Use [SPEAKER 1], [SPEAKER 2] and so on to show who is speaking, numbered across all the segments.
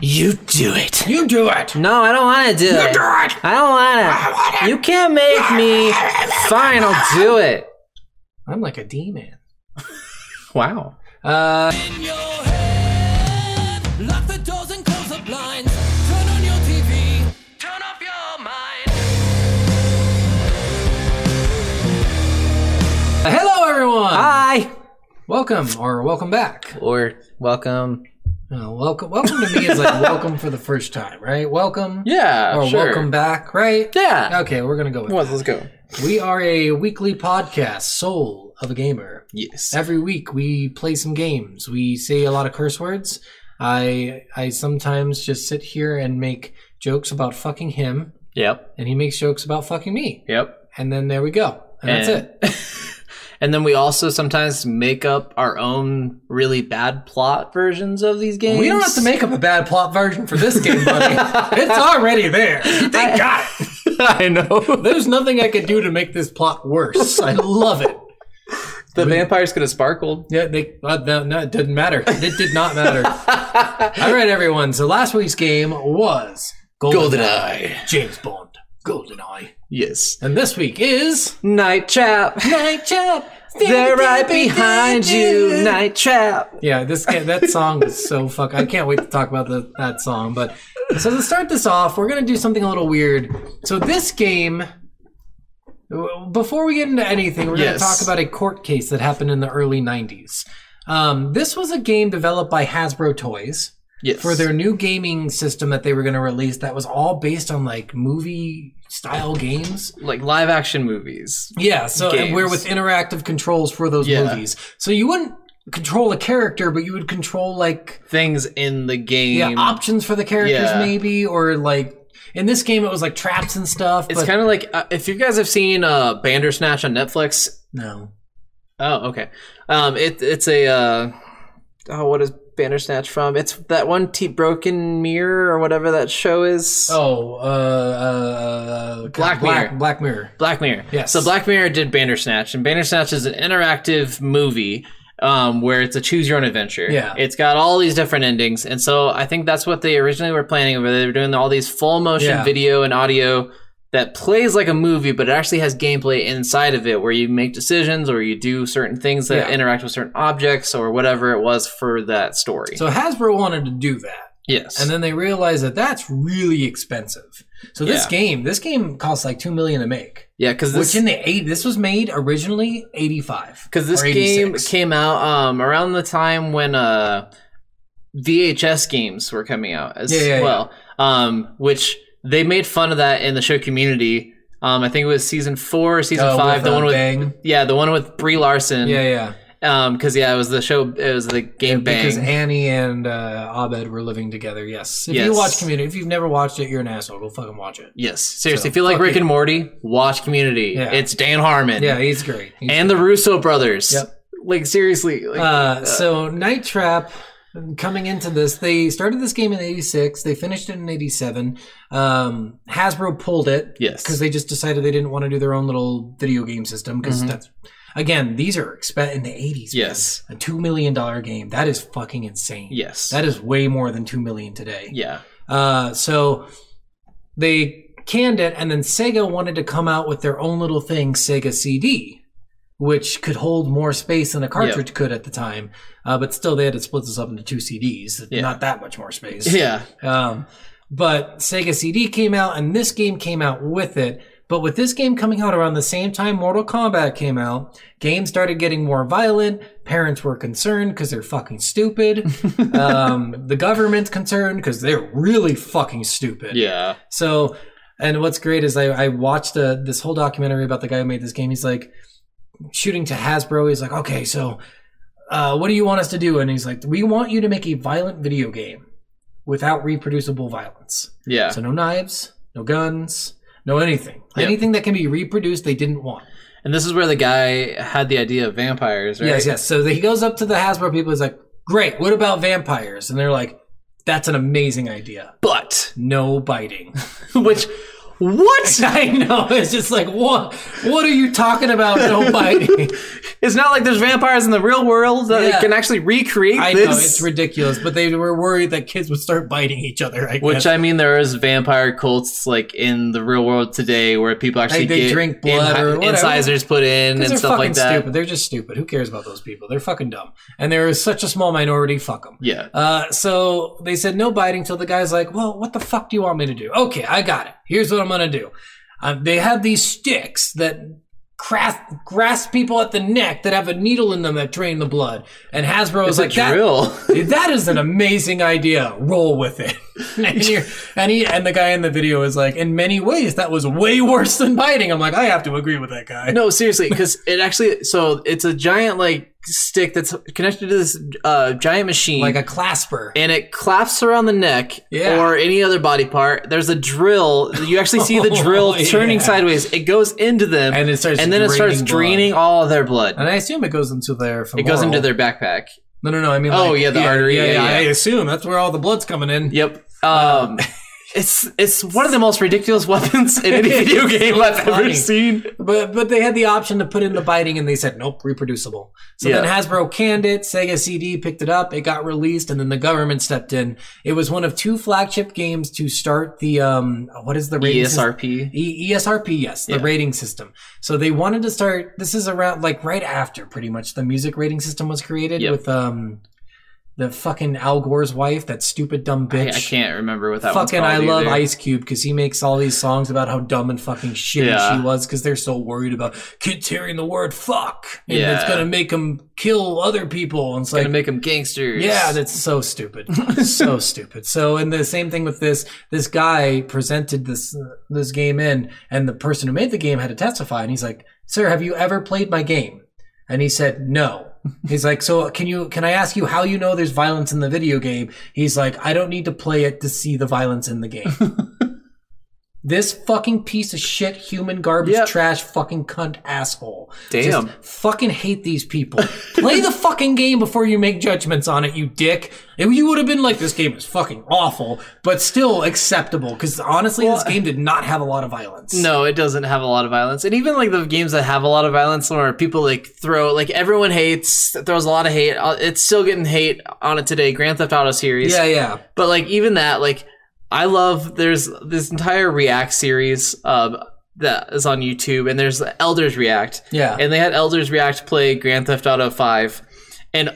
[SPEAKER 1] You do it.
[SPEAKER 2] You do it.
[SPEAKER 1] No, I don't want to do
[SPEAKER 2] You
[SPEAKER 1] it.
[SPEAKER 2] do it.
[SPEAKER 1] I don't want
[SPEAKER 2] want
[SPEAKER 1] to.
[SPEAKER 2] it.
[SPEAKER 1] You can't make me. Fine, I'll do it.
[SPEAKER 2] I'm like a demon.
[SPEAKER 1] Wow.
[SPEAKER 2] Uh,
[SPEAKER 3] in your head. Lock the doors and close the blinds. Turn on your TV. Turn off your mind.
[SPEAKER 2] hello, everyone.
[SPEAKER 1] Hi.
[SPEAKER 2] Welcome or welcome back.
[SPEAKER 1] Or welcome.
[SPEAKER 2] Uh, welcome, welcome to me is like welcome for the first time, right? Welcome.
[SPEAKER 1] Yeah.
[SPEAKER 2] Or welcome back, right?
[SPEAKER 1] Yeah.
[SPEAKER 2] Okay, we're gonna go with.
[SPEAKER 1] Well, let's go.
[SPEAKER 2] that. We are a weekly podcast, Soul of a Gamer.
[SPEAKER 1] Yes.
[SPEAKER 2] Every week we play some games. We say a lot of curse words. I I sometimes just sit here and make jokes about fucking him,
[SPEAKER 1] Yep.
[SPEAKER 2] and he makes jokes about fucking me,
[SPEAKER 1] Yep.
[SPEAKER 2] and then there we go, and, that's it.
[SPEAKER 1] it. and then we also sometimes make up our own really bad plot versions of these games.
[SPEAKER 2] We don't have to make up a bad plot version for this game, buddy. it's already there. They got it.
[SPEAKER 1] I know.
[SPEAKER 2] There's nothing I could do to make this plot worse. I love it.
[SPEAKER 1] The vampire's gonna sparkle.
[SPEAKER 2] Yeah, they. Uh, no, no, it didn't matter. It did not matter. All right, everyone. So last week's game was
[SPEAKER 1] Goldeneye.
[SPEAKER 2] James Bond, GoldenEye,
[SPEAKER 1] Yes.
[SPEAKER 2] and this week is
[SPEAKER 1] Night trap.
[SPEAKER 2] Night Trap.
[SPEAKER 1] They're right behind you. Night trap.
[SPEAKER 2] Yeah, this ca- that song is so fuck. I can't wait to talk about the, that song. But so to start this off, we're gonna do something a little weird. So this game, w- before we get into anything, we're
[SPEAKER 1] Yes.
[SPEAKER 2] gonna talk about a court case that happened in the early '90s. Um, this was a game developed by Hasbro Toys
[SPEAKER 1] Yes.
[SPEAKER 2] for their new gaming system that they were gonna release. That was all based on like movie style games.
[SPEAKER 1] like live action movies.
[SPEAKER 2] Yeah, so and we're with
[SPEAKER 1] games.
[SPEAKER 2] interactive controls for those
[SPEAKER 1] Yeah.
[SPEAKER 2] movies. So you wouldn't control a character, but you would control like
[SPEAKER 1] Things in the
[SPEAKER 2] yeah,
[SPEAKER 1] game.
[SPEAKER 2] options for the characters
[SPEAKER 1] Yeah.
[SPEAKER 2] maybe or like in this game it was like traps and stuff.
[SPEAKER 1] it's
[SPEAKER 2] but
[SPEAKER 1] kind of like uh, if you guys have seen uh, Bandersnatch on Netflix.
[SPEAKER 2] no.
[SPEAKER 1] Oh, okay. Um, it it's a uh, oh, what is Bandersnatch from? It's that one T Broken Mirror or whatever that show is.
[SPEAKER 2] Oh, uh, uh
[SPEAKER 1] Black Mirror.
[SPEAKER 2] Black, Black Mirror.
[SPEAKER 1] Black Mirror.
[SPEAKER 2] Yes.
[SPEAKER 1] So Black Mirror did Bandersnatch, and Bandersnatch is an interactive movie um, where it's a choose your own adventure.
[SPEAKER 2] Yeah.
[SPEAKER 1] It's got all these different endings, and so I think that's what they originally were planning. Where they were doing all these full motion
[SPEAKER 2] Yeah.
[SPEAKER 1] video and audio that plays like a movie, but it actually has gameplay inside of it, where you make decisions or you do certain things that
[SPEAKER 2] Yeah.
[SPEAKER 1] interact with certain objects or whatever it was for that story.
[SPEAKER 2] So Hasbro wanted to do that.
[SPEAKER 1] yes.
[SPEAKER 2] And then they realized that that's really expensive. So this
[SPEAKER 1] Yeah.
[SPEAKER 2] game, this game costs like 2 million to make.
[SPEAKER 1] yeah, because
[SPEAKER 2] Which in the 8 this was made originally 85.
[SPEAKER 1] because this
[SPEAKER 2] or
[SPEAKER 1] game
[SPEAKER 2] 86.
[SPEAKER 1] came out um, around the time when uh, VHS games were coming out as
[SPEAKER 2] Yeah, yeah, yeah.
[SPEAKER 1] well, Um, which they made fun of that in the show community. Um, I think it was season four, or season
[SPEAKER 2] Uh,
[SPEAKER 1] five, the
[SPEAKER 2] uh,
[SPEAKER 1] one with
[SPEAKER 2] Bang.
[SPEAKER 1] yeah, the one with Brie Larson.
[SPEAKER 2] Yeah, yeah.
[SPEAKER 1] because yeah, it was the show, it was the game
[SPEAKER 2] Because
[SPEAKER 1] bang.
[SPEAKER 2] Annie and uh, Abed were living together. Yes. If you
[SPEAKER 1] Yes.
[SPEAKER 2] watch Community, if you've never watched it, you're an asshole. Go fucking watch it.
[SPEAKER 1] Yes, seriously.
[SPEAKER 2] So,
[SPEAKER 1] if you like
[SPEAKER 2] fuck
[SPEAKER 1] Rick
[SPEAKER 2] you.
[SPEAKER 1] and Morty, watch Community.
[SPEAKER 2] Yeah.
[SPEAKER 1] It's Dan Harmon.
[SPEAKER 2] Yeah, he's great. He's-
[SPEAKER 1] and the Russo brothers.
[SPEAKER 2] Yep.
[SPEAKER 1] Like seriously, like,
[SPEAKER 2] uh, so Night Trap. Coming into this, they started this game in '86. They finished it in '87. Um, Hasbro pulled it
[SPEAKER 1] Yes.
[SPEAKER 2] because they just decided they didn't want to do their own little video game system. Because that's again, these are expen- in the '80s. man.
[SPEAKER 1] Mm-hmm. Yes.
[SPEAKER 2] a two million dollar game that is fucking insane.
[SPEAKER 1] yes,
[SPEAKER 2] that is way more than two million today.
[SPEAKER 1] yeah,
[SPEAKER 2] Uh, so they canned it, and then Sega wanted to come out with their own little thing, Sega CD, which could hold more space than a cartridge could at the time. Uh, but still, they had to split this up into two CDs.
[SPEAKER 1] Yeah.
[SPEAKER 2] Not that much more space.
[SPEAKER 1] yeah.
[SPEAKER 2] Um, but Sega CD came out, and this game came out with it. But with this game coming out around the same time Mortal Kombat came out, games started getting more violent. Parents were concerned because they're fucking stupid. um, the government's concerned because they're really fucking stupid.
[SPEAKER 1] Yeah.
[SPEAKER 2] So, and what's great is I, I watched uh this whole documentary about the guy who made this game. He's like shooting to Hasbro. He's like, okay, so uh, what do you want us to do? And he's like, we want you to make a violent video game without reproducible violence.
[SPEAKER 1] Yeah.
[SPEAKER 2] So no knives, no guns, no anything.
[SPEAKER 1] Yep.
[SPEAKER 2] Anything that can be reproduced, they didn't want.
[SPEAKER 1] And this is where the guy had the idea of vampires, right?
[SPEAKER 2] Yes, yes. So he goes up to the Hasbro people. He's like, great. What about vampires? And they're like, that's an amazing idea.
[SPEAKER 1] But
[SPEAKER 2] No biting.
[SPEAKER 1] which What?
[SPEAKER 2] I know. It's just like what? What are you talking about? No biting.
[SPEAKER 1] It's not like there's vampires in the real world that
[SPEAKER 2] Yeah.
[SPEAKER 1] can actually recreate
[SPEAKER 2] I
[SPEAKER 1] this.
[SPEAKER 2] know it's ridiculous, but they were worried that kids would start biting each other. I
[SPEAKER 1] Which
[SPEAKER 2] guess.
[SPEAKER 1] I mean, there is vampire cults like in the real world today where people actually
[SPEAKER 2] they
[SPEAKER 1] get
[SPEAKER 2] drink blood
[SPEAKER 1] inhi-
[SPEAKER 2] or whatever.
[SPEAKER 1] incisors put in and
[SPEAKER 2] Because they're
[SPEAKER 1] stuff
[SPEAKER 2] fucking
[SPEAKER 1] like that.
[SPEAKER 2] stupid. They're just stupid. Who cares about those people? They're fucking dumb. And they're such a small minority. Fuck them.
[SPEAKER 1] Yeah,
[SPEAKER 2] Uh, so they said no biting till the guy's like, well, what the fuck do you want me to do? Okay, I got it. Here's what I'm gonna do. Um, they have these sticks that grasp, grasp people at the neck that have a needle in them that drain the blood. And Hasbro
[SPEAKER 1] it's
[SPEAKER 2] was like,
[SPEAKER 1] a
[SPEAKER 2] that,
[SPEAKER 1] drill.
[SPEAKER 2] that is an amazing idea. Roll with it. and, you're, and he and the guy in the video is like, in many ways, that was way worse than biting. I'm like, I have to agree with that guy.
[SPEAKER 1] no, seriously, because it actually so it's a giant like stick that's connected to this uh, giant machine,
[SPEAKER 2] Like a clasper.
[SPEAKER 1] and it clasps around the neck
[SPEAKER 2] Yeah.
[SPEAKER 1] or any other body part. There's a drill. You actually see the drill
[SPEAKER 2] Oh, yeah.
[SPEAKER 1] turning sideways. It goes into them,
[SPEAKER 2] And it starts
[SPEAKER 1] and then it starts
[SPEAKER 2] draining blood. Uh,
[SPEAKER 1] draining all of their blood.
[SPEAKER 2] And I assume it goes into their.
[SPEAKER 1] It
[SPEAKER 2] Femoral.
[SPEAKER 1] goes into their backpack.
[SPEAKER 2] No, no, no. I mean,
[SPEAKER 1] Oh,
[SPEAKER 2] like-
[SPEAKER 1] yeah, the artery,
[SPEAKER 2] Yeah,
[SPEAKER 1] yeah,
[SPEAKER 2] yeah,
[SPEAKER 1] yeah.
[SPEAKER 2] I assume that's where all the blood's coming in.
[SPEAKER 1] Yep. Um, it's it's one of the most ridiculous weapons in any video
[SPEAKER 2] It's
[SPEAKER 1] game
[SPEAKER 2] so
[SPEAKER 1] I've
[SPEAKER 2] funny.
[SPEAKER 1] ever seen.
[SPEAKER 2] But but they had the option to put in the biting, and they said nope, reproducible. So
[SPEAKER 1] Yeah.
[SPEAKER 2] then Hasbro canned it. Sega CD picked it up. It got released, and then the government stepped in. It was one of two flagship games to start the um what is the rating system?
[SPEAKER 1] ESRP.
[SPEAKER 2] E- ESRP, yes, the rating system. So they wanted to start. This is around like right after, pretty much, the music rating system was created
[SPEAKER 1] Yep.
[SPEAKER 2] with um the fucking Al Gore's wife, that stupid dumb
[SPEAKER 1] I,
[SPEAKER 2] bitch.
[SPEAKER 1] I can't remember what that one's
[SPEAKER 2] fucking
[SPEAKER 1] called
[SPEAKER 2] I love
[SPEAKER 1] either.
[SPEAKER 2] Ice Cube because he makes all these songs about how dumb and fucking shitty
[SPEAKER 1] Yeah.
[SPEAKER 2] she was because they're so worried about kids hearing the word fuck and it's
[SPEAKER 1] Yeah.
[SPEAKER 2] gonna make them kill other people. And it's
[SPEAKER 1] Gonna
[SPEAKER 2] like,
[SPEAKER 1] make them gangsters.
[SPEAKER 2] yeah, that's so stupid, so stupid. So, and the same thing with this. This guy presented this uh, this game in, and the person who made the game had to testify, and he's like, "Sir, have you ever played my game?" And he said, "No." He's like, "So can you can I ask you how you know there's violence in the video game?" He's like, "I don't need to play it to see the violence in the game." This fucking piece of shit, human garbage,
[SPEAKER 1] Yep.
[SPEAKER 2] trash, fucking cunt, asshole.
[SPEAKER 1] Damn.
[SPEAKER 2] Just fucking hate these people. Play the fucking game before you make judgments on it, you dick. If you would have been like, this game is fucking awful, but still acceptable. Because honestly, this game did not have a lot of violence.
[SPEAKER 1] No, it doesn't have a lot of violence. And even like the games that have a lot of violence, where people like throw like everyone hates, throws a lot of hate. Uh, It's still getting hate on it today. Grand Theft Auto series.
[SPEAKER 2] Yeah, yeah.
[SPEAKER 1] But like even that, like I love there's this entire React series um, that is on YouTube, and there's Elders React.
[SPEAKER 2] Yeah.
[SPEAKER 1] and they had elders react play grand theft auto 5 and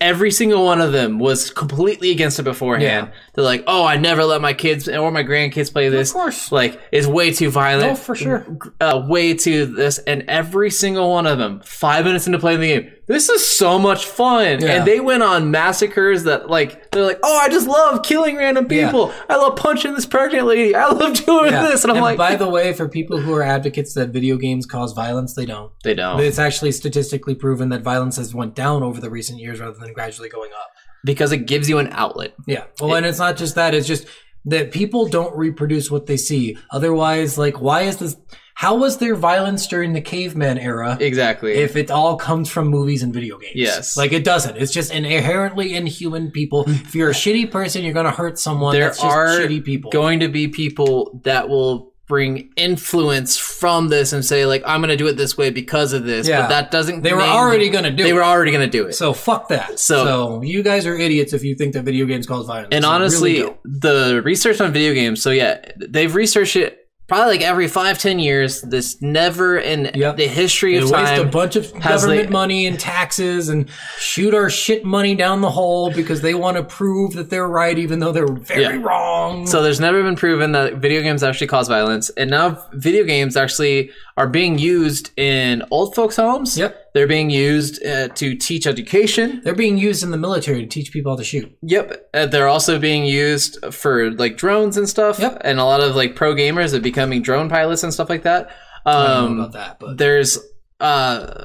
[SPEAKER 1] every single one of them was completely against it beforehand they're like oh i never let my kids or my grandkids play this
[SPEAKER 2] course.
[SPEAKER 1] like it's way too violent
[SPEAKER 2] No, Oh, for sure.
[SPEAKER 1] uh, way too this and every single one of them five minutes into playing the game this is so much fun
[SPEAKER 2] Yeah.
[SPEAKER 1] and they went on massacres that like they're like oh i just love killing random
[SPEAKER 2] Yeah.
[SPEAKER 1] people i love punching this pregnant lady i love doing
[SPEAKER 2] Yeah.
[SPEAKER 1] this and i'm like
[SPEAKER 2] by the way, for people who are advocates that video games cause violence, they don't.
[SPEAKER 1] they don't
[SPEAKER 2] It's actually statistically proven that violence has went down over the recent years rather than gradually going up.
[SPEAKER 1] because it gives you an outlet
[SPEAKER 2] Yeah. Well, and it's not just that. It's just that people don't reproduce what they see. Otherwise, like, why is this? How was there violence during the caveman era
[SPEAKER 1] exactly
[SPEAKER 2] if it all comes from movies and video games?
[SPEAKER 1] Yes. Mm.
[SPEAKER 2] Like, it doesn't. It's just inherently inhuman people. if you're a shitty person, you're going to hurt someone.
[SPEAKER 1] there
[SPEAKER 2] That's just
[SPEAKER 1] are
[SPEAKER 2] shitty people.
[SPEAKER 1] going to be people that will bring influence from this and say like i'm going to do it this way because of this
[SPEAKER 2] Yeah.
[SPEAKER 1] but that doesn't
[SPEAKER 2] They were
[SPEAKER 1] mean-
[SPEAKER 2] already gonna do
[SPEAKER 1] they
[SPEAKER 2] it.
[SPEAKER 1] were already going to do it
[SPEAKER 2] so, fuck that. So,
[SPEAKER 1] So-
[SPEAKER 2] you guys are idiots if you think that video games cause violence.
[SPEAKER 1] and
[SPEAKER 2] You really
[SPEAKER 1] honestly
[SPEAKER 2] don't.
[SPEAKER 1] the research on video games so yeah they've researched it probably like every five ten years this never in
[SPEAKER 2] Yep.
[SPEAKER 1] the history
[SPEAKER 2] They
[SPEAKER 1] of
[SPEAKER 2] waste a
[SPEAKER 1] time
[SPEAKER 2] bunch of
[SPEAKER 1] has
[SPEAKER 2] government
[SPEAKER 1] the-
[SPEAKER 2] money and taxes and shoot our shit money down the hole because they want to prove that they're right even though they're very
[SPEAKER 1] Yeah.
[SPEAKER 2] wrong.
[SPEAKER 1] so there's never been proven that video games actually cause violence and now video games actually are being used in old folks homes
[SPEAKER 2] Yep.
[SPEAKER 1] they're being used uh, to teach education
[SPEAKER 2] they're being used in the military to teach people how to shoot.
[SPEAKER 1] Yep, uh, they're also being used for like drones and stuff.
[SPEAKER 2] Yep.
[SPEAKER 1] and a lot of like pro gamers are becoming drone pilots and stuff like that. Um,
[SPEAKER 2] I don't know about that, but
[SPEAKER 1] There's uh,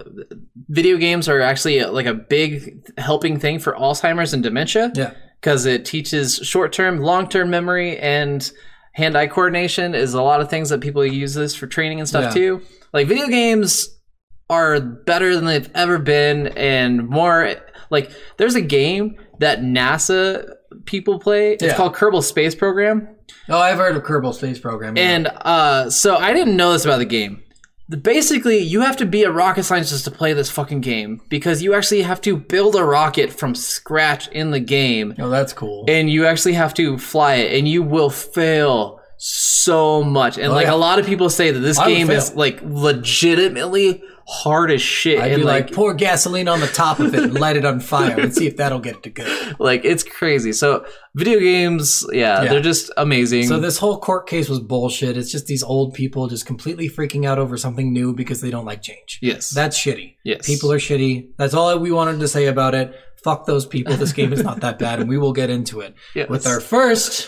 [SPEAKER 1] video games are actually uh, like a big helping thing for Alzheimer's and dementia
[SPEAKER 2] yeah.
[SPEAKER 1] because it teaches short-term, long-term memory and hand-eye coordination. Is a lot of things that people use this for training and stuff
[SPEAKER 2] Yeah.
[SPEAKER 1] too. Like video games are better than they've ever been and more like there's a game that NASA people play. It's
[SPEAKER 2] Yeah.
[SPEAKER 1] called Kerbal Space Program.
[SPEAKER 2] Oh, I've heard of Kerbal Space Program. yeah.
[SPEAKER 1] And uh, so I didn't know this about the game. The- Basically, you have to be a rocket scientist to play this fucking game because you actually have to build a rocket from scratch in the game
[SPEAKER 2] oh, that's cool.
[SPEAKER 1] and you actually have to fly it and you will fail so much. And
[SPEAKER 2] Oh,
[SPEAKER 1] like
[SPEAKER 2] yeah.
[SPEAKER 1] a lot of people say that this
[SPEAKER 2] I would
[SPEAKER 1] game
[SPEAKER 2] fail.
[SPEAKER 1] is like legitimately hard as shit.
[SPEAKER 2] I'd
[SPEAKER 1] and
[SPEAKER 2] be like,
[SPEAKER 1] like
[SPEAKER 2] pour gasoline on the top of it and light it on fire and see if that'll get it to go.
[SPEAKER 1] like it's crazy. So video games, yeah,
[SPEAKER 2] Yeah.
[SPEAKER 1] they're just amazing.
[SPEAKER 2] So this whole court case was bullshit. It's just these old people just completely freaking out over something new because they don't like change.
[SPEAKER 1] yes,
[SPEAKER 2] That's shitty.
[SPEAKER 1] yes,
[SPEAKER 2] People are shitty. That's all we wanted to say about it. Fuck those people. This game is not that bad, and we will get into it
[SPEAKER 1] Yes.
[SPEAKER 2] with our first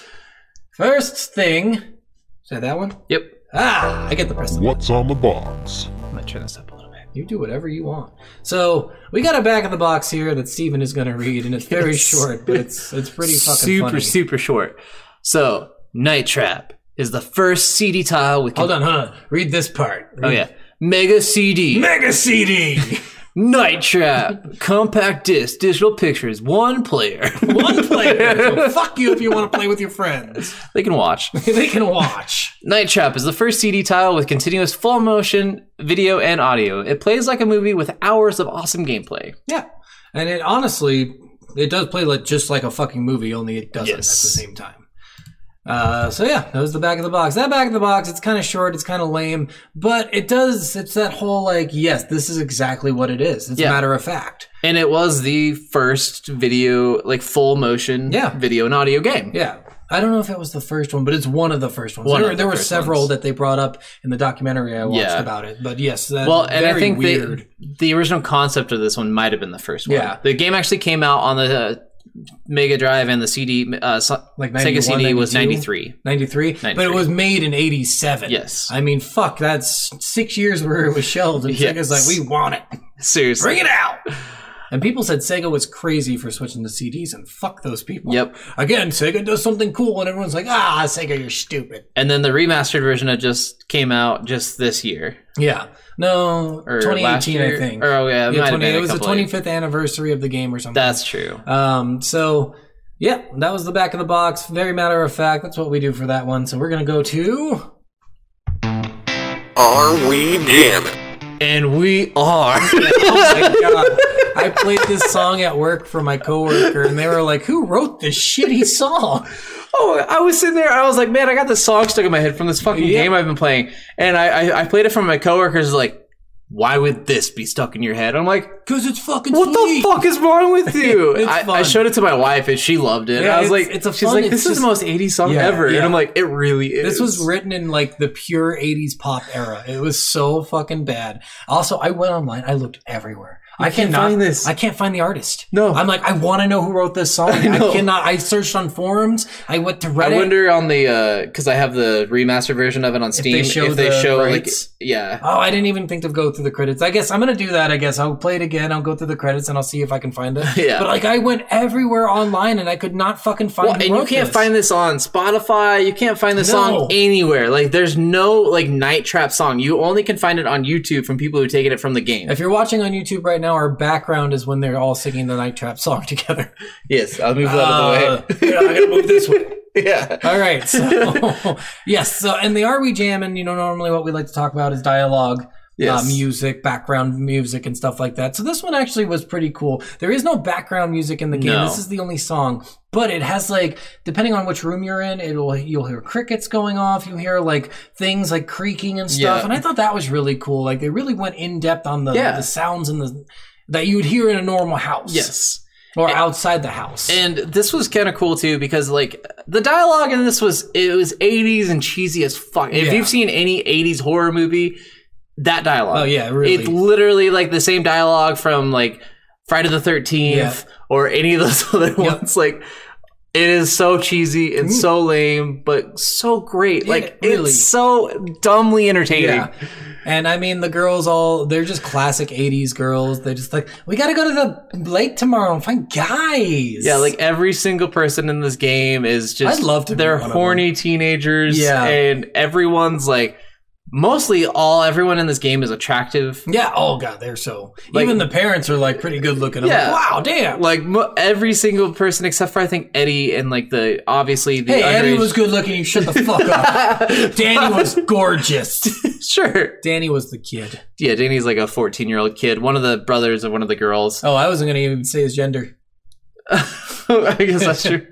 [SPEAKER 2] first thing. Is that that one?
[SPEAKER 1] yep.
[SPEAKER 2] Ah, I get the press.
[SPEAKER 4] What's on the box?
[SPEAKER 2] I'm gonna turn this up a little bit. You do whatever you want. So we got a back of the box here that Steven is gonna read, and it's very
[SPEAKER 1] Yes.
[SPEAKER 2] short, but it's it's pretty fucking
[SPEAKER 1] super
[SPEAKER 2] funny.
[SPEAKER 1] super short. So Night Trap is the first CD tile with.
[SPEAKER 2] Hold on, hold on. Read this part.
[SPEAKER 1] Oh yeah, Mega CD.
[SPEAKER 2] Mega CD.
[SPEAKER 1] Night Trap, compact disc, digital pictures, one player.
[SPEAKER 2] One player. So fuck you if you want to play with your friends.
[SPEAKER 1] they can watch.
[SPEAKER 2] they can watch.
[SPEAKER 1] Night Trap is the first CD tile with continuous full motion video and audio. It plays like a movie with hours of awesome gameplay.
[SPEAKER 2] Yeah, and it honestly, it does play like just like a fucking movie, only it doesn't
[SPEAKER 1] Yes.
[SPEAKER 2] at the same time. Uh, so yeah, that was the back of the box. That back of the box, it's kind of short, it's kind of lame, but it does. It's that whole like, yes, this is exactly what it is. It's
[SPEAKER 1] Yeah.
[SPEAKER 2] a matter of fact.
[SPEAKER 1] And it was the first video, like full motion
[SPEAKER 2] Yeah.
[SPEAKER 1] video and audio game.
[SPEAKER 2] Yeah. I don't know if it was the first one, but it's one of the first ones.
[SPEAKER 1] One
[SPEAKER 2] there
[SPEAKER 1] of the
[SPEAKER 2] there were
[SPEAKER 1] first
[SPEAKER 2] several
[SPEAKER 1] ones.
[SPEAKER 2] that they brought up in the documentary I watched
[SPEAKER 1] Yeah.
[SPEAKER 2] about it. But yes, that,
[SPEAKER 1] Well, and I think
[SPEAKER 2] weird.
[SPEAKER 1] the the original concept of this one might have been the first one.
[SPEAKER 2] Yeah.
[SPEAKER 1] the game actually came out on the uh, Mega Drive and the CD. Uh, so-
[SPEAKER 2] Like
[SPEAKER 1] Sega
[SPEAKER 2] 91,
[SPEAKER 1] CD was
[SPEAKER 2] 92?
[SPEAKER 1] '93.
[SPEAKER 2] 93, but
[SPEAKER 1] 93.
[SPEAKER 2] it was made in 87.
[SPEAKER 1] Yes.
[SPEAKER 2] I mean, fuck, that's six years where it was shelved, and
[SPEAKER 1] Yes.
[SPEAKER 2] Sega's like, we want it.
[SPEAKER 1] Seriously,
[SPEAKER 2] Bring it out. And people said Sega was crazy for switching to CDs, and fuck those people.
[SPEAKER 1] Yep.
[SPEAKER 2] Again, Sega does something cool, and everyone's like, ah, Sega, you're stupid.
[SPEAKER 1] And then the remastered version that just came out just this year
[SPEAKER 2] Yeah. No,
[SPEAKER 1] or
[SPEAKER 2] 2018,
[SPEAKER 1] last year.
[SPEAKER 2] I think.
[SPEAKER 1] Or oh, yeah, it,
[SPEAKER 2] Yeah,
[SPEAKER 1] might
[SPEAKER 2] 20
[SPEAKER 1] have been
[SPEAKER 2] it
[SPEAKER 1] a
[SPEAKER 2] was the
[SPEAKER 1] couple of-
[SPEAKER 2] 25th anniversary of the game or something.
[SPEAKER 1] That's true.
[SPEAKER 2] Um, so, yeah, that was the back of the box. Very matter of fact. That's what we do for that one. So we're going to go to.
[SPEAKER 5] Are we gaming?
[SPEAKER 1] And we are.
[SPEAKER 2] my God. I played this song at work for my coworker, and they were like, "Who wrote this shitty song?"
[SPEAKER 1] oh, I was sitting there. I was like, man, I got this song stuck in my head from this fucking
[SPEAKER 2] Yeah.
[SPEAKER 1] game I've been playing, and I, I I played it from my coworkers. Like, why would this be stuck in your head? I'm like.
[SPEAKER 2] Because it's fucking
[SPEAKER 1] What the fuck is wrong with you?
[SPEAKER 2] It's
[SPEAKER 1] I, I
[SPEAKER 2] fun.
[SPEAKER 1] showed it to my wife and she loved it.
[SPEAKER 2] Yeah,
[SPEAKER 1] I was
[SPEAKER 2] it's-
[SPEAKER 1] like,
[SPEAKER 2] it's a
[SPEAKER 1] she's
[SPEAKER 2] fun-
[SPEAKER 1] like, this
[SPEAKER 2] it's
[SPEAKER 1] is the most 80s song
[SPEAKER 2] Yeah,
[SPEAKER 1] ever.
[SPEAKER 2] yeah.
[SPEAKER 1] And I'm like, it really is.
[SPEAKER 2] This was written in like the pure '80s pop era. It was so fucking bad. Also, I went online. I looked everywhere. I
[SPEAKER 1] can't
[SPEAKER 2] cannot-
[SPEAKER 1] find this.
[SPEAKER 2] I can't find the artist.
[SPEAKER 1] No.
[SPEAKER 2] I'm like, I want to know who wrote this song. I,
[SPEAKER 1] know.
[SPEAKER 2] cannot. I searched on forums. I went to Reddit.
[SPEAKER 1] I wonder on the because I have the remastered version of it on Steam if they show,
[SPEAKER 2] show the
[SPEAKER 1] like
[SPEAKER 2] rights.
[SPEAKER 1] yeah
[SPEAKER 2] Oh, I didn't even think to go through the credits. I guess I'm gonna do that. I guess I'll play it again. I'll go through the credits and I'll see if I can find it.
[SPEAKER 1] Yeah.
[SPEAKER 2] But like, I went everywhere online and I could not fucking find.
[SPEAKER 1] well, and you can't find this on Spotify. You can't find this
[SPEAKER 2] No.
[SPEAKER 1] song anywhere. Like, there's no like Night Trap song. You only can find it on YouTube from people who taken it from the game.
[SPEAKER 2] If you're watching on YouTube right now, our background is when they're all singing the Night Trap song together.
[SPEAKER 1] yes, I'll move that out
[SPEAKER 2] Uh,
[SPEAKER 1] of the
[SPEAKER 2] yeah, I gotta move this way.
[SPEAKER 1] way. yeah.
[SPEAKER 2] All right. So yes. So and the Are We Jamming? You know, normally what we like to talk about is dialogue.
[SPEAKER 1] Yes.
[SPEAKER 2] Uh, music, background music, and stuff like that. So this one actually was pretty cool. There is no background music in the game.
[SPEAKER 1] No.
[SPEAKER 2] This is the only song, but it has like, depending on which room you're in, it will you'll hear crickets going off. You hear like things like creaking and stuff.
[SPEAKER 1] Yeah.
[SPEAKER 2] And I thought that was really cool. Like they really went in depth on the
[SPEAKER 1] Yeah.
[SPEAKER 2] the sounds and the that you would hear in a normal house,
[SPEAKER 1] Yes.
[SPEAKER 2] or outside the house.
[SPEAKER 1] And this was kind of cool too because like the dialogue in this was it was 80s and cheesy as fuck. If
[SPEAKER 2] Yeah.
[SPEAKER 1] you've seen any 80s horror movie, that dialogue.
[SPEAKER 2] Oh, yeah, really.
[SPEAKER 1] It's literally like the same dialogue from like Friday the 13th
[SPEAKER 2] Yeah.
[SPEAKER 1] or any of those other ones like it is so cheesy and so lame, but so great. like
[SPEAKER 2] Mm-hmm. really.
[SPEAKER 1] it's so dumbly entertaining.
[SPEAKER 2] Yeah. And I mean, the girls all, they're just classic 80s girls. They're just like, we got to go to the lake tomorrow and find guys.
[SPEAKER 1] Yeah, like every single person in this game is just
[SPEAKER 2] I'd love to be
[SPEAKER 1] they're
[SPEAKER 2] one of
[SPEAKER 1] horny teenagers
[SPEAKER 2] Yeah.
[SPEAKER 1] and everyone's like mostly all everyone in this game is attractive.
[SPEAKER 2] Yeah. Oh god, they're so.
[SPEAKER 1] Like-
[SPEAKER 2] even the parents are like pretty good looking. I'm
[SPEAKER 1] Yeah.
[SPEAKER 2] Like, wow, damn.
[SPEAKER 1] Like mo- every single person except for I think Eddie and like the obviously the
[SPEAKER 2] hey, Eddie
[SPEAKER 1] underage-
[SPEAKER 2] was good looking. You shut the fuck up. Danny was gorgeous.
[SPEAKER 1] sure.
[SPEAKER 2] Danny was the kid.
[SPEAKER 1] Yeah, Danny's like a 14 year old kid. One of the brothers of one of the girls.
[SPEAKER 2] Oh, I wasn't gonna even say his gender.
[SPEAKER 1] I guess that's true.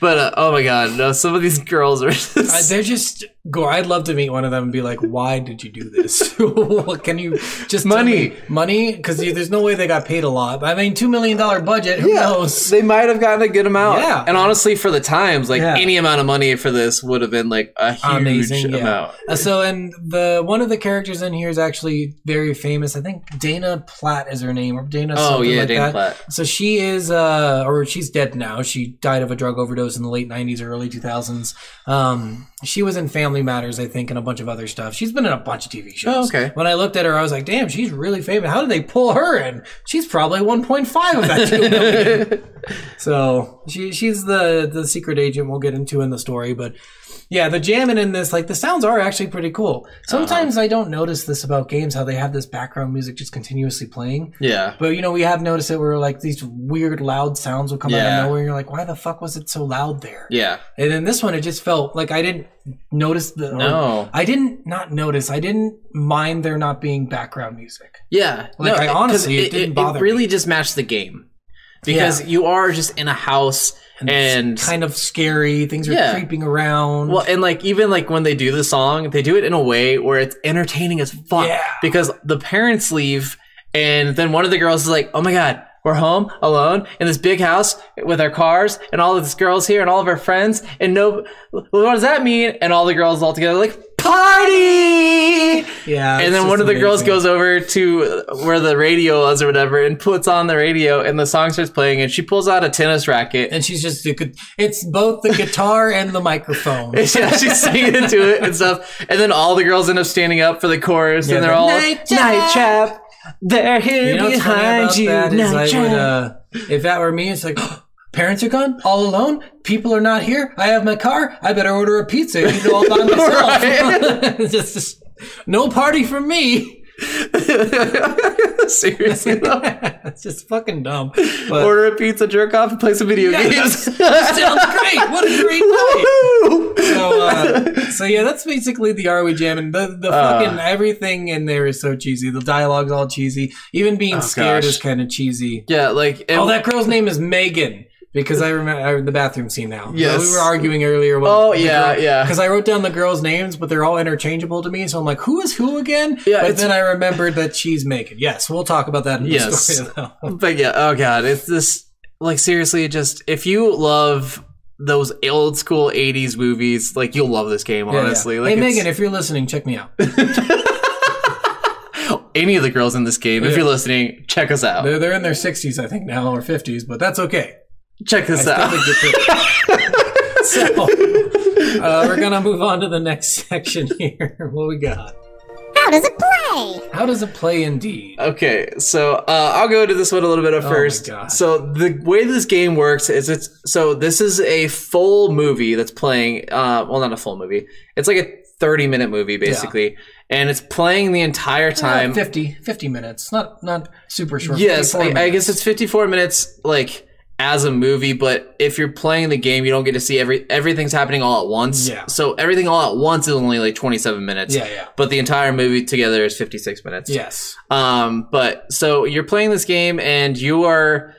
[SPEAKER 1] But uh, oh my god, no! Some of these girls are.
[SPEAKER 2] I,
[SPEAKER 1] Just,
[SPEAKER 2] Uh, they're just go. I'd love to meet one of them and be like, "Why did you do this? What Can you just tell
[SPEAKER 1] Money.
[SPEAKER 2] me- money? Because there's no way they got paid a lot. I mean, two million dollar budget. Who knows?
[SPEAKER 1] They might have gotten a good amount.
[SPEAKER 2] Yeah.
[SPEAKER 1] And honestly, for the times, like
[SPEAKER 2] Yeah.
[SPEAKER 1] any amount of money for this would have been like a huge
[SPEAKER 2] Amazing, yeah.
[SPEAKER 1] amount.
[SPEAKER 2] Uh, so, and the one of the characters in here is actually very famous. I think Dana Platt is her name, or Dana.
[SPEAKER 1] Oh
[SPEAKER 2] something
[SPEAKER 1] yeah,
[SPEAKER 2] like
[SPEAKER 1] Dana
[SPEAKER 2] that.
[SPEAKER 1] Platt.
[SPEAKER 2] So she is, uh, or she's dead now. She died of a drug overdose in the late 90s or early 2000s. Um, she was in Family Matters, I think, and a bunch of other stuff. She's been in a bunch of TV shows.
[SPEAKER 1] Oh, okay.
[SPEAKER 2] When I looked at her, I was like, damn, she's really famous. How did they pull her in? She's probably 1.5 of that 2 million. so she, she's the, the secret agent we'll get into in the story, but yeah, the jamming in this, like the sounds are actually pretty
[SPEAKER 1] Uh-huh.
[SPEAKER 2] cool. Sometimes I don't notice this about games, how they have this background music just continuously playing.
[SPEAKER 1] Yeah.
[SPEAKER 2] But you know, we have noticed it where like these weird loud sounds will come out
[SPEAKER 1] Yeah.
[SPEAKER 2] of nowhere. And you're like, why the fuck was it so loud there?
[SPEAKER 1] Yeah.
[SPEAKER 2] And then this one, it just felt like I didn't notice the. or-
[SPEAKER 1] No.
[SPEAKER 2] I didn't not notice. I didn't mind there not being background music.
[SPEAKER 1] Yeah.
[SPEAKER 2] Like, I
[SPEAKER 1] it- 'cause
[SPEAKER 2] honestly, it didn't bother
[SPEAKER 1] It really just matched the game because
[SPEAKER 2] Yeah.
[SPEAKER 1] you are just in a house and,
[SPEAKER 2] Kind of scary. Things are
[SPEAKER 1] Yeah.
[SPEAKER 2] creeping around.
[SPEAKER 1] Well, and like even like when they do the song, they do it in a way where it's entertaining as fuck.
[SPEAKER 2] Yeah.
[SPEAKER 1] Because the parents leave, and then one of the girls is like, "Oh my god, we're home alone in this big house with our cars and all of these girls here and all of our friends and no, what does that mean?" And all the girls all together like party.
[SPEAKER 2] yeah. it's
[SPEAKER 1] And then
[SPEAKER 2] just
[SPEAKER 1] one of the girls
[SPEAKER 2] amazing.
[SPEAKER 1] goes over to where the radio was or whatever and puts on the radio and the song starts playing and she pulls out a tennis racket
[SPEAKER 2] and she's just. It's both the guitar and the microphone.
[SPEAKER 1] yeah, she's singing into it and stuff. And then all the girls end up standing up for the chorus,
[SPEAKER 2] Yeah,
[SPEAKER 1] and they're
[SPEAKER 2] the
[SPEAKER 1] all
[SPEAKER 2] night trap."
[SPEAKER 1] trap. They're here
[SPEAKER 2] You know what's funny
[SPEAKER 1] behind
[SPEAKER 2] about
[SPEAKER 1] you,
[SPEAKER 2] that is
[SPEAKER 1] night
[SPEAKER 2] I would,
[SPEAKER 1] trap.
[SPEAKER 2] uh, if that were me, it's like, parents are gone, all alone, people are not here, I have my car, I better order a pizza and eat it all by myself. It's just, just no party for me.
[SPEAKER 1] Seriously, though.
[SPEAKER 2] it's just fucking dumb. But
[SPEAKER 1] order a pizza, jerk off, and play some video
[SPEAKER 2] Yeah,
[SPEAKER 1] games.
[SPEAKER 2] sounds great. What a great night.
[SPEAKER 1] Woohoo!
[SPEAKER 2] So, uh, so yeah, that's basically the Are We Jamming. The, the
[SPEAKER 1] Uh.
[SPEAKER 2] fucking everything in there is so cheesy. The dialogue's all cheesy. Even being scared
[SPEAKER 1] Oh, gosh.
[SPEAKER 2] is kind of cheesy.
[SPEAKER 1] yeah, like and-
[SPEAKER 2] Oh, that girl's name is Megan because I remember I, the bathroom scene now.
[SPEAKER 1] Yes.
[SPEAKER 2] we were arguing earlier. What,
[SPEAKER 1] Oh, yeah, yeah.
[SPEAKER 2] Because I wrote down the girls' names, but they're all interchangeable to me. So I'm like, who is who again?
[SPEAKER 1] Yeah,
[SPEAKER 2] but
[SPEAKER 1] it's-
[SPEAKER 2] then I remembered that she's Megan. Yes, we'll talk about that in
[SPEAKER 1] Yes.
[SPEAKER 2] the story. Though.
[SPEAKER 1] But yeah, oh god, it's this like seriously, just if you love those old school '80s movies, like you'll love this game.
[SPEAKER 2] Yeah, yeah.
[SPEAKER 1] Honestly, like
[SPEAKER 2] hey
[SPEAKER 1] it's- Oh.
[SPEAKER 2] Megan, if you're listening, check me out.
[SPEAKER 1] any of the girls in this game, if
[SPEAKER 2] Yeah.
[SPEAKER 1] you're listening, check us out.
[SPEAKER 2] They're, they're in their 60s, I think now, or 50s, but that's okay.
[SPEAKER 1] Check us
[SPEAKER 2] I
[SPEAKER 1] out.
[SPEAKER 2] still think you're pretty. so uh, we're gonna move on to the next section here. what we got?
[SPEAKER 4] How does it play?
[SPEAKER 2] How does it play? Indeed.
[SPEAKER 1] Okay, so uh, I'll go to this one a little bit at
[SPEAKER 2] Oh my
[SPEAKER 1] first.
[SPEAKER 2] God.
[SPEAKER 1] So the way this game works is it's so this is a full movie that's playing. Uh, well, not a full movie. It's like a thirty-minute movie basically, and it's playing the entire time.
[SPEAKER 2] 50, 50 uh, minutes. Not not super short.
[SPEAKER 1] yes,
[SPEAKER 2] 54
[SPEAKER 1] I, I
[SPEAKER 2] minutes.
[SPEAKER 1] guess it's fifty-four minutes, like as a movie. But if you're playing the game, you don't get to see every everything's happening all at once.
[SPEAKER 2] Yeah.
[SPEAKER 1] So everything all at once is only like twenty-seven minutes.
[SPEAKER 2] Yeah, yeah.
[SPEAKER 1] But the entire movie together is fifty-six minutes.
[SPEAKER 2] Yes.
[SPEAKER 1] Um, but so you're playing this game and you are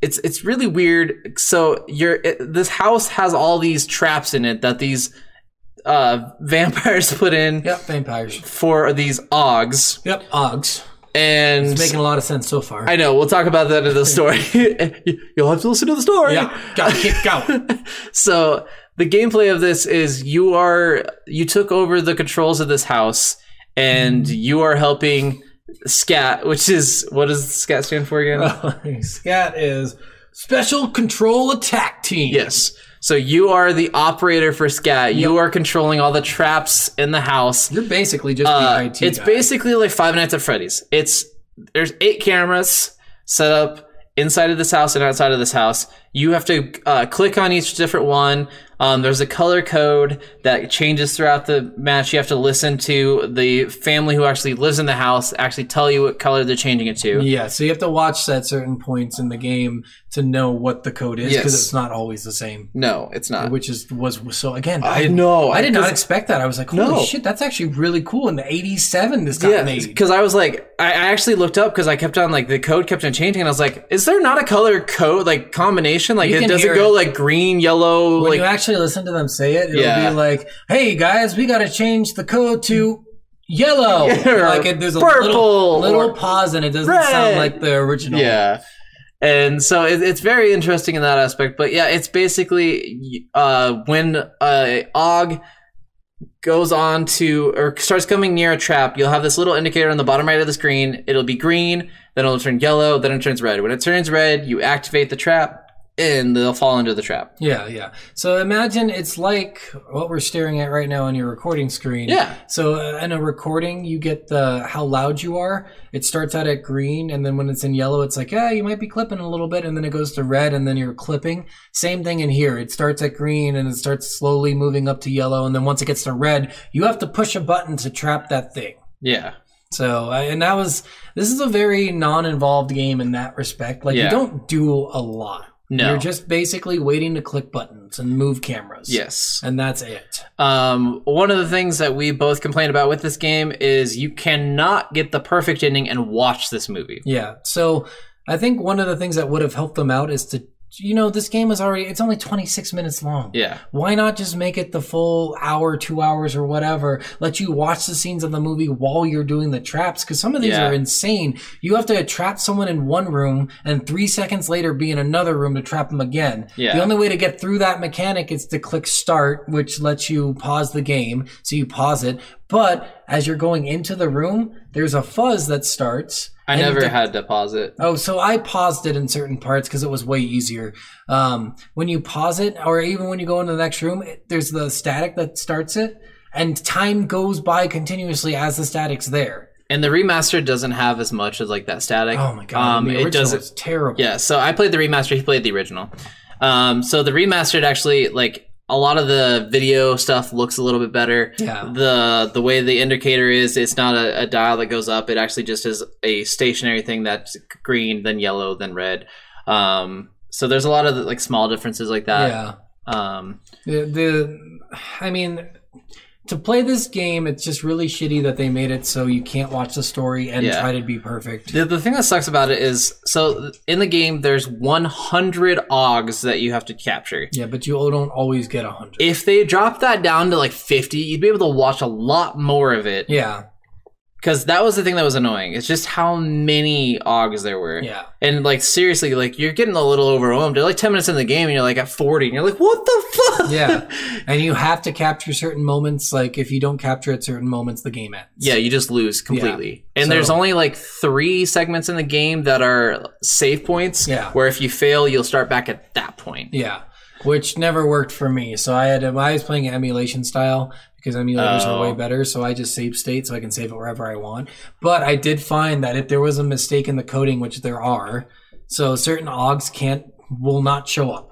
[SPEAKER 1] it's it's really weird. So you're it, this house has all these traps in it that these uh vampires put in
[SPEAKER 2] Yep, vampires.
[SPEAKER 1] for these ogs
[SPEAKER 2] Yep, Ogs.
[SPEAKER 1] and
[SPEAKER 2] It's making a lot of sense so far.
[SPEAKER 1] I know we'll talk about that in the story. You'll have to listen to the story.
[SPEAKER 2] yeah, got to keep going.
[SPEAKER 1] So the gameplay of this is you are you took over the controls of this house and you are helping Scat, which is what does Scat stand for again?
[SPEAKER 2] Scat is special control attack team.
[SPEAKER 1] Yes. So you are the operator for Scat. You are controlling all the traps in the house.
[SPEAKER 2] You're basically just
[SPEAKER 1] Uh,
[SPEAKER 2] the IT
[SPEAKER 1] it's
[SPEAKER 2] guy.
[SPEAKER 1] basically like Five Nights at Freddy's. It's there's eight cameras set up inside of this house and outside of this house. You have to uh, click on each different one. Um, there's a color code that changes throughout the match. You have to listen to the family who actually lives in the house actually tell you what color they're changing it to.
[SPEAKER 2] Yeah, so you have to watch at certain points in the game to know what the code is because
[SPEAKER 1] Yes.
[SPEAKER 2] it's not always the same.
[SPEAKER 1] No, it's not.
[SPEAKER 2] Which is was so again.
[SPEAKER 1] I
[SPEAKER 2] didn't-
[SPEAKER 1] know,
[SPEAKER 2] I did not
[SPEAKER 1] 'cause-
[SPEAKER 2] expect that. I was like, holy
[SPEAKER 1] No.
[SPEAKER 2] shit, that's actually really cool. In the '87, this got
[SPEAKER 1] Yeah,
[SPEAKER 2] made.
[SPEAKER 1] because I was like, I I actually looked up because I kept on like the code kept on changing, and I was like, is there not a color code like combination? Like
[SPEAKER 2] You
[SPEAKER 1] it
[SPEAKER 2] can
[SPEAKER 1] doesn't
[SPEAKER 2] hear
[SPEAKER 1] go
[SPEAKER 2] it.
[SPEAKER 1] like green, yellow,
[SPEAKER 2] When
[SPEAKER 1] like
[SPEAKER 2] you actually listen to them say it, it'll
[SPEAKER 1] Yeah.
[SPEAKER 2] be like, "Hey guys, we got to change the code to yellow."
[SPEAKER 1] Yeah,
[SPEAKER 2] like it, there's a
[SPEAKER 1] purple
[SPEAKER 2] little, little
[SPEAKER 1] or
[SPEAKER 2] pause, and it doesn't
[SPEAKER 1] red.
[SPEAKER 2] sound like the original.
[SPEAKER 1] yeah. And so it, it's very interesting in that aspect, but yeah, it's basically uh, when uh, Og goes on to or starts coming near a trap, you'll have this little indicator on the bottom right of the screen. It'll be green, then it'll turn yellow, then it turns red. When it turns red, you activate the trap, and they'll fall into the trap.
[SPEAKER 2] Yeah, yeah. So imagine it's like what we're staring at right now on your recording screen.
[SPEAKER 1] Yeah.
[SPEAKER 2] So uh, in a recording, you get the how loud you are. It starts out at green, and then when it's in yellow, it's like, yeah, you might be clipping a little bit, and then it goes to red, and then you're clipping. Same thing in here. It starts at green, and it starts slowly moving up to yellow, and then once it gets to red, you have to push a button to trap that thing.
[SPEAKER 1] Yeah.
[SPEAKER 2] So, I- and that was this is a very non-involved game in that respect. Like
[SPEAKER 1] Yeah.
[SPEAKER 2] you don't do a lot.
[SPEAKER 1] No.
[SPEAKER 2] You're just basically waiting to click buttons and move cameras.
[SPEAKER 1] Yes.
[SPEAKER 2] And that's it.
[SPEAKER 1] Um, one of the things that we both complained about with this game is you cannot get the perfect ending and watch this movie.
[SPEAKER 2] Yeah. So, I think one of the things that would have helped them out is to you know, this game is already it's only 26 minutes long.
[SPEAKER 1] Yeah.
[SPEAKER 2] Why not just make it the full hour, 2 hours or whatever, let you watch the scenes of the movie while you're doing the traps cuz some of these
[SPEAKER 1] Yeah.
[SPEAKER 2] are insane. You have to trap someone in one room and 3 seconds later be in another room to trap them again.
[SPEAKER 1] Yeah.
[SPEAKER 2] The only way to get through that mechanic is to click start, which lets you pause the game. So you pause it. But as you're going into the room, there's a fuzz that starts.
[SPEAKER 1] I
[SPEAKER 2] and
[SPEAKER 1] never
[SPEAKER 2] the-
[SPEAKER 1] had to pause it.
[SPEAKER 2] Oh, so I paused it in certain parts because it was way easier. Um, when you pause it, or even when you go into the next room, it, there's the static that starts it, and time goes by continuously as the static's there.
[SPEAKER 1] And the remaster doesn't have as much as like that static.
[SPEAKER 2] Oh my god,
[SPEAKER 1] Um,
[SPEAKER 2] the
[SPEAKER 1] it
[SPEAKER 2] original
[SPEAKER 1] doesn't.
[SPEAKER 2] was terrible.
[SPEAKER 1] Yeah, so I played the remaster, he played the original. Um, so the remastered actually like a lot of the video stuff looks a little bit better.
[SPEAKER 2] Yeah.
[SPEAKER 1] The the way the indicator is, it's not a, a dial that goes up. It actually just is a stationary thing that's green, then yellow, then red. Um, so there's a lot of like small differences like that.
[SPEAKER 2] yeah.
[SPEAKER 1] Um,
[SPEAKER 2] The, the, I mean, to play this game, it's just really shitty that they made it so you can't watch the story and
[SPEAKER 1] Yeah.
[SPEAKER 2] try to be perfect.
[SPEAKER 1] the, the thing that sucks about it is so in the game there's 100 ogs that you have to capture.
[SPEAKER 2] yeah, but you don't always get a hundred.
[SPEAKER 1] If they drop that down to like 50, you'd be able to watch a lot more of it.
[SPEAKER 2] Yeah,
[SPEAKER 1] because that was the thing that was annoying. It's just how many ogs there were.
[SPEAKER 2] yeah.
[SPEAKER 1] And like seriously, like you're getting a little overwhelmed. You're like ten minutes in the game, and you're like at forty, and you're like, what the fuck?
[SPEAKER 2] yeah and you have to capture certain moments like if you don't capture at certain moments the game ends
[SPEAKER 1] Yeah, you just lose completely. And
[SPEAKER 2] So-
[SPEAKER 1] there's only like three segments in the game that are save points.
[SPEAKER 2] Yeah.
[SPEAKER 1] Where if you fail, you'll start back at that point.
[SPEAKER 2] yeah which never worked for me so i had i was playing emulation style because emulators
[SPEAKER 1] Oh.
[SPEAKER 2] are way better so i just save state so i can save it wherever i want but i did find that if there was a mistake in the coding which there are so certain ogs can't will not show up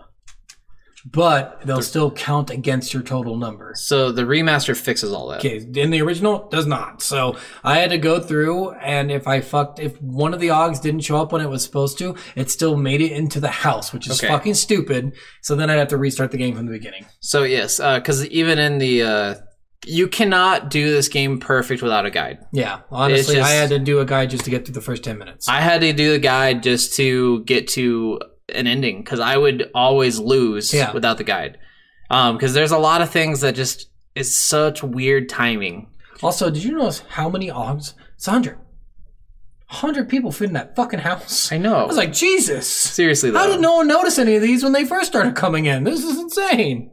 [SPEAKER 2] but they'll still count against your total number
[SPEAKER 1] So the remaster fixes all that.
[SPEAKER 2] Okay, in the original does not. So I had to go through, and if I fucked, if one of the Augs didn't show up when it was supposed to, it still made it into the house, which is
[SPEAKER 1] Okay.
[SPEAKER 2] fucking stupid. So then I'd have to restart the game from the beginning.
[SPEAKER 1] So yes, because even in the uh, you cannot do this game perfect without a guide.
[SPEAKER 2] Yeah, honestly,
[SPEAKER 1] just-
[SPEAKER 2] I had to do a guide just to get through the first ten minutes.
[SPEAKER 1] I had to do the guide just to get to an ending because I would always lose
[SPEAKER 2] Yeah.
[SPEAKER 1] without the guide. Because there's a lot of things that just is such weird timing.
[SPEAKER 2] also, did you notice how many Augs? It's hundred. Hundred people fit in that fucking house.
[SPEAKER 1] I know.
[SPEAKER 2] I was like, Jesus.
[SPEAKER 1] seriously though.
[SPEAKER 2] How did no one notice any of these when they first started coming in? This is insane.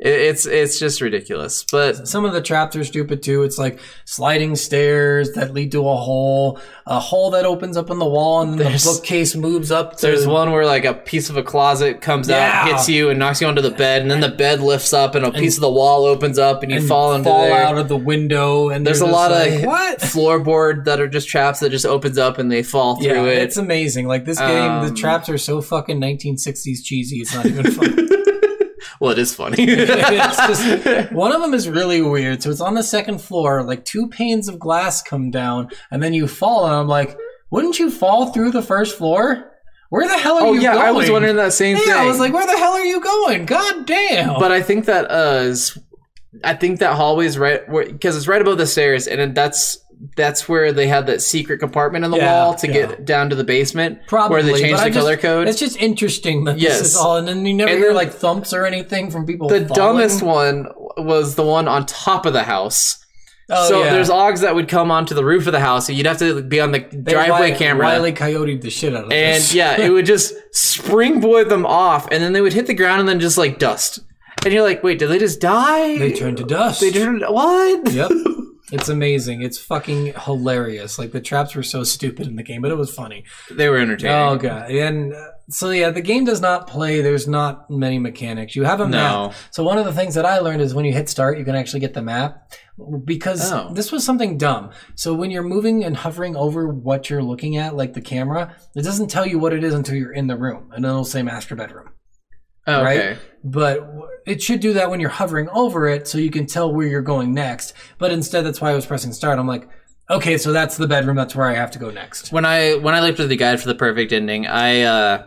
[SPEAKER 1] It, it's it's just ridiculous. But
[SPEAKER 2] Some of the traps are stupid too. It's like sliding stairs that lead to a hole, a hole that opens up in the wall, and then
[SPEAKER 1] There's-
[SPEAKER 2] the bookcase moves up. To,
[SPEAKER 1] there's one where like a piece of a closet comes out,
[SPEAKER 2] Yeah.
[SPEAKER 1] hits you, and knocks you onto the bed, and then the bed lifts up, and a piece of the wall opens up, and you
[SPEAKER 2] and
[SPEAKER 1] fall into there.
[SPEAKER 2] out of the window, and
[SPEAKER 1] There's
[SPEAKER 2] they're
[SPEAKER 1] a lot
[SPEAKER 2] just like,
[SPEAKER 1] of
[SPEAKER 2] what.
[SPEAKER 1] floorboard that are just traps that just opens up and they fall through
[SPEAKER 2] Yeah,
[SPEAKER 1] it.
[SPEAKER 2] it's amazing. Like this game, the
[SPEAKER 1] Um,
[SPEAKER 2] traps are so fucking 1960s cheesy. It's not even funny.
[SPEAKER 1] well, it is funny.
[SPEAKER 2] it's just one of them is really weird. So it's on the second floor. Like two panes of glass come down, and then you fall. And I'm like, wouldn't you fall through the first floor? Where the hell are
[SPEAKER 1] oh
[SPEAKER 2] you
[SPEAKER 1] yeah,
[SPEAKER 2] going?
[SPEAKER 1] I was wondering that same
[SPEAKER 2] Yeah,
[SPEAKER 1] thing.
[SPEAKER 2] I was like, where the hell are you going? God damn.
[SPEAKER 1] but I think that uh, is- I think that hallway's right because it's right above the stairs, and then that's that's where they had that secret compartment in the
[SPEAKER 2] Yeah,
[SPEAKER 1] wall to
[SPEAKER 2] yeah.
[SPEAKER 1] get down to the basement,
[SPEAKER 2] Probably,
[SPEAKER 1] where they changed
[SPEAKER 2] but
[SPEAKER 1] the
[SPEAKER 2] I just-
[SPEAKER 1] color code.
[SPEAKER 2] It's just interesting that
[SPEAKER 1] Yes.
[SPEAKER 2] this is all, and then you never
[SPEAKER 1] And
[SPEAKER 2] hear
[SPEAKER 1] then-
[SPEAKER 2] like thumps or anything from people.
[SPEAKER 1] the
[SPEAKER 2] falling.
[SPEAKER 1] dumbest one was the one on top of the house.
[SPEAKER 2] Oh,
[SPEAKER 1] so
[SPEAKER 2] yeah.
[SPEAKER 1] there's ogs that would come onto the roof of the house, and you'd have to be on the
[SPEAKER 2] They
[SPEAKER 1] driveway
[SPEAKER 2] Wile-
[SPEAKER 1] camera.
[SPEAKER 2] Wile E. Coyote the shit out of
[SPEAKER 1] and
[SPEAKER 2] this.
[SPEAKER 1] yeah, it would just springboard them off, and then they would hit the ground, and then just like dust. And you're like, wait, did they just die?
[SPEAKER 2] they turned to dust.
[SPEAKER 1] They turned what?
[SPEAKER 2] Yep. It's amazing. It's fucking hilarious. Like the traps were so stupid in the game, but it was funny.
[SPEAKER 1] They were entertaining.
[SPEAKER 2] Oh god. And uh, so yeah, the game does not play. There's not many mechanics. You have a
[SPEAKER 1] No.
[SPEAKER 2] map. So one of the things that I learned is when you hit start, you can actually get the map because
[SPEAKER 1] Oh.
[SPEAKER 2] this was something dumb. So when you're moving and hovering over what you're looking at, like the camera, it doesn't tell you what it is until you're in the room, and then it'll say master bedroom
[SPEAKER 1] okay.
[SPEAKER 2] Oh, right? But w- it should do that when you're hovering over it so you can tell where you're going next. But instead, that's why I was pressing start. I'm like, okay, so that's the bedroom. That's where I have to go next.
[SPEAKER 1] When I when I looked at the guide for the perfect ending, I uh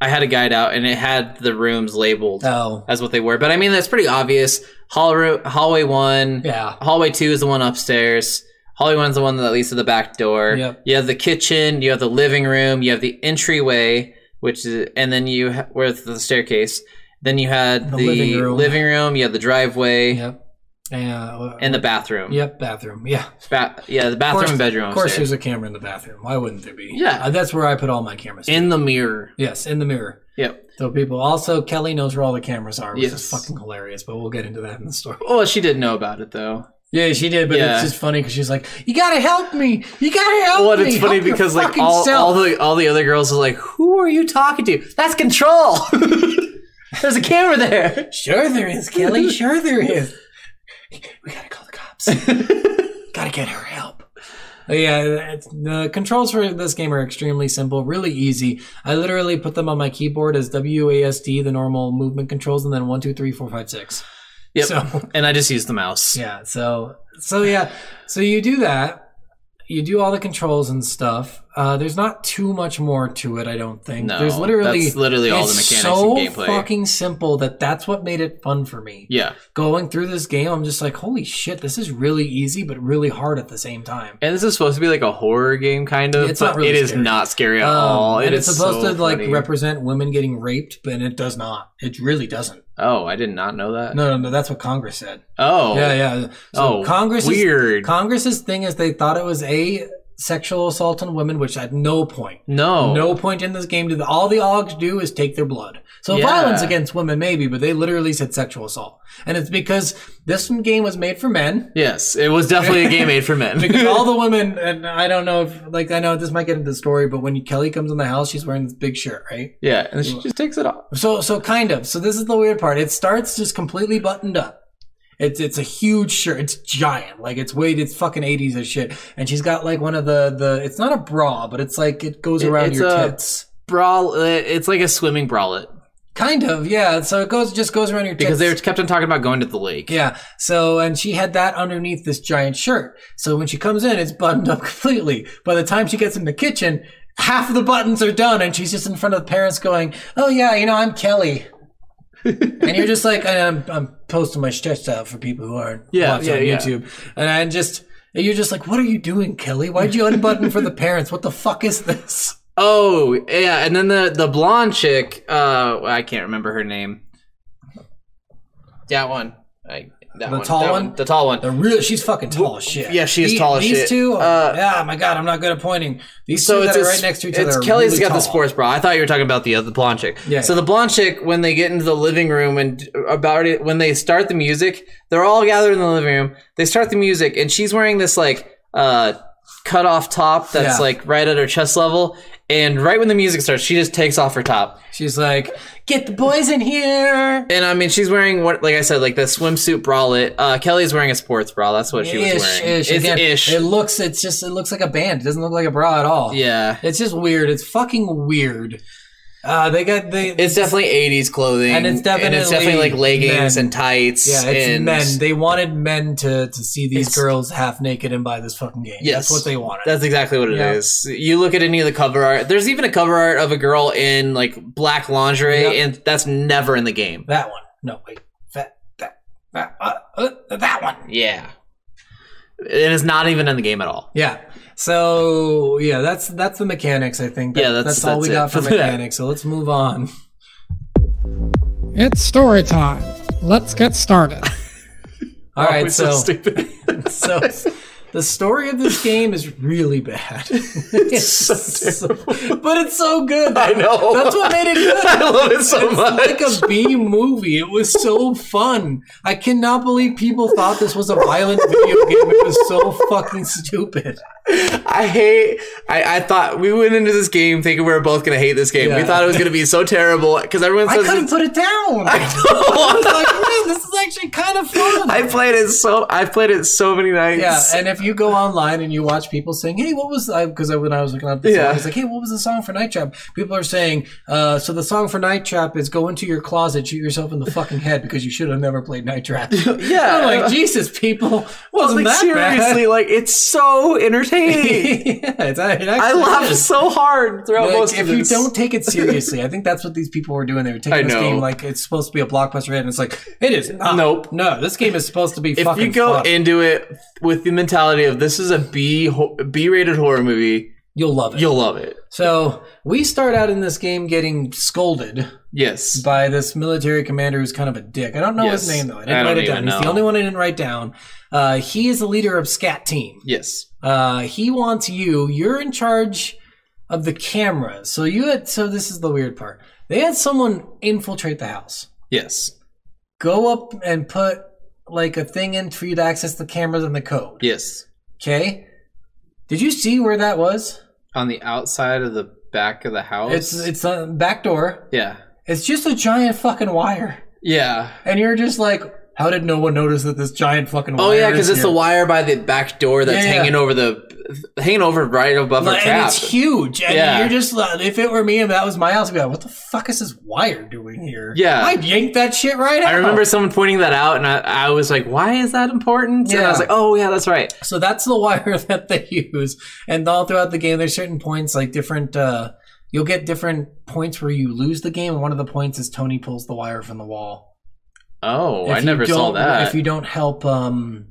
[SPEAKER 1] I had a guide out and it had the rooms labeled
[SPEAKER 2] Oh,
[SPEAKER 1] as what they were. But I mean that's pretty obvious. Hall ro- hallway one,
[SPEAKER 2] yeah.
[SPEAKER 1] hallway two is the one upstairs. Hallway one's the one that leads to the back door.
[SPEAKER 2] Yep.
[SPEAKER 1] You have the kitchen, you have the living room, you have the entryway, which is and then you ha- where it's the staircase. Then you had
[SPEAKER 2] The
[SPEAKER 1] the,
[SPEAKER 2] living room.
[SPEAKER 1] living room, you had the driveway,
[SPEAKER 2] Yep. Yeah. well,
[SPEAKER 1] and the bathroom.
[SPEAKER 2] Yep, bathroom. Yeah. Of
[SPEAKER 1] Ba- yeah, the bathroom and bedroom.
[SPEAKER 2] Of course,
[SPEAKER 1] upstairs.
[SPEAKER 2] there's a camera in the bathroom. Why wouldn't there be?
[SPEAKER 1] Yeah.
[SPEAKER 2] Uh, that's where I put all my cameras.
[SPEAKER 1] in the mirror.
[SPEAKER 2] yes, in the mirror.
[SPEAKER 1] Yep.
[SPEAKER 2] So people also Kelly knows where all the cameras are, which is
[SPEAKER 1] Yes.
[SPEAKER 2] fucking hilarious. But we'll get into that in the story.
[SPEAKER 1] Well, she didn't know about it though.
[SPEAKER 2] Yeah, she did, but
[SPEAKER 1] Yeah.
[SPEAKER 2] it's just funny because she's like, "You gotta help me! You gotta help
[SPEAKER 1] Well,
[SPEAKER 2] me!"
[SPEAKER 1] and it's funny
[SPEAKER 2] Help your
[SPEAKER 1] because like
[SPEAKER 2] fucking
[SPEAKER 1] all,
[SPEAKER 2] self."
[SPEAKER 1] all the all the other girls are like, "Who are you talking to? That's control." There's a camera there.
[SPEAKER 2] Sure there is, Kelly. Sure there is. We gotta call the cops. gotta get her help. But Uh, yeah, it's- the controls for this game are extremely simple, really easy. I literally put them on my keyboard as WASD, the normal movement controls, and then one, two, three, four, five, six.
[SPEAKER 1] Yep.
[SPEAKER 2] So
[SPEAKER 1] And I just used the mouse.
[SPEAKER 2] yeah, so so yeah, so you do that. You do all the controls and stuff. Uh, there's not too much more to it, I don't think.
[SPEAKER 1] No,
[SPEAKER 2] there's literally
[SPEAKER 1] that's literally all the
[SPEAKER 2] it's
[SPEAKER 1] mechanics
[SPEAKER 2] so
[SPEAKER 1] and gameplay.
[SPEAKER 2] fucking simple that that's what made it fun for me
[SPEAKER 1] Yeah.
[SPEAKER 2] going through this game, I'm just like, holy shit, this is really easy, but really hard at the same time.
[SPEAKER 1] And this is supposed to be like a horror game, kind of.
[SPEAKER 2] It's not
[SPEAKER 1] but
[SPEAKER 2] really
[SPEAKER 1] it is
[SPEAKER 2] scary.
[SPEAKER 1] not scary at
[SPEAKER 2] Um,
[SPEAKER 1] all. It
[SPEAKER 2] and
[SPEAKER 1] is
[SPEAKER 2] it's supposed
[SPEAKER 1] so
[SPEAKER 2] to like
[SPEAKER 1] funny.
[SPEAKER 2] represent women getting raped, but it does not. It really doesn't.
[SPEAKER 1] oh, I did not know that.
[SPEAKER 2] No, no, no. That's what Congress said.
[SPEAKER 1] Oh,
[SPEAKER 2] Yeah, yeah. So
[SPEAKER 1] oh,
[SPEAKER 2] Congress
[SPEAKER 1] weird.
[SPEAKER 2] Congress's thing is they thought it was a sexual assault on women, which at no point,
[SPEAKER 1] no,
[SPEAKER 2] no point in this game did all the OGs do is take their blood. So
[SPEAKER 1] Yeah.
[SPEAKER 2] violence against women, maybe, but they literally said sexual assault, and it's because this game was made for men.
[SPEAKER 1] Yes, it was definitely a game made for men.
[SPEAKER 2] because all the women and I don't know if like I know this might get into the story, but when Kelly comes in the house, she's wearing this big shirt, right?
[SPEAKER 1] yeah, and she just takes it off.
[SPEAKER 2] So so kind of. So this is the weird part. It starts just completely buttoned up. It's it's a huge shirt. It's giant. Like it's weighted. It's fucking eighties as shit. And she's got like one of the the. It's not a bra, but it's like it goes
[SPEAKER 1] It-
[SPEAKER 2] around
[SPEAKER 1] it's
[SPEAKER 2] your
[SPEAKER 1] a-
[SPEAKER 2] tits.
[SPEAKER 1] Brawl. uh, It's like a swimming bralette
[SPEAKER 2] Kind of, yeah. So it goes just goes around your tits.
[SPEAKER 1] because they were kept on talking about going to the lake.
[SPEAKER 2] Yeah. So, and she had that underneath this giant shirt. So when she comes in, it's buttoned up completely. By the time she gets in the kitchen, half of the buttons are done and she's just in front of the parents going, Oh yeah, you know, I'm Kelly. and you're just like, and I'm, I'm posting my stretch out for people who aren't
[SPEAKER 1] Yeah,
[SPEAKER 2] watching
[SPEAKER 1] yeah,
[SPEAKER 2] on
[SPEAKER 1] yeah.
[SPEAKER 2] YouTube. And I just, and you're just like, what are you doing, Kelly? Why'd you unbutton for the parents? What the fuck is this?
[SPEAKER 1] Oh yeah, and then the the blonde chick. Uh, I can't remember her name. Yeah, one. I, that
[SPEAKER 2] The
[SPEAKER 1] one,
[SPEAKER 2] tall
[SPEAKER 1] that
[SPEAKER 2] one?
[SPEAKER 1] The tall one.
[SPEAKER 2] The real, she's fucking tall as shit.
[SPEAKER 1] yeah, she is
[SPEAKER 2] The-
[SPEAKER 1] tall as
[SPEAKER 2] these
[SPEAKER 1] shit.
[SPEAKER 2] two,
[SPEAKER 1] Uh,
[SPEAKER 2] yeah, my god, I'm not good at pointing. These
[SPEAKER 1] So
[SPEAKER 2] two
[SPEAKER 1] it's
[SPEAKER 2] that are
[SPEAKER 1] a
[SPEAKER 2] right
[SPEAKER 1] s-
[SPEAKER 2] next to each other.
[SPEAKER 1] It's
[SPEAKER 2] are
[SPEAKER 1] Kelly's
[SPEAKER 2] really
[SPEAKER 1] got the
[SPEAKER 2] tall.
[SPEAKER 1] sports bra. I thought you were talking about the other the blonde chick.
[SPEAKER 2] Yeah,
[SPEAKER 1] So
[SPEAKER 2] yeah.
[SPEAKER 1] the blonde chick, when they get into the living room and uh, about it, when they start the music, they're all gathered in the living room. They start the music, and she's wearing this like uh cut off top that's
[SPEAKER 2] Yeah.
[SPEAKER 1] like right at her chest level. And right when the music starts, she just takes off her top.
[SPEAKER 2] She's like, get the boys in here.
[SPEAKER 1] And I mean, she's wearing what, like I said, like the swimsuit bralette. Uh, Kelly's wearing a sports bra. That's what she was
[SPEAKER 2] Ish,
[SPEAKER 1] wearing.
[SPEAKER 2] ish.
[SPEAKER 1] It's
[SPEAKER 2] Again,
[SPEAKER 1] ish.
[SPEAKER 2] It looks. It's just. It looks like a band. It doesn't look like a bra at all.
[SPEAKER 1] yeah.
[SPEAKER 2] It's just weird. It's fucking weird. Uh, they got they.
[SPEAKER 1] It's definitely 80s clothing.
[SPEAKER 2] And it's
[SPEAKER 1] definitely like
[SPEAKER 2] definitely
[SPEAKER 1] leggings
[SPEAKER 2] men.
[SPEAKER 1] and tights.
[SPEAKER 2] yeah, it's
[SPEAKER 1] and
[SPEAKER 2] men. They wanted men to to see these
[SPEAKER 1] It's-
[SPEAKER 2] girls half naked and buy this fucking game.
[SPEAKER 1] Yes.
[SPEAKER 2] that's what they wanted.
[SPEAKER 1] That's exactly what it
[SPEAKER 2] Yeah.
[SPEAKER 1] is. You look at any of the cover art. There's even a cover art of a girl in like black lingerie,
[SPEAKER 2] Yep.
[SPEAKER 1] and that's never in the game.
[SPEAKER 2] that one. No, wait. That that that uh, uh, that one.
[SPEAKER 1] Yeah, it is not even in the game at all.
[SPEAKER 2] Yeah. So yeah, that's that's the mechanics. I think.
[SPEAKER 1] Yeah, that's-
[SPEAKER 2] all we
[SPEAKER 1] that's
[SPEAKER 2] got for
[SPEAKER 1] it.
[SPEAKER 2] mechanics. So let's move on.
[SPEAKER 5] It's story time. Let's get started.
[SPEAKER 2] All right.
[SPEAKER 1] Always so
[SPEAKER 2] so
[SPEAKER 1] stupid.
[SPEAKER 2] so the story of this game is really bad. it's
[SPEAKER 1] so
[SPEAKER 2] but it's so good.
[SPEAKER 1] I know.
[SPEAKER 2] That's what made it good.
[SPEAKER 1] I love it so much.
[SPEAKER 2] Like a B movie. It was so fun. I cannot believe people thought this was a violent video game. It was so fucking stupid.
[SPEAKER 1] I hate. I, I thought we went into this game thinking we were both gonna hate this game. We
[SPEAKER 2] Yeah.
[SPEAKER 1] thought it was gonna be so terrible because everyone
[SPEAKER 2] I
[SPEAKER 1] says.
[SPEAKER 2] couldn't put it down. I was like, man, this is actually kind of fun.
[SPEAKER 1] I played it so. I've played it so many nights.
[SPEAKER 2] yeah, and if you go online and you watch people saying, "Hey, what was?" Because I, when I was looking up the song,
[SPEAKER 1] Yeah.
[SPEAKER 2] I was like, "Hey, what was the song for Night Trap?" People are saying, uh, "So the song for Night Trap is go into your closet, shoot yourself in the fucking head because you should have never played Night Trap."
[SPEAKER 1] Yeah.
[SPEAKER 2] I'm like Jesus, people, wasn't
[SPEAKER 1] like
[SPEAKER 2] that
[SPEAKER 1] seriously, like it's so entertaining.
[SPEAKER 2] bad? yeah, it's, it actually
[SPEAKER 1] I laughed
[SPEAKER 2] is.
[SPEAKER 1] so hard throughout
[SPEAKER 2] Like,
[SPEAKER 1] most
[SPEAKER 2] if
[SPEAKER 1] of
[SPEAKER 2] you
[SPEAKER 1] this.
[SPEAKER 2] don't take it seriously, I think that's what these people were doing. They were taking
[SPEAKER 1] I
[SPEAKER 2] this
[SPEAKER 1] know.
[SPEAKER 2] game like it's supposed to be a blockbuster hit, and it's like it is. Not.
[SPEAKER 1] Nope.
[SPEAKER 2] no, this game is supposed to be.
[SPEAKER 1] if
[SPEAKER 2] fucking
[SPEAKER 1] you go
[SPEAKER 2] fun.
[SPEAKER 1] into it with the mentality of this is a B ho- B-rated horror movie,
[SPEAKER 2] you'll love it.
[SPEAKER 1] you'll love it.
[SPEAKER 2] So we start out in this game getting scolded
[SPEAKER 1] Yes.
[SPEAKER 2] by this military commander who's kind of a dick. I don't know his
[SPEAKER 1] Yes.
[SPEAKER 2] name though. I didn't
[SPEAKER 1] I
[SPEAKER 2] write
[SPEAKER 1] don't
[SPEAKER 2] it down.
[SPEAKER 1] even
[SPEAKER 2] He's the
[SPEAKER 1] know.
[SPEAKER 2] only one I didn't write down. Uh, he is the leader of Scat Team.
[SPEAKER 1] Yes.
[SPEAKER 2] Uh, he wants you. You're in charge of the camera. So you had. So this is the weird part. They had someone infiltrate the house.
[SPEAKER 1] Yes.
[SPEAKER 2] Go up and put like a thing in for you to access the cameras and the code.
[SPEAKER 1] Yes.
[SPEAKER 2] Okay. Did you see where that was?
[SPEAKER 1] On the outside of the back of the house.
[SPEAKER 2] It's it's a back door.
[SPEAKER 1] yeah.
[SPEAKER 2] It's just a giant fucking wire.
[SPEAKER 1] Yeah.
[SPEAKER 2] And you're just like, how did no one notice that this giant fucking wire
[SPEAKER 1] Oh yeah,
[SPEAKER 2] is
[SPEAKER 1] because it's
[SPEAKER 2] here?
[SPEAKER 1] the wire by the back door that's
[SPEAKER 2] Yeah, yeah.
[SPEAKER 1] hanging over the hanging over right above her
[SPEAKER 2] Like, and
[SPEAKER 1] trap.
[SPEAKER 2] it's huge. And
[SPEAKER 1] Yeah.
[SPEAKER 2] you're just like, if it were me and that was my house, I'd be like, what the fuck is this wire doing here?
[SPEAKER 1] Yeah.
[SPEAKER 2] I'd yank that shit right out.
[SPEAKER 1] I remember someone pointing that out, and I, I was like, "Why is that important?" And I was
[SPEAKER 2] Yeah.
[SPEAKER 1] like, "Oh yeah, that's right."
[SPEAKER 2] So that's the wire that they use. And all throughout the game, there's certain points, like different, uh, you'll get different points where you lose the game. And one of the points is Tony pulls the wire from the wall.
[SPEAKER 1] Oh,
[SPEAKER 2] If
[SPEAKER 1] I
[SPEAKER 2] you
[SPEAKER 1] never saw
[SPEAKER 2] don't-
[SPEAKER 1] that.
[SPEAKER 2] If you don't help um,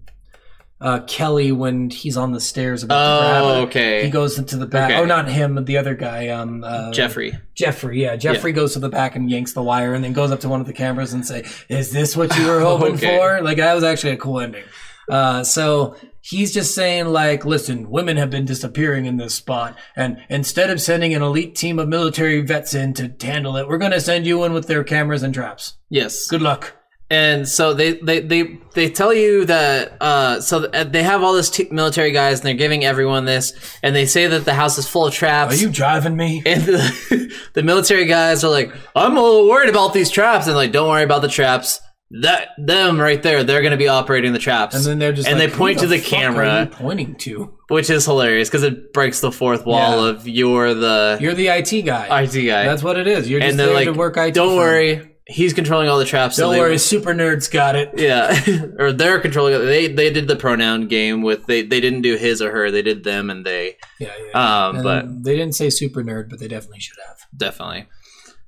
[SPEAKER 2] uh, Kelly when he's on the stairs about to grab
[SPEAKER 1] oh,
[SPEAKER 2] her,
[SPEAKER 1] okay.
[SPEAKER 2] he goes into the back.
[SPEAKER 1] Okay.
[SPEAKER 2] Oh, not him, the other guy. Um, uh,
[SPEAKER 1] Jeffrey.
[SPEAKER 2] Jeffrey, yeah. Jeffrey goes to the back and yanks the wire, and then goes up to one of the cameras and say, "Is this what you were hoping
[SPEAKER 1] Okay.
[SPEAKER 2] for?" Like that was actually a cool ending. Uh, so he's just saying, like, listen, women have been disappearing in this spot, and instead of sending an elite team of military vets in to handle it, we're gonna send you in with their cameras and traps.
[SPEAKER 1] Yes.
[SPEAKER 2] Good luck.
[SPEAKER 1] and so they they they they tell you that uh so th- they have all this t- military guys and they're giving everyone this and they say that the house is full of
[SPEAKER 2] Are
[SPEAKER 1] traps
[SPEAKER 2] you driving me?
[SPEAKER 1] and the, the military guys are like i'm a little worried about these traps and like don't worry about the traps that them right there they're going to be operating the traps
[SPEAKER 2] And then they're just
[SPEAKER 1] and
[SPEAKER 2] like,
[SPEAKER 1] they point to
[SPEAKER 2] "Who
[SPEAKER 1] the
[SPEAKER 2] fuck are
[SPEAKER 1] camera.
[SPEAKER 2] you pointing to.
[SPEAKER 1] which is hilarious because it breaks the fourth wall
[SPEAKER 2] Yeah.
[SPEAKER 1] of you're the
[SPEAKER 2] You're the IT guy.
[SPEAKER 1] it guy
[SPEAKER 2] That's what it is. You're just
[SPEAKER 1] and
[SPEAKER 2] there
[SPEAKER 1] they're like
[SPEAKER 2] to work IT.
[SPEAKER 1] don't
[SPEAKER 2] for him.
[SPEAKER 1] worry he's controlling all the traps so
[SPEAKER 2] Don't
[SPEAKER 1] they-
[SPEAKER 2] worry. Super nerds got it.
[SPEAKER 1] Yeah, or they're controlling. it. They they did the pronoun game with they they didn't do his or her. They did them and they.
[SPEAKER 2] Yeah, yeah.
[SPEAKER 1] Um,
[SPEAKER 2] And
[SPEAKER 1] but
[SPEAKER 2] they didn't say super nerd, but they definitely should have.
[SPEAKER 1] definitely.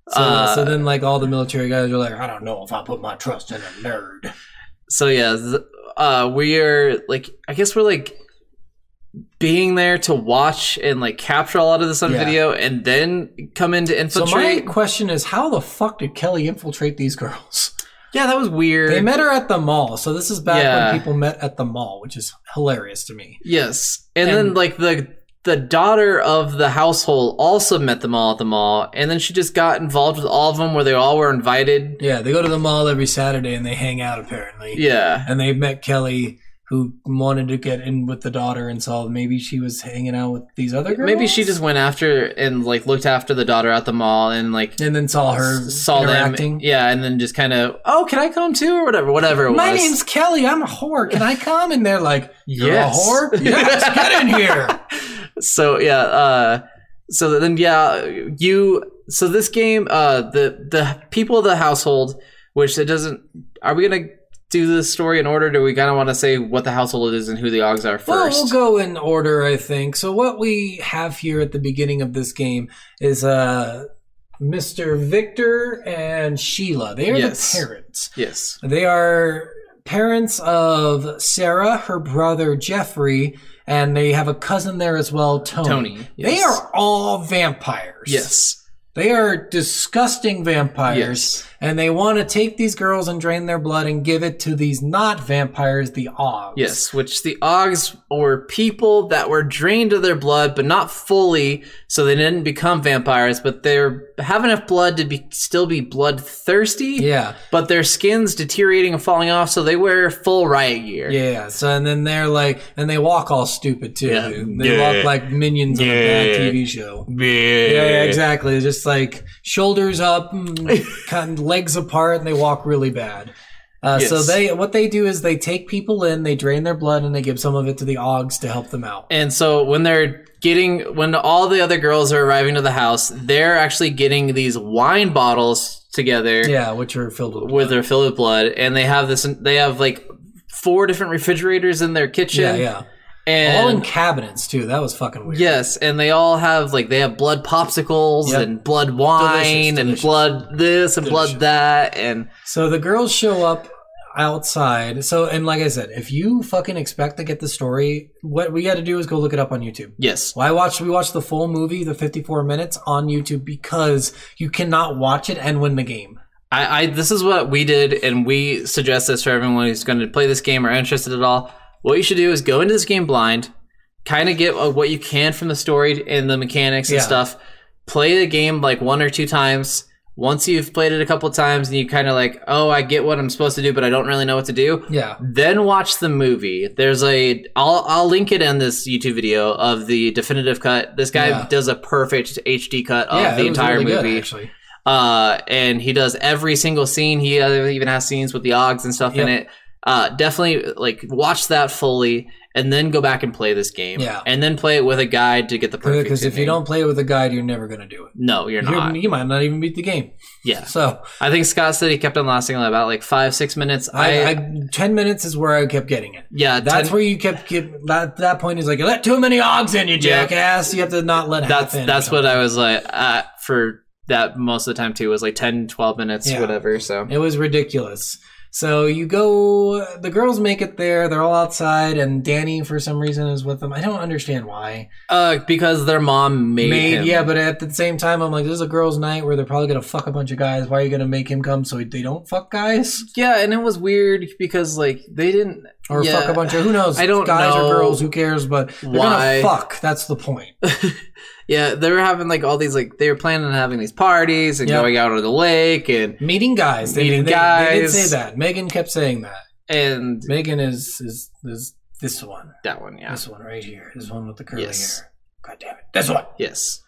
[SPEAKER 2] So,
[SPEAKER 1] Uh,
[SPEAKER 2] so then, like all the military guys are like, I don't know if I put my trust in a nerd.
[SPEAKER 1] So yeah, th- uh, we are like I guess we're like being there to watch and like capture a lot of this on
[SPEAKER 2] Yeah.
[SPEAKER 1] video and then come in to
[SPEAKER 2] So my
[SPEAKER 1] infiltrate.
[SPEAKER 2] question is, how the fuck did Kelly infiltrate these girls?
[SPEAKER 1] Yeah, that was weird.
[SPEAKER 2] They met her at the mall, so this is back
[SPEAKER 1] Yeah.
[SPEAKER 2] when people met at the mall, which is hilarious to me.
[SPEAKER 1] Yes, and,
[SPEAKER 2] And-
[SPEAKER 1] then like the the daughter of the household also met them all at the mall, and then she just got involved with all of them, where they all were invited.
[SPEAKER 2] Yeah, they go to the mall every Saturday and they hang out apparently.
[SPEAKER 1] Yeah,
[SPEAKER 2] And they met Kelly, who wanted to get in with the daughter and saw maybe she was hanging out with these other girls.
[SPEAKER 1] maybe she just went after and like looked after the daughter at the mall, and like
[SPEAKER 2] and then saw her
[SPEAKER 1] s- saw
[SPEAKER 2] interacting.
[SPEAKER 1] them. Yeah, and then just kind of, oh, can I come too, or whatever, whatever it
[SPEAKER 2] My
[SPEAKER 1] was.
[SPEAKER 2] name's Kelly. I'm a whore. Can I come? And they're like, "You're
[SPEAKER 1] Yes.
[SPEAKER 2] a whore. Yes, get in here."
[SPEAKER 1] so yeah uh so then yeah you so this game uh the the people of the household which it doesn't are we gonna do the story in order do we kind of want to say what the household is and who the Augs are
[SPEAKER 2] Well,
[SPEAKER 1] first
[SPEAKER 2] we'll go in order, I think. So what we have here at the beginning of this game is uh, Mr. Victor and Sheila. They are
[SPEAKER 1] Yes.
[SPEAKER 2] the parents.
[SPEAKER 1] yes
[SPEAKER 2] They are parents of Sarah, her brother Jeffrey, and they have a cousin there as well, Tony.
[SPEAKER 1] Tony,
[SPEAKER 2] They
[SPEAKER 1] yes.
[SPEAKER 2] are all vampires.
[SPEAKER 1] yes
[SPEAKER 2] They are disgusting vampires.
[SPEAKER 1] yes
[SPEAKER 2] And they want to take these girls and drain their blood and give it to these not vampires, the Ogs.
[SPEAKER 1] yes which the Augs were people that were drained of their blood but not fully so they didn't become vampires but they're have enough blood to be still be bloodthirsty
[SPEAKER 2] Yeah.
[SPEAKER 1] but their skin's deteriorating and falling off, so they wear full riot gear.
[SPEAKER 2] Yeah. So, and then they're like, and they walk all stupid too.
[SPEAKER 1] Yeah.
[SPEAKER 2] They walk like minions on a bad TV show.
[SPEAKER 1] Yeah,
[SPEAKER 2] Yeah, yeah, exactly. Just like shoulders up, and kind of legs apart, and they walk really bad. Uh, So
[SPEAKER 1] Yes.
[SPEAKER 2] they, what they do is they take people in, they drain their blood, and they give some of it to the Augs to help them out.
[SPEAKER 1] And so when they're getting, when all the other girls are arriving to the house, they're actually getting these wine bottles together
[SPEAKER 2] Yeah, which are filled with.
[SPEAKER 1] with their filled with blood, and they have this, they have like four different refrigerators in their kitchen.
[SPEAKER 2] yeah, yeah.
[SPEAKER 1] And
[SPEAKER 2] All in cabinets too. That was fucking weird.
[SPEAKER 1] Yes, and they all have like they have blood popsicles
[SPEAKER 2] Yep.
[SPEAKER 1] and blood wine and
[SPEAKER 2] delicious.
[SPEAKER 1] blood this and
[SPEAKER 2] Delicious.
[SPEAKER 1] blood that and
[SPEAKER 2] So the girls show up outside. So and like I said, if you fucking expect to get the story, what we got to do is go look it up on YouTube.
[SPEAKER 1] yes,
[SPEAKER 2] Well, I watched we watched the full movie, the 54 minutes on YouTube because you cannot watch it and win the game.
[SPEAKER 1] I, I this is what we did, and we suggest this for everyone who's going to play this game or interested at all. What you should do is go into this game blind, kind of get uh, what you can from the story and the mechanics and
[SPEAKER 2] Yeah.
[SPEAKER 1] stuff. Play the game like one or two times. Once you've played it a couple times and you kind of like, oh, I get what I'm supposed to do, but I don't really know what to do.
[SPEAKER 2] Yeah.
[SPEAKER 1] Then watch the movie. There's a I'll I'll link it in this YouTube video of the definitive cut. This guy
[SPEAKER 2] Yeah.
[SPEAKER 1] does a perfect HD cut of
[SPEAKER 2] yeah, it
[SPEAKER 1] Oh, the
[SPEAKER 2] was
[SPEAKER 1] entire
[SPEAKER 2] really good,
[SPEAKER 1] movie
[SPEAKER 2] actually.
[SPEAKER 1] uh, and he does every single scene. He even has scenes with the Augs and stuff in
[SPEAKER 2] Yep.
[SPEAKER 1] it. Uh, definitely like watch that fully, and then go back and play this game.
[SPEAKER 2] Yeah.
[SPEAKER 1] and then play it with a guide to get the perfect.
[SPEAKER 2] Because if you
[SPEAKER 1] ending.
[SPEAKER 2] don't play it with a guide, you're never gonna do it.
[SPEAKER 1] no, you're
[SPEAKER 2] You're-
[SPEAKER 1] not.
[SPEAKER 2] you might not even beat the game.
[SPEAKER 1] Yeah,
[SPEAKER 2] So
[SPEAKER 1] I think Scott said he kept on lasting about like five, six minutes.
[SPEAKER 2] I,
[SPEAKER 1] I,
[SPEAKER 2] I ten minutes is where I kept getting it.
[SPEAKER 1] yeah,
[SPEAKER 2] That's
[SPEAKER 1] ten-
[SPEAKER 2] where you kept get, that that point is like you let too many ogs in you,
[SPEAKER 1] Yeah.
[SPEAKER 2] jackass. You have to not let
[SPEAKER 1] that's
[SPEAKER 2] half in or
[SPEAKER 1] that's what
[SPEAKER 2] something.
[SPEAKER 1] I was like uh, for that most of the time too was like 10, 12 minutes,
[SPEAKER 2] Yeah.
[SPEAKER 1] whatever. So
[SPEAKER 2] It was ridiculous. So you go, the girls make it there. They're all outside, and Danny, for some reason, is with them. I don't understand why.
[SPEAKER 1] uh, because their mom made, him.
[SPEAKER 2] yeah, but at the same time, I'm like, this is a girls' night where they're probably gonna fuck a bunch of guys. Why are you gonna make him come so they don't fuck guys
[SPEAKER 1] yeah, and it was weird because like they didn't
[SPEAKER 2] or
[SPEAKER 1] yeah.
[SPEAKER 2] fuck a bunch of who knows?
[SPEAKER 1] I don't
[SPEAKER 2] guys
[SPEAKER 1] know
[SPEAKER 2] or girls, who cares? But they're
[SPEAKER 1] why.
[SPEAKER 2] gonna fuck. That's the point.
[SPEAKER 1] Yeah, they were having like all these like they were planning on having these parties and
[SPEAKER 2] Yeah.
[SPEAKER 1] going out on the lake and
[SPEAKER 2] Meeting guys. They,
[SPEAKER 1] Meeting
[SPEAKER 2] they- They did
[SPEAKER 1] guys.
[SPEAKER 2] say that. Megan kept saying that.
[SPEAKER 1] and
[SPEAKER 2] Megan is is is this one.
[SPEAKER 1] that one, yeah.
[SPEAKER 2] This one right here. This one with the curly
[SPEAKER 1] Yes.
[SPEAKER 2] hair. God damn it. This one.
[SPEAKER 1] Yes.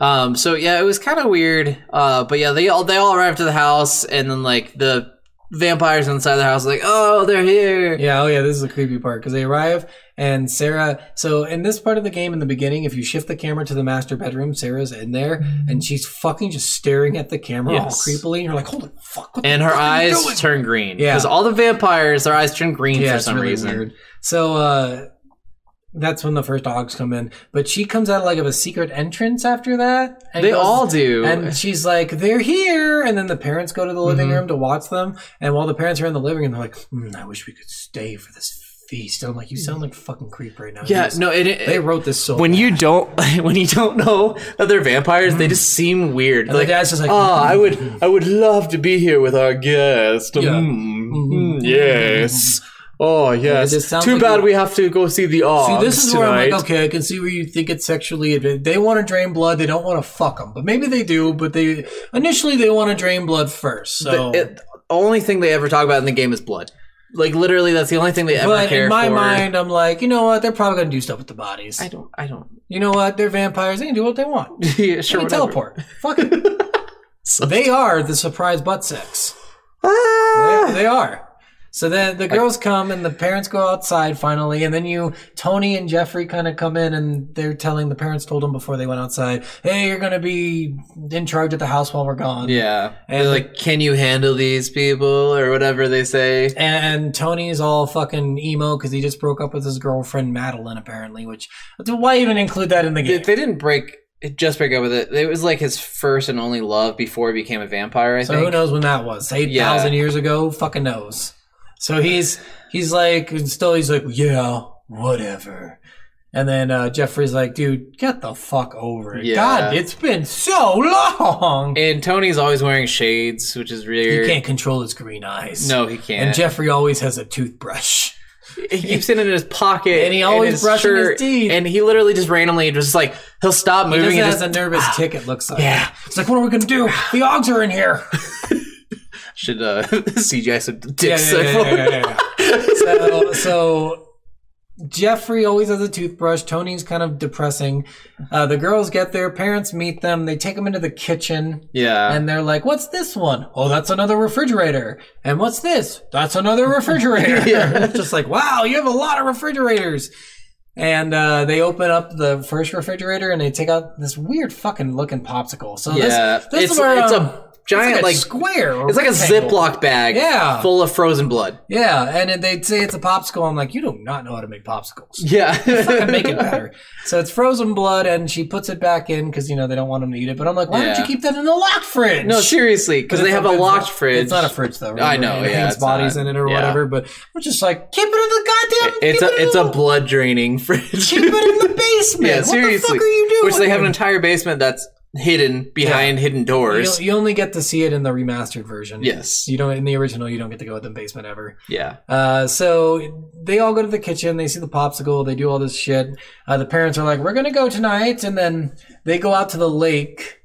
[SPEAKER 1] Um so yeah, it was kind of weird. Uh but yeah, they all they all arrived to the house and then like the vampires inside the house like, "Oh, they're here."
[SPEAKER 2] Yeah, oh yeah, this is the creepy part because they arrive and Sarah. So in this part of the game, in the beginning, if you shift the camera to the master bedroom, Sarah's in there and she's fucking just staring at the camera
[SPEAKER 1] Yes.
[SPEAKER 2] all creepily, and you're like, "Holy fuck!" What the
[SPEAKER 1] And her
[SPEAKER 2] fuck are you doing?
[SPEAKER 1] eyes turn green.
[SPEAKER 2] Yeah.
[SPEAKER 1] Cuz all the vampires their eyes turn green for
[SPEAKER 2] it's
[SPEAKER 1] some
[SPEAKER 2] really
[SPEAKER 1] reason.
[SPEAKER 2] weird. So uh, that's when the first dogs come in, but she comes out like of a secret entrance after that. and
[SPEAKER 1] They
[SPEAKER 2] goes-
[SPEAKER 1] all do.
[SPEAKER 2] And she's like, they're here. And then the parents
[SPEAKER 1] Mm-hmm.
[SPEAKER 2] go to the living room to watch them. And while the parents are in the living room, they're like, "Hmm, I wish we could stay for this feast. And I'm like, you sound like fucking creep right now.
[SPEAKER 1] Yeah,
[SPEAKER 2] Yes.
[SPEAKER 1] no, it, it-
[SPEAKER 2] They wrote this so
[SPEAKER 1] when
[SPEAKER 2] bad.
[SPEAKER 1] you don't when you don't know that they're vampires, they just seem weird.
[SPEAKER 2] the dad's just like, mm-hmm.
[SPEAKER 1] oh, I would I would love to be here with our guest.
[SPEAKER 2] Yeah. Mm-hmm.
[SPEAKER 1] Mm, mm, yes. Oh yes.
[SPEAKER 2] it sounds
[SPEAKER 1] Too
[SPEAKER 2] like
[SPEAKER 1] bad
[SPEAKER 2] a-
[SPEAKER 1] we have to go see the
[SPEAKER 2] See,
[SPEAKER 1] Ogs
[SPEAKER 2] this is
[SPEAKER 1] tonight.
[SPEAKER 2] where I'm like, okay, I can see where you think it's sexually advan They want to drain blood. They don't want to fuck them, but maybe they do. But they initially they want to drain blood first. So,
[SPEAKER 1] The, it, the only thing they ever talk about in the game is blood. Like literally, that's the only thing they ever
[SPEAKER 2] but
[SPEAKER 1] care
[SPEAKER 2] in my
[SPEAKER 1] for.
[SPEAKER 2] mind, I'm like, you know what? They're probably gonna do stuff with the bodies.
[SPEAKER 1] I don't. I don't.
[SPEAKER 2] you know what? They're vampires. They can do what they want.
[SPEAKER 1] yeah,
[SPEAKER 2] They
[SPEAKER 1] sure.
[SPEAKER 2] can
[SPEAKER 1] whatever.
[SPEAKER 2] teleport. Fuck it. they are the surprise butt sex.
[SPEAKER 1] Ah!
[SPEAKER 2] They, they are. So then the girls come and the parents go outside finally, and then you, Tony and Jeffrey, kind of come in and they're telling the parents told them before they went outside, "Hey, you're gonna be in charge of the house while we're gone."
[SPEAKER 1] Yeah.
[SPEAKER 2] And-
[SPEAKER 1] And like, can you handle these people or whatever they say?
[SPEAKER 2] And Tony's all fucking emo because he just broke up with his girlfriend Madeline, apparently. Which why even include that in the
[SPEAKER 1] They,
[SPEAKER 2] game?
[SPEAKER 1] they didn't break. Just break up with it. It was like his first and only love before he became a vampire. I
[SPEAKER 2] So
[SPEAKER 1] think.
[SPEAKER 2] who knows when that was? Eight
[SPEAKER 1] Yeah.
[SPEAKER 2] thousand years ago? Fucking knows. So he's he's like and still he's like yeah whatever, and then uh, Jeffrey's like dude get the fuck over it.
[SPEAKER 1] Yeah.
[SPEAKER 2] God, it's been so long.
[SPEAKER 1] And Tony's always wearing shades, which is
[SPEAKER 2] he
[SPEAKER 1] weird.
[SPEAKER 2] can't control his green eyes.
[SPEAKER 1] No, he can't.
[SPEAKER 2] And Jeffrey always has a toothbrush.
[SPEAKER 1] he keeps it in his pocket,
[SPEAKER 2] And he
[SPEAKER 1] in
[SPEAKER 2] always brushing his
[SPEAKER 1] shirt,
[SPEAKER 2] teeth.
[SPEAKER 1] And he literally just randomly just like he'll stop
[SPEAKER 2] He
[SPEAKER 1] moving.
[SPEAKER 2] doesn't
[SPEAKER 1] and
[SPEAKER 2] has
[SPEAKER 1] just,
[SPEAKER 2] a nervous tick. It looks like.
[SPEAKER 1] Yeah.
[SPEAKER 2] It's like what are we gonna do? The Augs are in here.
[SPEAKER 1] should uh, CGI some dick
[SPEAKER 2] Yeah, yeah, yeah,
[SPEAKER 1] symbol.
[SPEAKER 2] yeah, yeah, yeah. so, so Jeffrey always has a toothbrush. Tony's kind of depressing. Uh, the girls get there. Parents meet them. They take them into the kitchen.
[SPEAKER 1] Yeah.
[SPEAKER 2] And they're like, what's this one? Oh, that's another refrigerator. And what's this? That's another refrigerator.
[SPEAKER 1] Yeah.
[SPEAKER 2] It's just like, wow, you have a lot of refrigerators. And uh, they open up the first refrigerator and they take out this weird fucking looking popsicle. So
[SPEAKER 1] Yeah.
[SPEAKER 2] this, this
[SPEAKER 1] It's-
[SPEAKER 2] is where
[SPEAKER 1] it's a
[SPEAKER 2] um,
[SPEAKER 1] giant,
[SPEAKER 2] it's like, a
[SPEAKER 1] like-
[SPEAKER 2] square. or
[SPEAKER 1] it's like a
[SPEAKER 2] rectangle.
[SPEAKER 1] Ziploc bag
[SPEAKER 2] Yeah.
[SPEAKER 1] full of frozen blood.
[SPEAKER 2] Yeah, and then they'd say it's a popsicle. I'm like, you do not know how to make popsicles.
[SPEAKER 1] Yeah.
[SPEAKER 2] Fucking make it better. So it's frozen blood, and she puts it back in because you know they don't want them to eat it. But I'm like, why don't
[SPEAKER 1] Yeah.
[SPEAKER 2] you keep that in the locked fridge?
[SPEAKER 1] No, seriously, because they
[SPEAKER 2] It's
[SPEAKER 1] have a
[SPEAKER 2] not- it's
[SPEAKER 1] locked
[SPEAKER 2] not-
[SPEAKER 1] fridge.
[SPEAKER 2] It's not a fridge though.
[SPEAKER 1] I know,
[SPEAKER 2] It
[SPEAKER 1] yeah,
[SPEAKER 2] hangs
[SPEAKER 1] it's
[SPEAKER 2] bodies
[SPEAKER 1] not-
[SPEAKER 2] in it or
[SPEAKER 1] yeah.
[SPEAKER 2] whatever. But we're just like, keep it in the goddamn.
[SPEAKER 1] It's
[SPEAKER 2] keep
[SPEAKER 1] a
[SPEAKER 2] it in
[SPEAKER 1] it's
[SPEAKER 2] the-
[SPEAKER 1] a blood draining fridge.
[SPEAKER 2] Keep it in the basement.
[SPEAKER 1] yeah,
[SPEAKER 2] what
[SPEAKER 1] seriously.
[SPEAKER 2] the fuck are you doing?
[SPEAKER 1] Which they have an entire basement that's hidden behind hidden
[SPEAKER 2] You,
[SPEAKER 1] doors.
[SPEAKER 2] don't- you only get to see it in the remastered version.
[SPEAKER 1] Yes.
[SPEAKER 2] You don't in the original. You don't get to go in the basement ever.
[SPEAKER 1] yeah.
[SPEAKER 2] Uh, so they all go to the kitchen. They see the popsicle. They do all this shit. Uh, the parents are like, "We're gonna go tonight," and then they go out to the lake,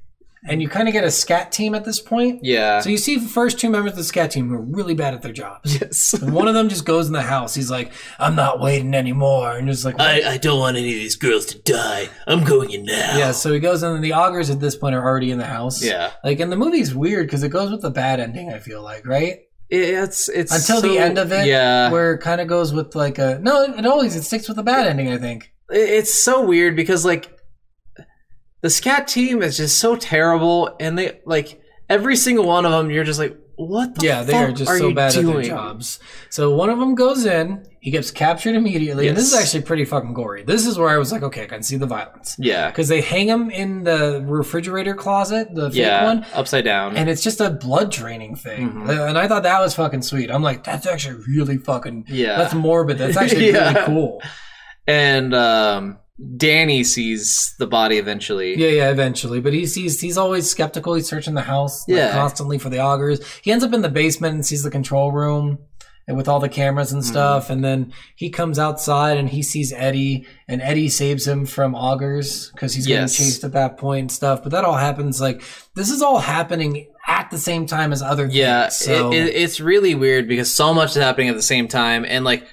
[SPEAKER 2] and you kind of get a scat team at this point.
[SPEAKER 1] Yeah.
[SPEAKER 2] So you see the first two members of the scat team who are really bad at their jobs.
[SPEAKER 1] yes.
[SPEAKER 2] One of them just goes in the house. He's like, "I'm not waiting anymore," and just like,
[SPEAKER 6] I, I don't want any of these girls to die. I'm going in now.
[SPEAKER 2] Yeah, so he goes in, and the augers at this point are already in the house.
[SPEAKER 1] Yeah.
[SPEAKER 2] Like, and the movie's weird because it goes with the bad ending, I feel like, right?
[SPEAKER 1] It's it's
[SPEAKER 2] Until the
[SPEAKER 1] so-
[SPEAKER 2] end of it,
[SPEAKER 1] Yeah.
[SPEAKER 2] where it kind of goes with like a. No, it always it sticks with the bad ending, I think.
[SPEAKER 1] it- it's so weird because like the scat team is just so terrible and they like every single one of them you're just like what the
[SPEAKER 2] yeah, they
[SPEAKER 1] fuck
[SPEAKER 2] are just
[SPEAKER 1] are
[SPEAKER 2] so
[SPEAKER 1] you
[SPEAKER 2] bad
[SPEAKER 1] doing?
[SPEAKER 2] at their jobs. So one of them goes in, he gets captured immediately, and this is
[SPEAKER 1] Yes.
[SPEAKER 2] actually pretty fucking gory. This is where I was like, okay, I can see the violence
[SPEAKER 1] yeah
[SPEAKER 2] because they hang him in the refrigerator closet, the fake
[SPEAKER 1] yeah
[SPEAKER 2] one.
[SPEAKER 1] upside down
[SPEAKER 2] And it's just a blood draining thing, Uh,
[SPEAKER 1] Mhm.
[SPEAKER 2] and I thought that was fucking sweet. I'm like, that's actually really fucking,
[SPEAKER 1] Yeah.
[SPEAKER 2] that's morbid. That's actually really
[SPEAKER 1] Yeah.
[SPEAKER 2] cool.
[SPEAKER 1] and um danny sees the body eventually
[SPEAKER 2] Yeah, yeah, eventually. But he's he's he's always skeptical. He's searching the house like,
[SPEAKER 1] Yeah.
[SPEAKER 2] constantly for the augers. He ends up in the basement and sees the control room and with all the cameras
[SPEAKER 1] Mm-hmm.
[SPEAKER 2] and stuff. And then he comes outside and he sees Eddie, and Eddie saves him from augers because he's getting
[SPEAKER 1] Yes.
[SPEAKER 2] chased at that point and stuff. But that all happens like this is all happening at the same time as other
[SPEAKER 1] yeah
[SPEAKER 2] things. So
[SPEAKER 1] it, it, it's really weird because so much is happening at the same time and like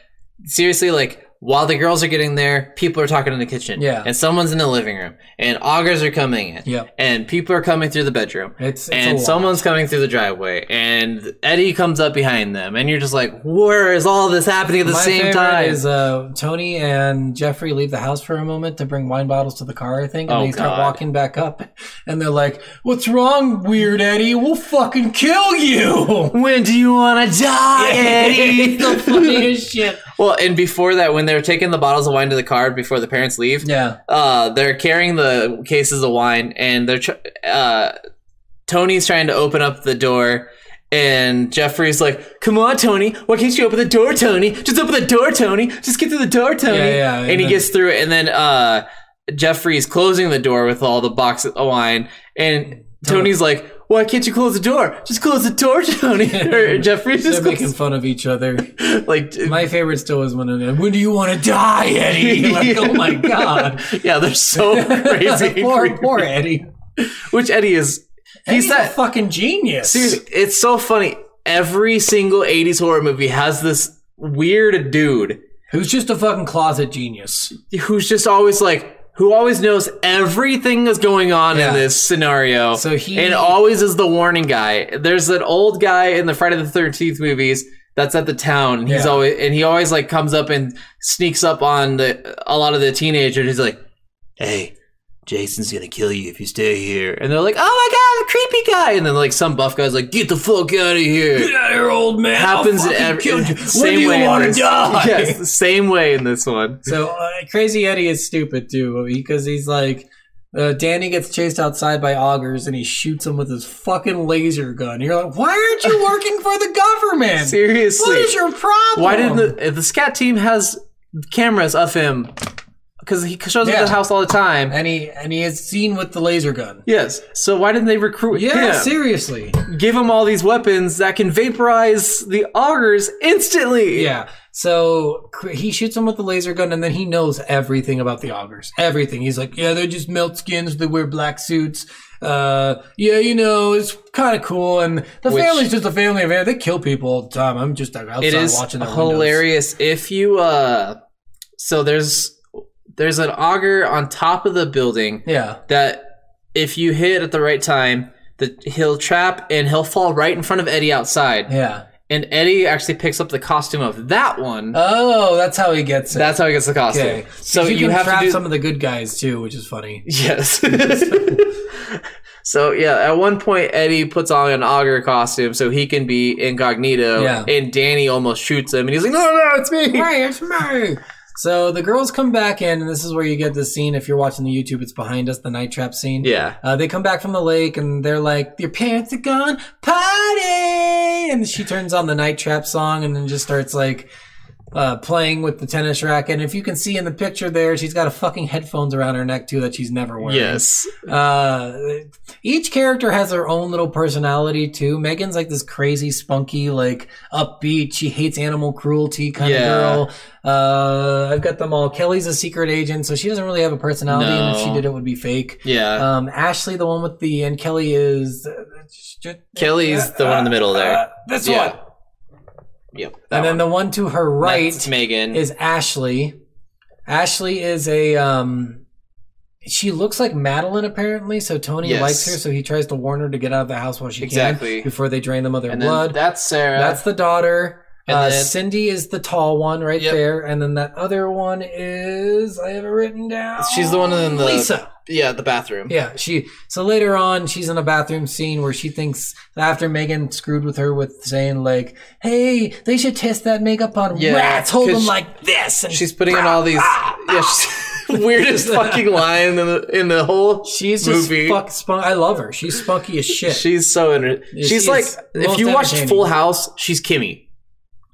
[SPEAKER 1] seriously like while the girls are getting there people are talking in the kitchen
[SPEAKER 2] Yeah.
[SPEAKER 1] and someone's in the living room and augers are coming in
[SPEAKER 2] Yep.
[SPEAKER 1] and people are coming through the bedroom
[SPEAKER 2] it's, it's
[SPEAKER 1] and
[SPEAKER 2] a lot.
[SPEAKER 1] someone's coming through the driveway, and Eddie comes up behind them, and you're just like, "Where is all this happening at the
[SPEAKER 2] My
[SPEAKER 1] same
[SPEAKER 2] favorite
[SPEAKER 1] time?"
[SPEAKER 2] is uh, Tony and Jeffrey leave the house for a moment to bring wine bottles to the car, I think, and
[SPEAKER 1] Oh,
[SPEAKER 2] they start
[SPEAKER 1] God.
[SPEAKER 2] walking back up, and they're like, "What's wrong, Weird Eddie? We'll fucking kill you!"
[SPEAKER 1] when do you want to die,
[SPEAKER 2] It's the
[SPEAKER 1] Eddie?
[SPEAKER 2] funniest shit.
[SPEAKER 1] well, and before that, when they're taking the bottles of wine to the car before the parents leave,
[SPEAKER 2] Yeah,
[SPEAKER 1] uh, they're carrying the cases of wine, and they're tr- uh, Tony's trying to open up the door, And Jeffrey's like, "Come on, Tony! Why can't you open the door, Tony? Just open the door, Tony! Just get through the door, Tony!"
[SPEAKER 2] Yeah, yeah,
[SPEAKER 1] and,
[SPEAKER 2] and
[SPEAKER 1] he
[SPEAKER 2] then-
[SPEAKER 1] gets through it, and then uh, Jeffrey's closing the door with all the box of wine, and Tony's like, "Why can't you close the door? Just close the door, Tony!" or Jeffrey's
[SPEAKER 2] They're
[SPEAKER 1] just
[SPEAKER 2] making
[SPEAKER 1] closes,
[SPEAKER 2] fun of each other.
[SPEAKER 1] like,
[SPEAKER 2] My favorite still is when when do you want to die, Eddie? Like, oh my god,
[SPEAKER 1] "Yeah, they're so crazy."
[SPEAKER 2] poor poor Eddie.
[SPEAKER 1] Which Eddie is?
[SPEAKER 2] He's
[SPEAKER 1] He's
[SPEAKER 2] that
[SPEAKER 1] that
[SPEAKER 2] fucking genius.
[SPEAKER 1] Seriously, it's so funny. Every single 80s horror movie has this weird dude
[SPEAKER 2] Who's just a fucking closet genius?
[SPEAKER 1] who's just always like, who always knows everything that's going on
[SPEAKER 2] Yeah.
[SPEAKER 1] in this scenario.
[SPEAKER 2] So he-
[SPEAKER 1] and always is the warning guy. There's that old guy in the Friday the 13th movies that's at the town. and He's
[SPEAKER 2] Yeah.
[SPEAKER 1] always and he always like comes up and sneaks up on the a lot of the teenagers. He's like,
[SPEAKER 6] Hey, Jason's gonna kill you if you stay here.
[SPEAKER 1] and they're like, oh my god, the creepy guy. And then like some buff guy's like, get the fuck out of here.
[SPEAKER 2] out of here, old man.
[SPEAKER 1] happens in every same way in
[SPEAKER 2] wanna
[SPEAKER 1] this- Yes, the same way in this one.
[SPEAKER 2] So uh, Crazy Eddie is stupid too because he's like, uh, Danny gets chased outside by augers and he shoots him with his fucking laser gun. You're like, why aren't you working for the government?
[SPEAKER 1] Seriously,
[SPEAKER 2] What is your problem?
[SPEAKER 1] why didn't the, if the scat team has cameras of him? Because he shows up
[SPEAKER 2] Yeah.
[SPEAKER 1] at the house all the time.
[SPEAKER 2] and he and he is seen with the laser gun?
[SPEAKER 1] yes, so why didn't they recruit
[SPEAKER 2] Yeah,
[SPEAKER 1] him?
[SPEAKER 2] seriously.
[SPEAKER 1] Give him all these weapons that can vaporize the augers instantly.
[SPEAKER 2] Yeah. So cr- he shoots him with the laser gun, and then he knows everything about the augers. Everything. He's like, yeah, they just melt skins. They wear black suits. Uh, yeah, you know, it's kind of cool. And the
[SPEAKER 1] Which-
[SPEAKER 2] family's just a family of They kill people all the time. I'm just like, outside
[SPEAKER 1] it is
[SPEAKER 2] watching the
[SPEAKER 1] hilarious if you uh. So there's there's an auger on top of the building.
[SPEAKER 2] Yeah.
[SPEAKER 1] that if you hit at the right time, that he'll trap and he'll fall right in front of Eddie outside.
[SPEAKER 2] Yeah.
[SPEAKER 1] And Eddie actually picks up the costume of that one.
[SPEAKER 2] Oh, that's how he gets it.
[SPEAKER 1] That's how he gets the costume.
[SPEAKER 2] okay.
[SPEAKER 1] So
[SPEAKER 2] you,
[SPEAKER 1] you,
[SPEAKER 2] can
[SPEAKER 1] have
[SPEAKER 2] trap
[SPEAKER 1] to do
[SPEAKER 2] some of the good guys too, which is funny.
[SPEAKER 1] yes. so yeah, at one point Eddie puts on an auger costume so he can be incognito.
[SPEAKER 2] Yeah.
[SPEAKER 1] And Danny almost shoots him, and he's like, "No, no, it's me."
[SPEAKER 2] Hey, it's me. So the girls come back in, and this is where you get this scene. If you're watching the YouTube, it's behind us, the night trap scene.
[SPEAKER 1] Yeah.
[SPEAKER 2] Uh, they come back from the lake and they're like, "Your parents are gone, party!" And she turns on the Night Trap song and then just starts like uh, playing with the tennis racket. And if you can see in the picture there, she's got a fucking headphones around her neck too that she's never wearing.
[SPEAKER 1] Yes.
[SPEAKER 2] Uh, each character has their own little personality too. Megan's like this crazy, spunky, like upbeat. She hates animal cruelty kind
[SPEAKER 1] Yeah.
[SPEAKER 2] of girl. Uh, I've got them all. Kelly's a secret agent, so she doesn't really have a personality, and if she
[SPEAKER 1] No.
[SPEAKER 2] did, it would be fake.
[SPEAKER 1] Yeah.
[SPEAKER 2] Um, Ashley, the one with the and Kelly is
[SPEAKER 1] Kelly's the one in the middle there.
[SPEAKER 2] Uh, this
[SPEAKER 1] Yeah,
[SPEAKER 2] one,
[SPEAKER 1] yep. that
[SPEAKER 2] and then the one to her
[SPEAKER 1] one.
[SPEAKER 2] right
[SPEAKER 1] That's Megan.
[SPEAKER 2] is Ashley. Ashley is a um, she looks like Madeline apparently, so Tony
[SPEAKER 1] Yes.
[SPEAKER 2] likes her, so he tries to warn her to get out of the house while she
[SPEAKER 1] Exactly.
[SPEAKER 2] can before they drain them of their
[SPEAKER 1] and then
[SPEAKER 2] blood.
[SPEAKER 1] that's Sarah.
[SPEAKER 2] That's the daughter.
[SPEAKER 1] And
[SPEAKER 2] uh,
[SPEAKER 1] then-
[SPEAKER 2] Cindy is the tall one right
[SPEAKER 1] Yep.
[SPEAKER 2] there, and then that other one is I have it written down.
[SPEAKER 1] She's the one in the-
[SPEAKER 2] Lisa.
[SPEAKER 1] yeah, the bathroom.
[SPEAKER 2] Yeah, she. So later on, she's in a bathroom scene where she thinks after Megan screwed with her with saying like, "Hey, they should test that makeup on
[SPEAKER 1] Yeah,
[SPEAKER 2] rats. Hold
[SPEAKER 1] 'cause
[SPEAKER 2] them
[SPEAKER 1] she-
[SPEAKER 2] like this." And
[SPEAKER 1] She's putting in all these yeah, she's- weirdest fucking line in the in the whole.
[SPEAKER 2] she's just
[SPEAKER 1] movie.
[SPEAKER 2] fuck spunk. I love her. She's spunky as shit.
[SPEAKER 1] She's so inter-
[SPEAKER 2] Yeah,
[SPEAKER 1] She's
[SPEAKER 2] she
[SPEAKER 1] like
[SPEAKER 2] is most
[SPEAKER 1] if you watched
[SPEAKER 2] entertaining.
[SPEAKER 1] Full House, she's Kimmy.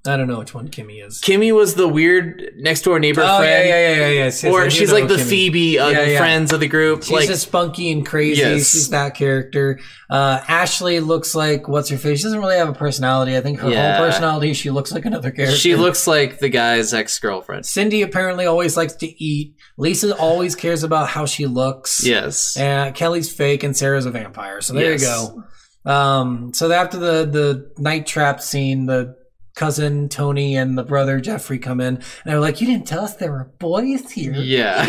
[SPEAKER 2] I don't know which one Kimmy is.
[SPEAKER 1] Kimmy was the weird next door neighbor
[SPEAKER 2] Oh yeah,
[SPEAKER 1] friend,
[SPEAKER 2] yeah, yeah, yeah. yeah. She's
[SPEAKER 1] or
[SPEAKER 2] I do
[SPEAKER 1] she's
[SPEAKER 2] know
[SPEAKER 1] like the
[SPEAKER 2] Kimmy.
[SPEAKER 1] Phoebe of
[SPEAKER 2] Yeah, yeah.
[SPEAKER 1] friends of the group.
[SPEAKER 2] She's
[SPEAKER 1] like
[SPEAKER 2] just spunky and crazy.
[SPEAKER 1] Yes.
[SPEAKER 2] She's that character. Uh, Ashley looks like what's her face? She doesn't really have a personality. I think her
[SPEAKER 1] Yeah.
[SPEAKER 2] whole personality, she looks like another character.
[SPEAKER 1] she looks like the guy's ex girlfriend.
[SPEAKER 2] Cindy apparently always likes to eat. Lisa always cares about how she looks.
[SPEAKER 1] Yes,
[SPEAKER 2] And Kelly's fake and Sarah's a vampire. So there
[SPEAKER 1] Yes.
[SPEAKER 2] you go. Um, so after the the night trap scene, the cousin Tony and the brother Jeffrey come in and they're like, "You didn't tell us there were boys here."
[SPEAKER 1] yeah.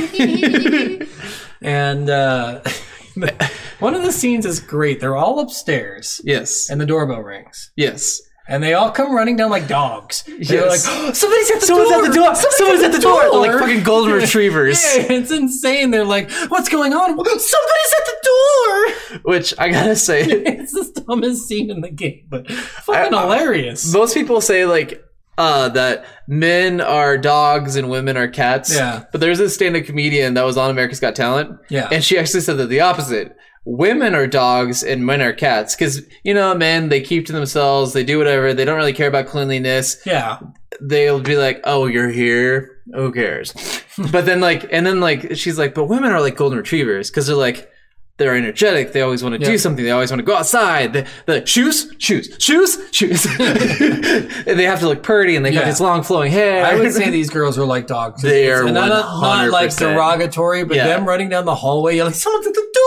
[SPEAKER 2] And uh, one of the scenes is great. They're all upstairs
[SPEAKER 1] yes,
[SPEAKER 2] and the doorbell rings.
[SPEAKER 1] yes.
[SPEAKER 2] And they all come running down like dogs. They're
[SPEAKER 1] Yes.
[SPEAKER 2] like, "Oh, somebody's at the
[SPEAKER 1] Someone's
[SPEAKER 2] door.
[SPEAKER 1] at the door. Someone's, at the door. They're Like fucking golden retrievers.
[SPEAKER 2] Yeah, it's insane. They're like, what's going on? Somebody's at the door.
[SPEAKER 1] Which I gotta say,
[SPEAKER 2] It's the dumbest scene in the game, but fucking hilarious.
[SPEAKER 1] most people say like uh that men are dogs and women are cats
[SPEAKER 2] Yeah.
[SPEAKER 1] but there's this stand-up comedian that was on america's got talent
[SPEAKER 2] Yeah.
[SPEAKER 1] and she actually said that the opposite women are dogs and men are cats because you know men they keep to themselves they do whatever they don't really care about cleanliness
[SPEAKER 2] Yeah.
[SPEAKER 1] they'll be like, "Oh, you're here. Who cares?" but then like, and then like, she's like, "But women are like golden retrievers because they're like." They're energetic. They always want to do something. They always want to go outside. The, the shoes, shoes, shoes, shoes. and they have to look pretty, and they got
[SPEAKER 2] Yeah.
[SPEAKER 1] this long flowing hair.
[SPEAKER 2] I would say these girls are like dogs.
[SPEAKER 1] They are
[SPEAKER 2] And not, not, not, like
[SPEAKER 1] 100%.
[SPEAKER 2] derogatory, but
[SPEAKER 1] Yeah.
[SPEAKER 2] them running down the hallway, yelling, someone's at the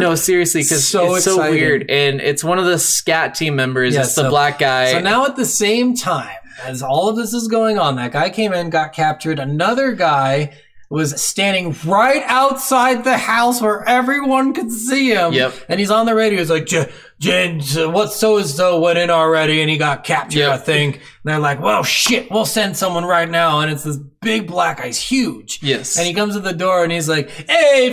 [SPEAKER 1] no, seriously, because
[SPEAKER 2] So
[SPEAKER 1] it's so
[SPEAKER 2] exciting.
[SPEAKER 1] weird, and it's one of the scat team members.
[SPEAKER 2] Yeah,
[SPEAKER 1] it's the
[SPEAKER 2] so-
[SPEAKER 1] black guy.
[SPEAKER 2] So now at the same time as all of this is going on, that guy came in, got captured. Another guy was standing right outside the house where everyone could see him.
[SPEAKER 1] Yep.
[SPEAKER 2] And he's on the radio. He's like, "J- Jen, so what so and so went in already and he got captured,
[SPEAKER 1] Yep.
[SPEAKER 2] I think. And they're like, well, shit, we'll send someone right now. And it's this big black guy. He's huge.
[SPEAKER 1] Yes.
[SPEAKER 2] And he comes to the door and he's like, hey,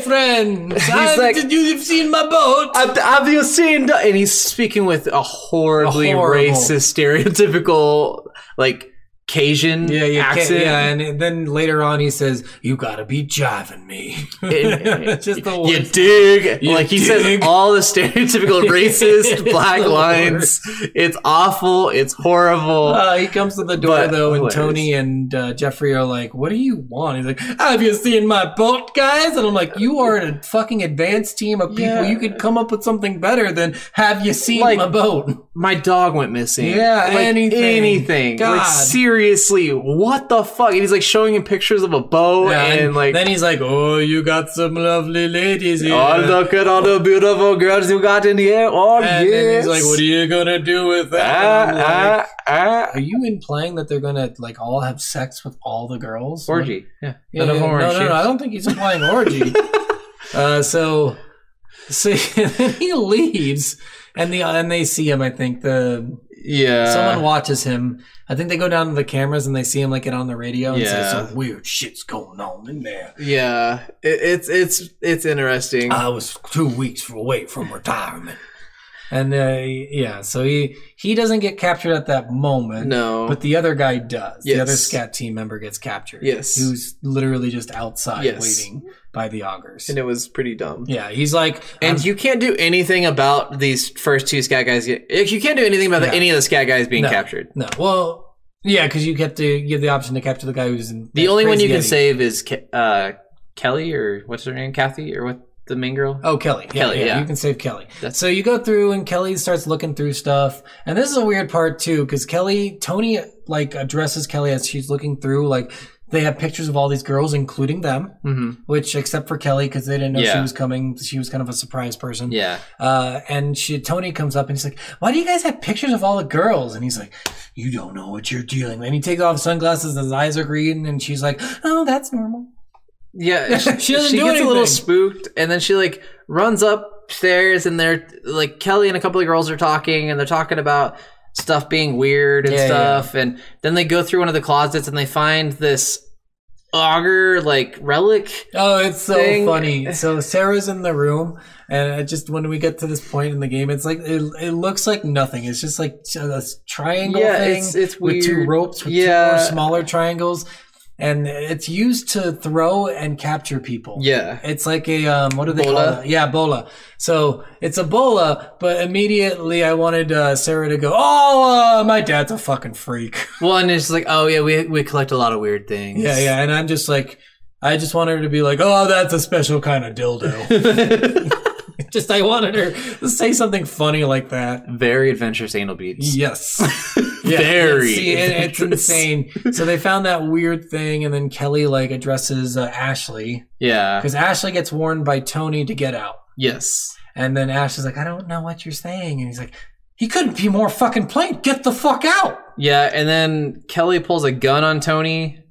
[SPEAKER 2] friend, I'm-
[SPEAKER 1] like-
[SPEAKER 2] did you- you've seen my boat.
[SPEAKER 1] Have, have you seen? the-" And he's speaking with a horribly
[SPEAKER 2] A horrible-
[SPEAKER 1] racist, stereotypical, like Cajun
[SPEAKER 2] Yeah, yeah, ca-
[SPEAKER 1] accent.
[SPEAKER 2] yeah, and then later on he says, "You gotta be jiving me."
[SPEAKER 1] It-
[SPEAKER 2] just the
[SPEAKER 1] You
[SPEAKER 2] worst.
[SPEAKER 1] dig?
[SPEAKER 2] You
[SPEAKER 1] like he says
[SPEAKER 2] dig?
[SPEAKER 1] all the stereotypical
[SPEAKER 2] It's
[SPEAKER 1] racist black
[SPEAKER 2] the
[SPEAKER 1] lines. It's awful. It's horrible.
[SPEAKER 2] Uh, he comes to the door
[SPEAKER 1] But
[SPEAKER 2] though, and
[SPEAKER 1] hilarious.
[SPEAKER 2] Tony and uh, Jeffrey are like, "What do you want?" He's like, "Have you seen my boat, guys?" And I'm like, "You are a fucking advanced team of people.
[SPEAKER 1] Yeah.
[SPEAKER 2] You could come up with something better than have you seen
[SPEAKER 1] Like-
[SPEAKER 2] my boat?"
[SPEAKER 1] My dog went missing.
[SPEAKER 2] Yeah,
[SPEAKER 1] like
[SPEAKER 2] anything.
[SPEAKER 1] anything.
[SPEAKER 2] God.
[SPEAKER 1] Like seriously, what the fuck? And he's like showing him pictures of a bow
[SPEAKER 2] Yeah,
[SPEAKER 1] and,
[SPEAKER 2] and
[SPEAKER 1] like.
[SPEAKER 2] then he's like, "Oh, you got some lovely ladies here."
[SPEAKER 1] Oh, look at all the beautiful girls you got in here. Oh, yeah.
[SPEAKER 2] and then he's like, "What are you gonna do with that?"
[SPEAKER 1] Ah,
[SPEAKER 2] And I'm like,
[SPEAKER 1] ah, ah.
[SPEAKER 2] Are you implying that they're gonna like all have sex with all the girls? Like,
[SPEAKER 1] Orgy. Yeah.
[SPEAKER 2] yeah,
[SPEAKER 1] None of
[SPEAKER 2] yeah.
[SPEAKER 1] them are
[SPEAKER 2] no, no,
[SPEAKER 1] shaped.
[SPEAKER 2] no, I don't think he's implying orgy. uh, so, so then he leaves, and the and they see him. I think the
[SPEAKER 1] Yeah.
[SPEAKER 2] someone watches him. I think they go down to the cameras and they see him like get on the radio and say
[SPEAKER 1] Yeah.
[SPEAKER 2] some weird shit's going on in there.
[SPEAKER 1] Yeah, it, it's it's it's interesting.
[SPEAKER 2] I was two weeks away from retirement. And uh, yeah, so he he doesn't get captured at that moment.
[SPEAKER 1] No.
[SPEAKER 2] but the other guy does. The other
[SPEAKER 1] Yes.
[SPEAKER 2] scat team member gets captured.
[SPEAKER 1] Yes.
[SPEAKER 2] who's literally just outside
[SPEAKER 1] Yes.
[SPEAKER 2] waiting by the augers.
[SPEAKER 1] and it was pretty dumb.
[SPEAKER 2] yeah, he's like,
[SPEAKER 1] And
[SPEAKER 2] I'm-
[SPEAKER 1] you can't do anything about these first two scat guys. get- You can't do anything about the-
[SPEAKER 2] Yeah.
[SPEAKER 1] any of the scat guys being
[SPEAKER 2] No.
[SPEAKER 1] captured.
[SPEAKER 2] no, well, yeah, because you get to give the option to capture the guy who's in
[SPEAKER 1] The only one you
[SPEAKER 2] Crazy
[SPEAKER 1] can
[SPEAKER 2] Eddie.
[SPEAKER 1] save is Ke- uh, Kelly or what's her name, Kathy or what the main girl.
[SPEAKER 2] Oh, Kelly. Yeah,
[SPEAKER 1] Kelly,
[SPEAKER 2] yeah,
[SPEAKER 1] yeah.
[SPEAKER 2] You can save Kelly. so you go through and Kelly starts looking through stuff. And this is a weird part too, because Kelly, Tony like addresses Kelly as she's looking through, like they have pictures of all these girls, including them,
[SPEAKER 1] Mhm.
[SPEAKER 2] which except for Kelly, because they didn't know she
[SPEAKER 1] Yeah.
[SPEAKER 2] was coming. She was kind of a surprise person.
[SPEAKER 1] Yeah,
[SPEAKER 2] Uh, and she, Tony comes up and he's like, why do you guys have pictures of all the girls? And he's like, you don't know what you're dealing with. And he takes off his sunglasses and his eyes are green. And she's like, oh, that's normal.
[SPEAKER 1] yeah. She,
[SPEAKER 2] She doesn't
[SPEAKER 1] she
[SPEAKER 2] do
[SPEAKER 1] gets a
[SPEAKER 2] anything.
[SPEAKER 1] little spooked, and then she like runs upstairs, and they're like Kelly and a couple of girls are talking, and they're talking about stuff being weird and
[SPEAKER 2] Yeah, yeah.
[SPEAKER 1] stuff, and then they go through one of the closets, and they find this auger like relic.
[SPEAKER 2] Oh, it's so
[SPEAKER 1] thing.
[SPEAKER 2] funny. So Sarah's in the room, and I just when we get to this point in the game, it's like it, it looks like nothing. It's just like a triangle
[SPEAKER 1] Yeah,
[SPEAKER 2] thing
[SPEAKER 1] it's- it's
[SPEAKER 2] with two
[SPEAKER 1] weird.
[SPEAKER 2] ropes with two
[SPEAKER 1] Yeah.
[SPEAKER 2] more smaller triangles, and it's used to throw and capture people.
[SPEAKER 1] Yeah.
[SPEAKER 2] It's like a um, what do they
[SPEAKER 1] Bola?
[SPEAKER 2] call it? Yeah, bola. So it's a bola, but immediately I wanted uh, Sarah to go, "Oh, uh, my dad's a fucking freak."
[SPEAKER 1] One is like, oh yeah, we we collect a lot of weird things.
[SPEAKER 2] Yeah, yeah, and I'm just like, I just want her to be like, oh, that's a special kind of dildo. just I wanted her to say something funny like that.
[SPEAKER 1] Very adventurous anal beads.
[SPEAKER 2] Yes,
[SPEAKER 1] Very
[SPEAKER 2] See, it- it's
[SPEAKER 1] adventurous.
[SPEAKER 2] insane. So they found that weird thing, and then Kelly like addresses uh, Ashley
[SPEAKER 1] Yeah.
[SPEAKER 2] because Ashley gets warned by Tony to get out,
[SPEAKER 1] Yes.
[SPEAKER 2] and then Ashley's like, I don't know what you're saying, and he's like, he couldn't be more fucking plain. Get the fuck out.
[SPEAKER 1] Yeah, and then Kelly pulls a gun on Tony.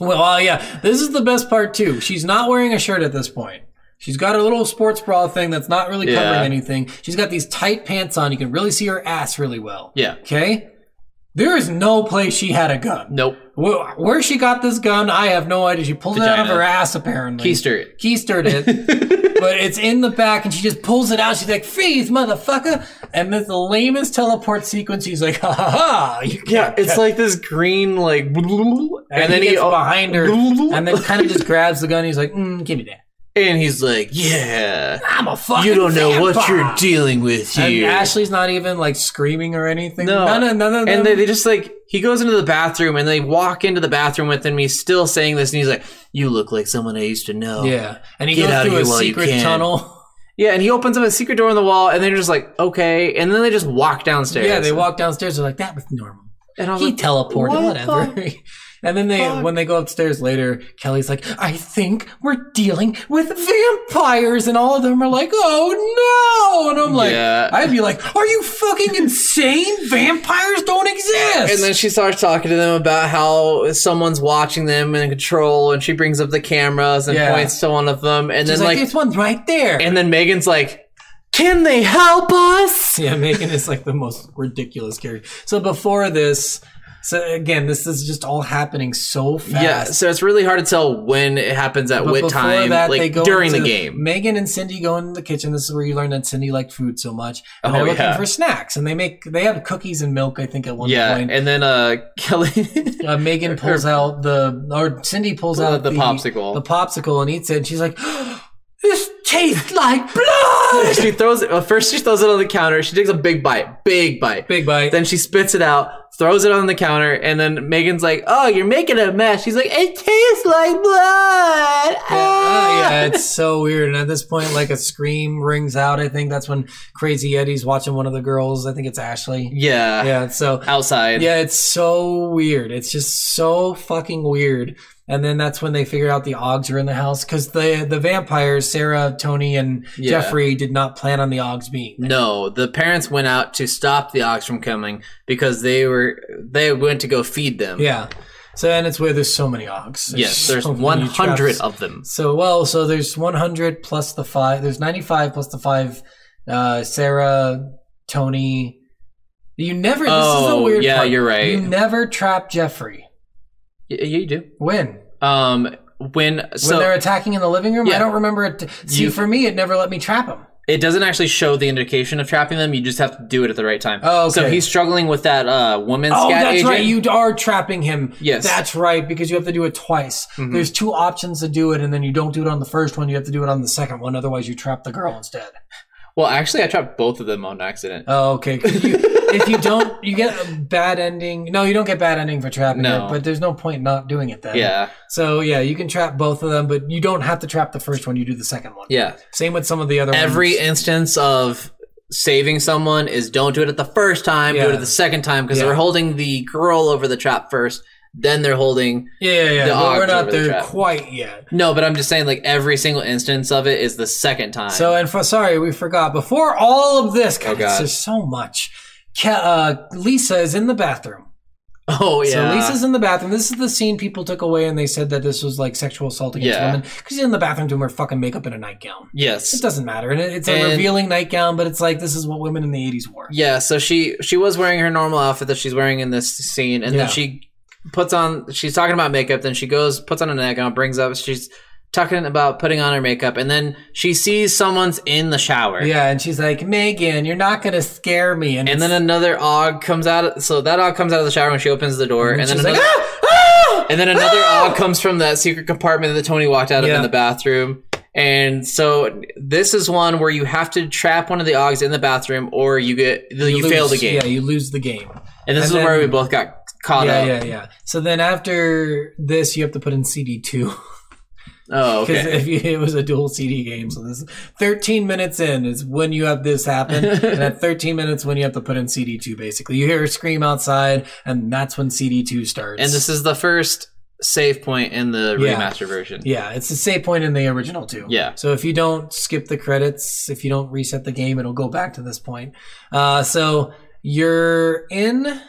[SPEAKER 2] Well, uh, yeah, this is the best part too. She's not wearing a shirt at this point. She's got her little sports bra thing that's not really covering
[SPEAKER 1] Yeah.
[SPEAKER 2] anything. She's got these tight pants on. You can really see her ass really well.
[SPEAKER 1] Yeah.
[SPEAKER 2] Okay. There is no place she had a gun.
[SPEAKER 1] Nope.
[SPEAKER 2] Where, where she got this gun, I have no idea. She pulled it out of
[SPEAKER 1] Vagina.
[SPEAKER 2] her ass apparently.
[SPEAKER 1] Keistered it.
[SPEAKER 2] Keistered it. but it's in the back and she just pulls it out. She's like, freeze, motherfucker. And then the lamest teleport sequence. She's like, ha ha ha. You
[SPEAKER 1] Yeah, it's like this green like, and,
[SPEAKER 2] and, then he gets behind her
[SPEAKER 1] and
[SPEAKER 2] and then kind of just grabs the gun. He's like, mm, "Give me that."
[SPEAKER 1] And he's like, yeah,
[SPEAKER 2] I'm a fucking
[SPEAKER 1] you don't know what
[SPEAKER 2] vampire."
[SPEAKER 1] you're dealing with
[SPEAKER 2] And
[SPEAKER 1] here.
[SPEAKER 2] Ashley's not even like screaming or anything.
[SPEAKER 1] No.
[SPEAKER 2] none of, none of them.
[SPEAKER 1] And they, they just like, he goes into the bathroom and they walk into the bathroom with him. He's still saying this and he's like, you look like someone I used to know.
[SPEAKER 2] yeah, and he
[SPEAKER 1] Get
[SPEAKER 2] goes
[SPEAKER 1] out of
[SPEAKER 2] through a
[SPEAKER 1] here while you
[SPEAKER 2] secret
[SPEAKER 1] can.
[SPEAKER 2] tunnel.
[SPEAKER 1] Yeah. And he opens up a secret door in the wall and they're just like, okay. And then they just walk downstairs.
[SPEAKER 2] Yeah, they walk downstairs. They're like, "That was normal."
[SPEAKER 1] And I'm
[SPEAKER 2] He
[SPEAKER 1] like,
[SPEAKER 2] teleported,
[SPEAKER 1] what the
[SPEAKER 2] whatever. and then they,
[SPEAKER 1] fuck?
[SPEAKER 2] when they go upstairs later, Kelly's like, "I think we're dealing with vampires," and all of them are like, "Oh no!" And I'm like,
[SPEAKER 1] Yeah.
[SPEAKER 2] "I'd be like, are you fucking insane? vampires don't exist."
[SPEAKER 1] And then she starts talking to them about how someone's watching them and in control, and she brings up the cameras and
[SPEAKER 2] Yeah.
[SPEAKER 1] points to one of them, and
[SPEAKER 2] she's
[SPEAKER 1] then
[SPEAKER 2] like,
[SPEAKER 1] like,
[SPEAKER 2] "This one's right there."
[SPEAKER 1] and then Megan's like, "Can they help us?"
[SPEAKER 2] Yeah, Megan is like the most ridiculous character. So before this, so again, this is just all happening so fast.
[SPEAKER 1] Yeah, so it's really hard to tell when it happens at
[SPEAKER 2] But
[SPEAKER 1] what
[SPEAKER 2] before
[SPEAKER 1] time,
[SPEAKER 2] that,
[SPEAKER 1] like
[SPEAKER 2] they go
[SPEAKER 1] during the
[SPEAKER 2] into-
[SPEAKER 1] game.
[SPEAKER 2] Megan and Cindy go into the kitchen. This is where you learn that Cindy liked food so much. And
[SPEAKER 1] Oh,
[SPEAKER 2] they're looking
[SPEAKER 1] yeah.
[SPEAKER 2] for snacks, and they make they have cookies and milk. I think at one
[SPEAKER 1] Yeah,
[SPEAKER 2] point,
[SPEAKER 1] and then uh, Kelly,
[SPEAKER 2] uh, Megan pulls out the or Cindy pulls
[SPEAKER 1] Pull
[SPEAKER 2] out
[SPEAKER 1] out the popsicle.
[SPEAKER 2] the popsicle, and eats it. And she's like, "This tastes like blood."
[SPEAKER 1] she throws it. Well, first, she throws it on the counter. She takes a big bite, big bite,
[SPEAKER 2] Big bite.
[SPEAKER 1] Then she spits it out, throws it on the counter, and then Megan's like, "Oh, you're making a mess." She's like, "It tastes like blood."
[SPEAKER 2] Oh,
[SPEAKER 1] Ah.
[SPEAKER 2] yeah, it's so weird. And at this point, like a scream rings out. I think that's when Crazy Eddie's watching one of the girls. I think it's Ashley.
[SPEAKER 1] yeah,
[SPEAKER 2] Yeah. So
[SPEAKER 1] Outside.
[SPEAKER 2] yeah, it's so weird. It's just so fucking weird. And then that's when they figure out the Augs are in the house because the the vampires, Sarah, Tony, and
[SPEAKER 1] Yeah.
[SPEAKER 2] Jeffrey, did not plan on the Augs being. there.
[SPEAKER 1] No, the parents went out to stop the ox from coming because they were they went to go feed them.
[SPEAKER 2] Yeah. So and it's where there's so many Augs.
[SPEAKER 1] Yes, there's
[SPEAKER 2] so many
[SPEAKER 1] 100
[SPEAKER 2] traps.
[SPEAKER 1] of them.
[SPEAKER 2] So well, so there's 100 plus the five. There's 95 plus the five. Uh, Sarah, Tony. You never. This is
[SPEAKER 1] Oh,
[SPEAKER 2] a weird.
[SPEAKER 1] yeah,
[SPEAKER 2] part.
[SPEAKER 1] you're right.
[SPEAKER 2] You never trap Jeffrey.
[SPEAKER 1] Yeah, you do.
[SPEAKER 2] When
[SPEAKER 1] Um, when
[SPEAKER 2] when they're
[SPEAKER 1] so
[SPEAKER 2] attacking in the living room, I
[SPEAKER 1] Yeah.
[SPEAKER 2] don't remember it. See,
[SPEAKER 1] You-
[SPEAKER 2] for me, it never let me trap him.
[SPEAKER 1] it doesn't actually show the indication of trapping them. You just have to do it at the right time.
[SPEAKER 2] Oh,
[SPEAKER 1] so
[SPEAKER 2] okay.
[SPEAKER 1] he's struggling with that uh woman
[SPEAKER 2] Oh,
[SPEAKER 1] scat
[SPEAKER 2] that's
[SPEAKER 1] agent.
[SPEAKER 2] right. You are trapping him.
[SPEAKER 1] Yes. Mm-hmm.
[SPEAKER 2] that's right because you have to do it twice. There's two options to do it, and then you don't do it on the first one. You have to do it on the second one. Otherwise, you trap the girl instead.
[SPEAKER 1] well, actually, I trapped both of them on accident.
[SPEAKER 2] Oh, okay. 'Cause you- if you don't, you get a bad ending. No, you don't get bad ending for trapping
[SPEAKER 1] No.
[SPEAKER 2] it, but there's no point not doing it then.
[SPEAKER 1] yeah,
[SPEAKER 2] So yeah, you can trap both of them, but you don't have to trap the first one. You do the second one.
[SPEAKER 1] yeah.
[SPEAKER 2] Same with some of the other
[SPEAKER 1] Every
[SPEAKER 2] ones.
[SPEAKER 1] instance of saving someone is don't do it at the first time. Do
[SPEAKER 2] Yeah.
[SPEAKER 1] it at the second time because
[SPEAKER 2] Yeah.
[SPEAKER 1] they're holding the girl over the trap first. Then they're holding
[SPEAKER 2] yeah, yeah, yeah.
[SPEAKER 1] the
[SPEAKER 2] but we're
[SPEAKER 1] ox
[SPEAKER 2] not
[SPEAKER 1] over the
[SPEAKER 2] there
[SPEAKER 1] trap.
[SPEAKER 2] quite yet.
[SPEAKER 1] No, but I'm just saying, like every single instance of it is the second time.
[SPEAKER 2] So uh, and for sorry, we forgot. Before all of this,
[SPEAKER 1] Oh,
[SPEAKER 2] God,
[SPEAKER 1] God.
[SPEAKER 2] it's just so much. Ke- uh, Lisa is in the bathroom.
[SPEAKER 1] oh yeah,
[SPEAKER 2] So Lisa's in the bathroom. This is the scene people took away, and they said that this was like sexual assault against
[SPEAKER 1] Yeah.
[SPEAKER 2] women because she's in the bathroom doing her fucking makeup in a nightgown. It
[SPEAKER 1] yes,
[SPEAKER 2] doesn't matter. And it, it's a
[SPEAKER 1] And-
[SPEAKER 2] revealing nightgown, but it's like this is what women in the 80s wore.
[SPEAKER 1] yeah. So she she was wearing her normal outfit that she's wearing in this scene, and
[SPEAKER 2] Yeah.
[SPEAKER 1] then she puts on. She's talking about makeup. Then she goes puts on a nightgown, brings up. She's talking about putting on her makeup, and then she sees someone's in the shower.
[SPEAKER 2] Yeah, and she's like, Megan, you're not going to scare me.
[SPEAKER 1] And then another og comes out. So that og comes out of the shower when she opens the door, and, then
[SPEAKER 2] she's
[SPEAKER 1] another.
[SPEAKER 2] like, "Ah!"
[SPEAKER 1] And then another og comes from that secret compartment that Tony walked out of
[SPEAKER 2] Yeah.
[SPEAKER 1] in the bathroom. And so this is one where you have to trap one of the ogs in the bathroom, or you get you,
[SPEAKER 2] lose.
[SPEAKER 1] fail the game.
[SPEAKER 2] Yeah, you lose the game.
[SPEAKER 1] and this is
[SPEAKER 2] and
[SPEAKER 1] where we
[SPEAKER 2] then-
[SPEAKER 1] both got caught
[SPEAKER 2] yeah,
[SPEAKER 1] up.
[SPEAKER 2] yeah, yeah. So then after this, you have to put in CD2
[SPEAKER 1] Oh,
[SPEAKER 2] because
[SPEAKER 1] okay.
[SPEAKER 2] if you, it was a dual CD game. So this 13 minutes in is when you have this happen. and at 13 minutes, when you have to put in CD2, basically. You hear a scream outside, and that's when CD2 starts.
[SPEAKER 1] And this is the first save point in the
[SPEAKER 2] Yeah.
[SPEAKER 1] remaster version.
[SPEAKER 2] Yeah, it's the save point in the original too.
[SPEAKER 1] Yeah.
[SPEAKER 2] So if you don't skip the credits, if you don't reset the game, it'll go back to this point. Uh, so you're in.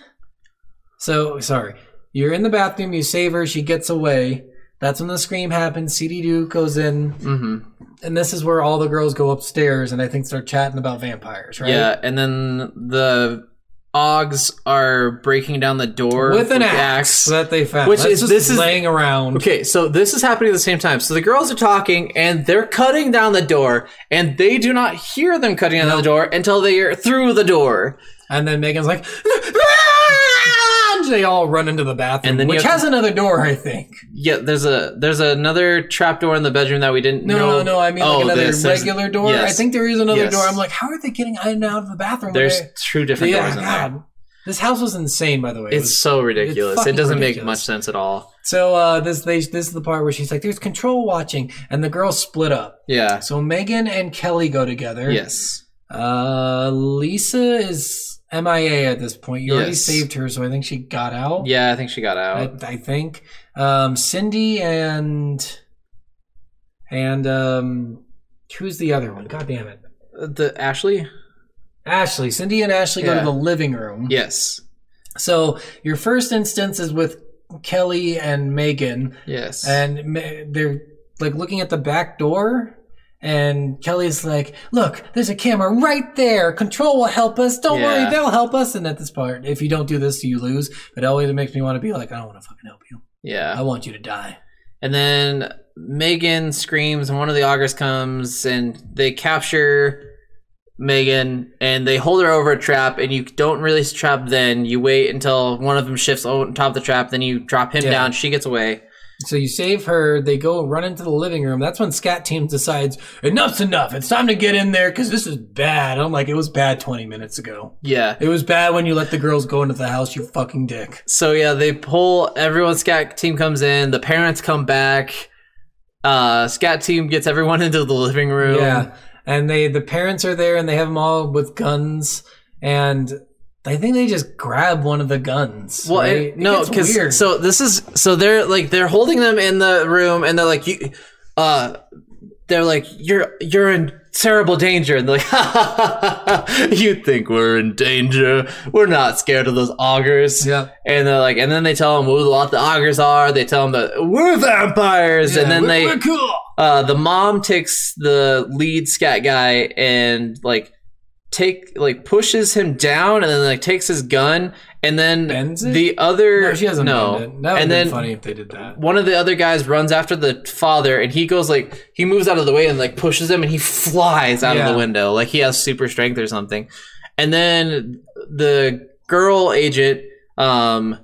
[SPEAKER 2] So sorry, you're in the bathroom. You save her. She gets away. That's when the scream happens. CD Doo goes in,
[SPEAKER 1] hmm
[SPEAKER 2] and this is where all the girls go upstairs and I think start chatting about vampires, right?
[SPEAKER 1] Yeah, and then the ogs are breaking down the door
[SPEAKER 2] With an axe that they found,
[SPEAKER 1] Which
[SPEAKER 2] That's
[SPEAKER 1] is-
[SPEAKER 2] just
[SPEAKER 1] this is-
[SPEAKER 2] laying around.
[SPEAKER 1] Okay, so this is happening at the same time. So the girls are talking and they're cutting down the door, and they do not hear them cutting down the door until they are through the door.
[SPEAKER 2] And then Megan's like, "Ah!" And they all run into the bathroom,
[SPEAKER 1] And then you
[SPEAKER 2] which
[SPEAKER 1] have
[SPEAKER 2] has another door, I think.
[SPEAKER 1] Yeah, there's a there's another trap door in the bedroom that we didn't
[SPEAKER 2] No,
[SPEAKER 1] know.
[SPEAKER 2] no, no, I mean like
[SPEAKER 1] Oh,
[SPEAKER 2] another
[SPEAKER 1] this, there's-
[SPEAKER 2] regular door. I
[SPEAKER 1] yes.
[SPEAKER 2] think there is another
[SPEAKER 1] Yes.
[SPEAKER 2] door. I'm like, how are they getting in and out of the bathroom?
[SPEAKER 1] there's
[SPEAKER 2] They-
[SPEAKER 1] two different
[SPEAKER 2] yeah,
[SPEAKER 1] doors in there.
[SPEAKER 2] God. This house was insane, by the way. It
[SPEAKER 1] It's
[SPEAKER 2] was-
[SPEAKER 1] so ridiculous.
[SPEAKER 2] fucking
[SPEAKER 1] it doesn't make
[SPEAKER 2] ridiculous.
[SPEAKER 1] much sense at all.
[SPEAKER 2] so uh, this they, this is the part where she's like, "There's control watching," and the girls split up.
[SPEAKER 1] Yeah.
[SPEAKER 2] So Megan and Kelly go together.
[SPEAKER 1] Yes.
[SPEAKER 2] Uh, Lisa is MIA at this point. You already
[SPEAKER 1] Yes.
[SPEAKER 2] saved her, so I think she got out.
[SPEAKER 1] Yeah, I think she got
[SPEAKER 2] I,
[SPEAKER 1] out.
[SPEAKER 2] I think. Um, Cindy and and um, who's the other one? God damn it,
[SPEAKER 1] Uh, the Ashley?
[SPEAKER 2] Ashley. Cindy and Ashley go
[SPEAKER 1] Yeah.
[SPEAKER 2] to the living room.
[SPEAKER 1] Yes.
[SPEAKER 2] So your first instance is with Kelly and Megan,
[SPEAKER 1] Yes.
[SPEAKER 2] and Ma- they're like looking at the back door. And Kelly's like, "Look, there's a camera right there. Control will help us. Don't
[SPEAKER 1] Yeah.
[SPEAKER 2] worry, they'll help us." And at this part, if you don't do this, you lose. But always it makes me want to be like, "I don't want to fucking help you. I
[SPEAKER 1] yeah.
[SPEAKER 2] want you to die."
[SPEAKER 1] And then Megan screams and one of the augurs comes and they capture Megan and they hold her over a trap and you don't release the trap then. You wait until one of them shifts on top of the trap, then you drop him
[SPEAKER 2] Yeah.
[SPEAKER 1] down, she gets away.
[SPEAKER 2] So you save her. They go run into the living room. That's when Scat Team decides enough's enough. It's time to get in there because this is bad. I'm like, it was bad 20 minutes ago.
[SPEAKER 1] Yeah.
[SPEAKER 2] It was bad when you let the girls go into the house. You fucking dick.
[SPEAKER 1] So yeah, they pull everyone. Scat team comes in. The parents come back. Uh, scat team gets everyone into the living room.
[SPEAKER 2] Yeah. And they the parents are there and they have them all with guns and I think they just grab one of the guns.
[SPEAKER 1] Well,
[SPEAKER 2] right?
[SPEAKER 1] and-
[SPEAKER 2] It
[SPEAKER 1] no,
[SPEAKER 2] gets weird.
[SPEAKER 1] because so this is so they're like they're holding them in the room and they're like you, uh, they're like you're you're in terrible danger and they're like you think we're in danger? We're not scared of those augers.
[SPEAKER 2] Yep.
[SPEAKER 1] And they're like, and then they tell them what the augers are. They tell them that we're vampires,
[SPEAKER 2] Yeah,
[SPEAKER 1] and then
[SPEAKER 2] we're-
[SPEAKER 1] they
[SPEAKER 2] we're cool.
[SPEAKER 1] uh, the mom takes the lead scat guy and like take like pushes him down and then like takes his gun and then
[SPEAKER 2] Bends it?
[SPEAKER 1] the other
[SPEAKER 2] No, she doesn't
[SPEAKER 1] no
[SPEAKER 2] mind it. That would
[SPEAKER 1] and
[SPEAKER 2] have
[SPEAKER 1] then
[SPEAKER 2] been funny if they did that.
[SPEAKER 1] one of the other guys runs after the father and he goes like he moves out of the way and like pushes him and he flies out of
[SPEAKER 2] Yeah.
[SPEAKER 1] the window like he has super strength or something and then the girl agent um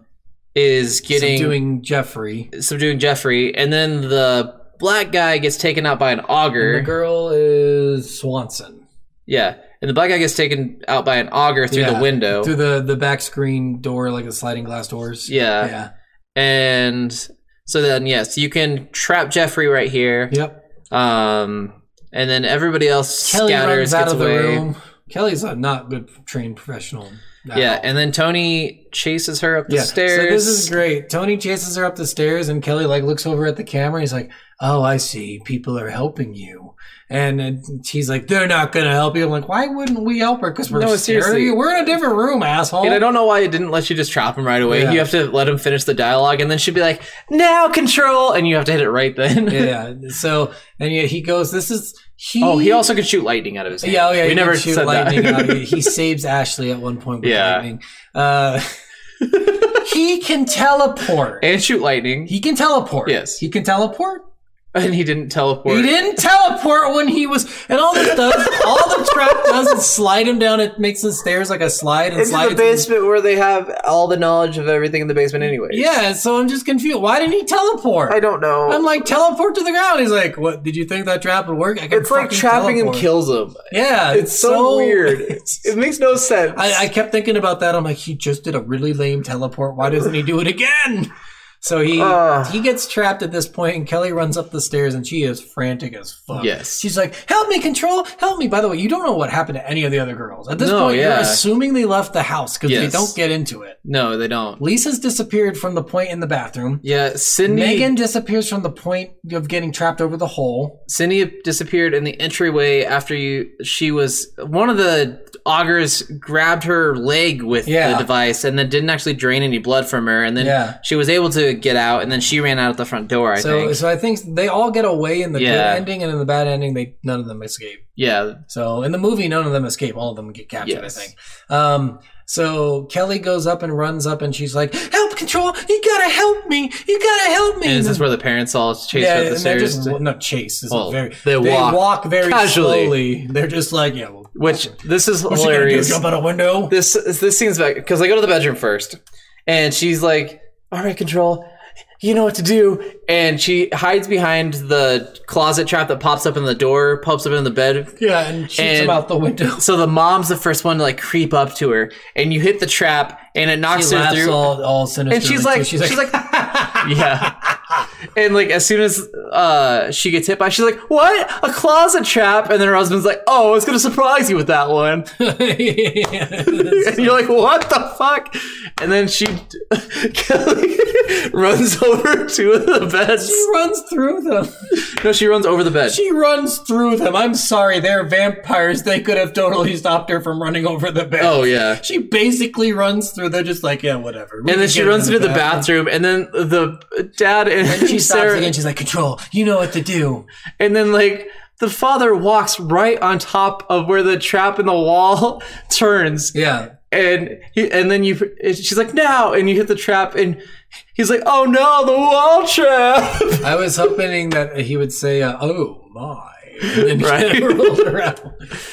[SPEAKER 1] is getting
[SPEAKER 2] doing Jeffrey.
[SPEAKER 1] subduing Jeffrey, and then the black guy gets taken out by an auger.
[SPEAKER 2] The girl is Swanson.
[SPEAKER 1] yeah, and the black guy gets taken out by an auger through
[SPEAKER 2] Yeah,
[SPEAKER 1] the window.
[SPEAKER 2] Through the the back screen door, like the sliding glass doors.
[SPEAKER 1] yeah.
[SPEAKER 2] Yeah.
[SPEAKER 1] and so then yes, you can trap Jeffrey right here.
[SPEAKER 2] Yep.
[SPEAKER 1] Um, and then everybody else
[SPEAKER 2] Kelly
[SPEAKER 1] scatters,
[SPEAKER 2] runs out
[SPEAKER 1] gets
[SPEAKER 2] of
[SPEAKER 1] away.
[SPEAKER 2] the room. Kelly's a not good trained professional. at
[SPEAKER 1] Yeah,
[SPEAKER 2] all.
[SPEAKER 1] and then Tony chases her up the stairs.
[SPEAKER 2] So this is great. Tony chases her up the stairs, and Kelly like looks over at the camera. He's like, "Oh, I see. People are helping you." And, and she's like, "They're not gonna help you." I'm like, "Why wouldn't we help her? Because we're
[SPEAKER 1] No,
[SPEAKER 2] scary.
[SPEAKER 1] seriously.
[SPEAKER 2] We're in a different room, asshole."
[SPEAKER 1] And I don't know why it didn't let you just trap him right away.
[SPEAKER 2] Yeah.
[SPEAKER 1] You have to let him finish the dialogue, and then she'd be like, "Now control," and you have to hit it right then.
[SPEAKER 2] yeah. So and yeah, he goes. This is he.
[SPEAKER 1] Oh, he also could shoot lightning out of his hand.
[SPEAKER 2] Yeah, oh, yeah.
[SPEAKER 1] we
[SPEAKER 2] he
[SPEAKER 1] never
[SPEAKER 2] can shoot
[SPEAKER 1] said
[SPEAKER 2] lightning out of it.
[SPEAKER 1] that.
[SPEAKER 2] He saves Ashley at one point with
[SPEAKER 1] Yeah.
[SPEAKER 2] lightning. Uh, he can teleport.
[SPEAKER 1] and shoot lightning,
[SPEAKER 2] He can teleport.
[SPEAKER 1] Yes.
[SPEAKER 2] He can teleport.
[SPEAKER 1] and he didn't teleport.
[SPEAKER 2] He didn't teleport when he was, and all this does, all the trap does is slide him down. It makes the stairs like a slide and slide. it to-
[SPEAKER 1] where they have all the knowledge of everything in the basement, anyway.
[SPEAKER 2] Yeah, so I'm just confused. Why didn't he teleport?
[SPEAKER 1] don't know.
[SPEAKER 2] I'm like teleport to the ground. He's like, "What? Did you think that trap would work?" I can fucking teleport.
[SPEAKER 1] kills him.
[SPEAKER 2] Yeah,
[SPEAKER 1] it makes no sense.
[SPEAKER 2] I, I kept thinking about that. I'm like, he just did a really lame teleport. Why doesn't he do it again? So he
[SPEAKER 1] Ugh.
[SPEAKER 2] he gets trapped at this point, and Kelly runs up the stairs, and she is frantic as fuck.
[SPEAKER 1] Yes.
[SPEAKER 2] she's like, "Help me, control! Help me!" By the way, you don't know what happened to any of the other girls at this
[SPEAKER 1] No,
[SPEAKER 2] point. You're
[SPEAKER 1] yeah.
[SPEAKER 2] assuming they left the house because
[SPEAKER 1] Yes.
[SPEAKER 2] they don't get into it.
[SPEAKER 1] no, they don't.
[SPEAKER 2] Lisa's disappeared from the point in the bathroom.
[SPEAKER 1] Yeah, Cindy.
[SPEAKER 2] Megan disappears from the point of getting trapped over the hole.
[SPEAKER 1] Cindy disappeared in the entryway after you. She was one of the augers grabbed her leg with
[SPEAKER 2] Yeah.
[SPEAKER 1] the device, and then didn't actually drain any blood from her. And then
[SPEAKER 2] Yeah.
[SPEAKER 1] she was able to get out, and then she ran out at the front door. I
[SPEAKER 2] so,
[SPEAKER 1] think.
[SPEAKER 2] so I think they all get away in the
[SPEAKER 1] Yeah.
[SPEAKER 2] good ending, and in the bad ending, they none of them escape.
[SPEAKER 1] Yeah,
[SPEAKER 2] So in the movie, none of them escape. All of them get captured,
[SPEAKER 1] Yes.
[SPEAKER 2] I think. Um, so Kelly goes up and runs up, and she's like, "Help, control! You gotta help me! You gotta help me!"
[SPEAKER 1] and is this where the parents all chase
[SPEAKER 2] yeah,
[SPEAKER 1] her up the
[SPEAKER 2] and they're
[SPEAKER 1] stairs?
[SPEAKER 2] just no chase. Is
[SPEAKER 1] Well,
[SPEAKER 2] very,
[SPEAKER 1] they walk
[SPEAKER 2] very
[SPEAKER 1] casually.
[SPEAKER 2] slowly. They're just like, yeah, well,
[SPEAKER 1] which this is
[SPEAKER 2] What's she gonna do?
[SPEAKER 1] hilarious.
[SPEAKER 2] Jump out a window?
[SPEAKER 1] This this scene's back because I go to the bedroom first, and she's like, "All right, control, you know what to do." And she hides behind the closet trap that pops up in the door, pops up in the bed.
[SPEAKER 2] Yeah, and shoots
[SPEAKER 1] And-
[SPEAKER 2] him out the window.
[SPEAKER 1] So the mom's the first one to like creep up to her, and you hit the trap, and it knocks
[SPEAKER 2] She
[SPEAKER 1] her
[SPEAKER 2] laughs
[SPEAKER 1] through.
[SPEAKER 2] all, all sinister.
[SPEAKER 1] and she's like, she's like, yeah. And like as soon as uh she gets hit by, she's like, "What? A closet trap?" And then her husband's like, "Oh, I was gonna surprise you with that one." and you're like, "What the fuck?" And then she Kelly runs over two of the beds.
[SPEAKER 2] she runs through them.
[SPEAKER 1] No, she runs over the bed.
[SPEAKER 2] She runs through them. I'm sorry, they're vampires. They could have totally stopped her from running over the bed.
[SPEAKER 1] oh yeah.
[SPEAKER 2] She basically runs through. They're just like, yeah, whatever. We
[SPEAKER 1] And
[SPEAKER 2] can
[SPEAKER 1] then she
[SPEAKER 2] get
[SPEAKER 1] runs into the
[SPEAKER 2] bathroom.
[SPEAKER 1] bathroom, and then the dad and,
[SPEAKER 2] And she stops
[SPEAKER 1] Sarah,
[SPEAKER 2] again. She's like, "Control, you know what to do."
[SPEAKER 1] And then like the father walks right on top of where the trap in the wall turns.
[SPEAKER 2] Yeah,
[SPEAKER 1] And he, and then you and she's like now and you hit the trap and he's like oh no the wall trap.
[SPEAKER 2] I was hoping that he would say, uh, "Oh my," and then
[SPEAKER 1] Right.
[SPEAKER 2] rolled around.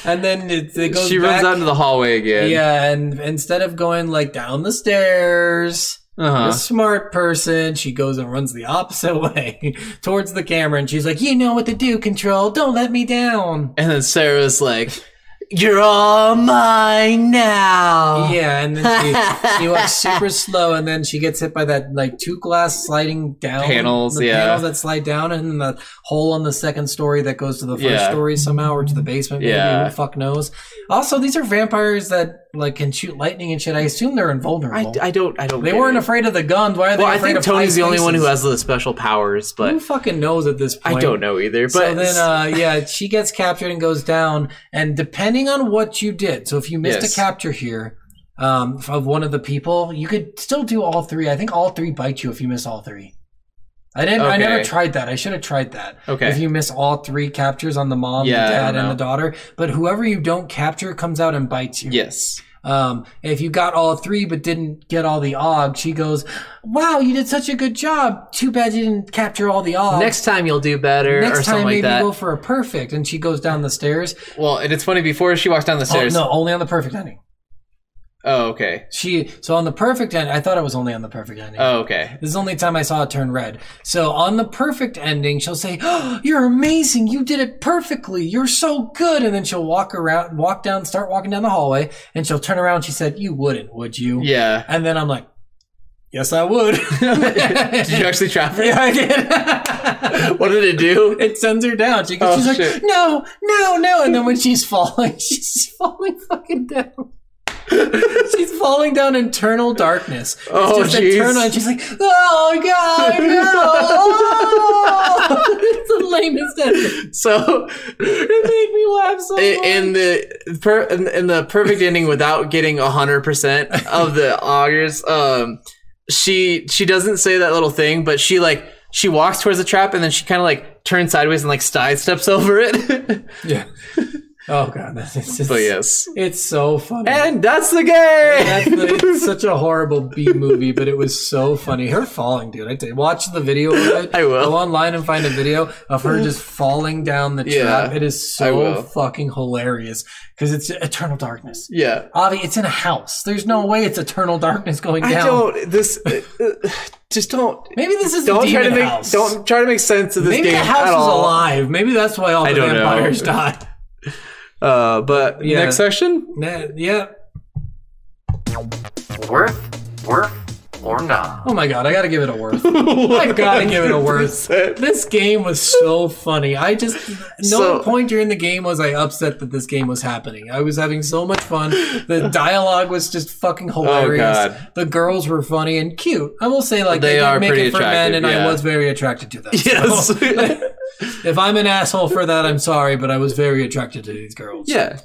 [SPEAKER 2] And then it, it goes.
[SPEAKER 1] she runs
[SPEAKER 2] back.
[SPEAKER 1] out into the hallway again.
[SPEAKER 2] Yeah, and instead of going like down the stairs,
[SPEAKER 1] Uh-huh.
[SPEAKER 2] a smart person, she goes and runs the opposite way towards the camera, and she's like, "You know what to do, Control. Don't let me down."
[SPEAKER 1] And then Sarah's like you're all mine now.
[SPEAKER 2] Yeah, and then she, she walks super slow, and then she gets hit by that like two glass sliding down
[SPEAKER 1] Panels,
[SPEAKER 2] the
[SPEAKER 1] yeah.
[SPEAKER 2] panels that slide down, and then the hole on the second story that goes to the first
[SPEAKER 1] Yeah.
[SPEAKER 2] story somehow, or to the basement. maybe,
[SPEAKER 1] Yeah.
[SPEAKER 2] who the fuck knows. Also, these are vampires that like can shoot lightning and shit. I assume they're
[SPEAKER 1] I,
[SPEAKER 2] invulnerable.
[SPEAKER 1] I don't I don't
[SPEAKER 2] they
[SPEAKER 1] get
[SPEAKER 2] weren't
[SPEAKER 1] it.
[SPEAKER 2] afraid of the guns. Why are they?
[SPEAKER 1] Well, I
[SPEAKER 2] afraid
[SPEAKER 1] think
[SPEAKER 2] of
[SPEAKER 1] Tony's
[SPEAKER 2] high
[SPEAKER 1] the only one who
[SPEAKER 2] spaces?
[SPEAKER 1] has the special powers,
[SPEAKER 2] Who
[SPEAKER 1] but
[SPEAKER 2] fucking knows at this point?
[SPEAKER 1] I don't know either. But
[SPEAKER 2] So then, uh, yeah, she gets captured and goes down. And depending on what you did, so if you missed
[SPEAKER 1] Yes.
[SPEAKER 2] a capture here um, of one of the people, you could still do all three. I think all three bite you if you miss all three. I didn't. I never
[SPEAKER 1] Okay.
[SPEAKER 2] tried that. I should have tried that.
[SPEAKER 1] Okay.
[SPEAKER 2] If you miss all three captures on the mom,
[SPEAKER 1] Yeah, I
[SPEAKER 2] the dad,
[SPEAKER 1] don't
[SPEAKER 2] and
[SPEAKER 1] know.
[SPEAKER 2] the daughter, but whoever you don't capture comes out and bites you.
[SPEAKER 1] yes.
[SPEAKER 2] Um, if you got all three but didn't get all the og, she goes, "Wow, you did such a good job. Too bad you didn't capture all the og."
[SPEAKER 1] Next time you'll do better
[SPEAKER 2] Oh. Next
[SPEAKER 1] or
[SPEAKER 2] time,
[SPEAKER 1] something like
[SPEAKER 2] maybe
[SPEAKER 1] that.
[SPEAKER 2] go for a perfect. And she goes down the stairs.
[SPEAKER 1] Well, and it's funny. Before she walks down the
[SPEAKER 2] Oh,
[SPEAKER 1] stairs.
[SPEAKER 2] no, only on the perfect ending.
[SPEAKER 1] Oh, okay.
[SPEAKER 2] She so on the perfect end. I thought it was only on the perfect ending.
[SPEAKER 1] Oh, okay.
[SPEAKER 2] This is the only time I saw it turn red. So on the perfect ending, she'll say, oh, "You're amazing. You did it perfectly. You're so good." And then she'll walk around, walk down, start walking down the hallway, and she'll turn around. She said, "You wouldn't, would you?"
[SPEAKER 1] Yeah.
[SPEAKER 2] And then I'm like, "Yes, I would."
[SPEAKER 1] Did you actually trap her?
[SPEAKER 2] yeah, I did.
[SPEAKER 1] What did it do?
[SPEAKER 2] it sends her down. She, goes
[SPEAKER 1] Oh,
[SPEAKER 2] she's like,
[SPEAKER 1] shit.
[SPEAKER 2] no, no, no. And then when she's falling, she's falling fucking down. she's falling down internal darkness. It's
[SPEAKER 1] Oh,
[SPEAKER 2] just
[SPEAKER 1] jeez.
[SPEAKER 2] internal. And she's like, oh, God, no. Oh." it's the lamest ending.
[SPEAKER 1] So,
[SPEAKER 2] It made me laugh so
[SPEAKER 1] in,
[SPEAKER 2] much.
[SPEAKER 1] in the per, in, in the perfect ending, without getting hundred percent of the augers, um, she she doesn't say that little thing, but she like she walks towards the trap and then she kind of like turns sideways and like sidesteps over it.
[SPEAKER 2] yeah. Oh, God. That's, it's, it's,
[SPEAKER 1] but yes,
[SPEAKER 2] it's so funny.
[SPEAKER 1] and that's the game.
[SPEAKER 2] That's the- it's such a horrible B movie, but it was so funny. Her falling, dude. I tell you, watch the video of it.
[SPEAKER 1] I will.
[SPEAKER 2] Go online and find a video of her just falling down the
[SPEAKER 1] Yeah,
[SPEAKER 2] trap. It is
[SPEAKER 1] I
[SPEAKER 2] so
[SPEAKER 1] will.
[SPEAKER 2] fucking hilarious because it's eternal darkness.
[SPEAKER 1] yeah.
[SPEAKER 2] Avi, it's in a house. There's no way it's eternal darkness going down.
[SPEAKER 1] I don't. This uh, just don't.
[SPEAKER 2] Maybe this is
[SPEAKER 1] Don't
[SPEAKER 2] the
[SPEAKER 1] try
[SPEAKER 2] demon
[SPEAKER 1] to make.
[SPEAKER 2] house.
[SPEAKER 1] Don't try to make sense of this
[SPEAKER 2] Maybe
[SPEAKER 1] game
[SPEAKER 2] the house
[SPEAKER 1] at
[SPEAKER 2] is
[SPEAKER 1] all.
[SPEAKER 2] alive. Maybe that's why all the
[SPEAKER 1] don't know.
[SPEAKER 2] vampires died.
[SPEAKER 1] Uh, but
[SPEAKER 2] Yeah.
[SPEAKER 1] next section.
[SPEAKER 2] Nah, yeah.
[SPEAKER 7] Worth, worth, or not.
[SPEAKER 2] Oh my god, I gotta give it a worth. Oh I gotta give it a worth.
[SPEAKER 1] 100%.
[SPEAKER 2] This game was so funny. I just no
[SPEAKER 1] So-
[SPEAKER 2] point during the game was I upset that this game was happening. I was having so much fun. The dialogue was just fucking hilarious.
[SPEAKER 1] Oh, God.
[SPEAKER 2] The girls were funny and cute. I will say, like
[SPEAKER 1] They
[SPEAKER 2] they, did
[SPEAKER 1] are
[SPEAKER 2] make
[SPEAKER 1] pretty
[SPEAKER 2] it for men,
[SPEAKER 1] attractive,
[SPEAKER 2] and I
[SPEAKER 1] yeah.
[SPEAKER 2] was very attracted to them.
[SPEAKER 1] Yes.
[SPEAKER 2] So, if I'm an asshole for that, I'm sorry, but I was very attracted to these girls.
[SPEAKER 1] yeah.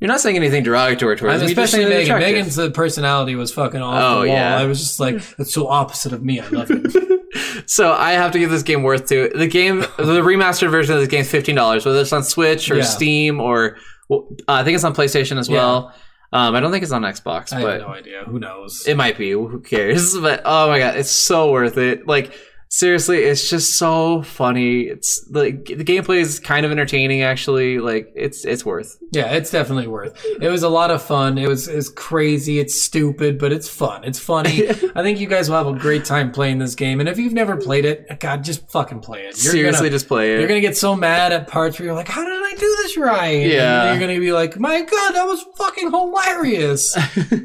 [SPEAKER 1] You're not saying anything derogatory towards
[SPEAKER 2] I'm
[SPEAKER 1] them, you just
[SPEAKER 2] especially
[SPEAKER 1] say they're
[SPEAKER 2] Megan.
[SPEAKER 1] attractive.
[SPEAKER 2] Megan's uh, personality was fucking off
[SPEAKER 1] Oh,
[SPEAKER 2] the wall.
[SPEAKER 1] yeah.
[SPEAKER 2] I was just like, that's so opposite of me. I love it.
[SPEAKER 1] So I have to give this game worth to the game. The remastered version of this game is fifteen dollars, whether it's on Switch or
[SPEAKER 2] Yeah.
[SPEAKER 1] Steam or uh, I think it's on PlayStation as well. Um, I don't think it's on Xbox,
[SPEAKER 2] I
[SPEAKER 1] but
[SPEAKER 2] have no idea. Who knows?
[SPEAKER 1] It might be. Who cares? But oh my god, it's so worth it. Like seriously, it's just so funny. It's like the gameplay is kind of entertaining actually. Like it's it's worth.
[SPEAKER 2] Yeah, it's definitely worth. It was a lot of fun. It was it's crazy, it's stupid, but it's fun. It's funny. I think you guys will have a great time playing this game. And if you've never played it, God, just fucking play it. You're
[SPEAKER 1] seriously,
[SPEAKER 2] gonna,
[SPEAKER 1] just play it.
[SPEAKER 2] you're gonna get so mad at parts where you're like, "How did I do this right?" And
[SPEAKER 1] Yeah.
[SPEAKER 2] you're gonna be like, "My God, that was fucking hilarious."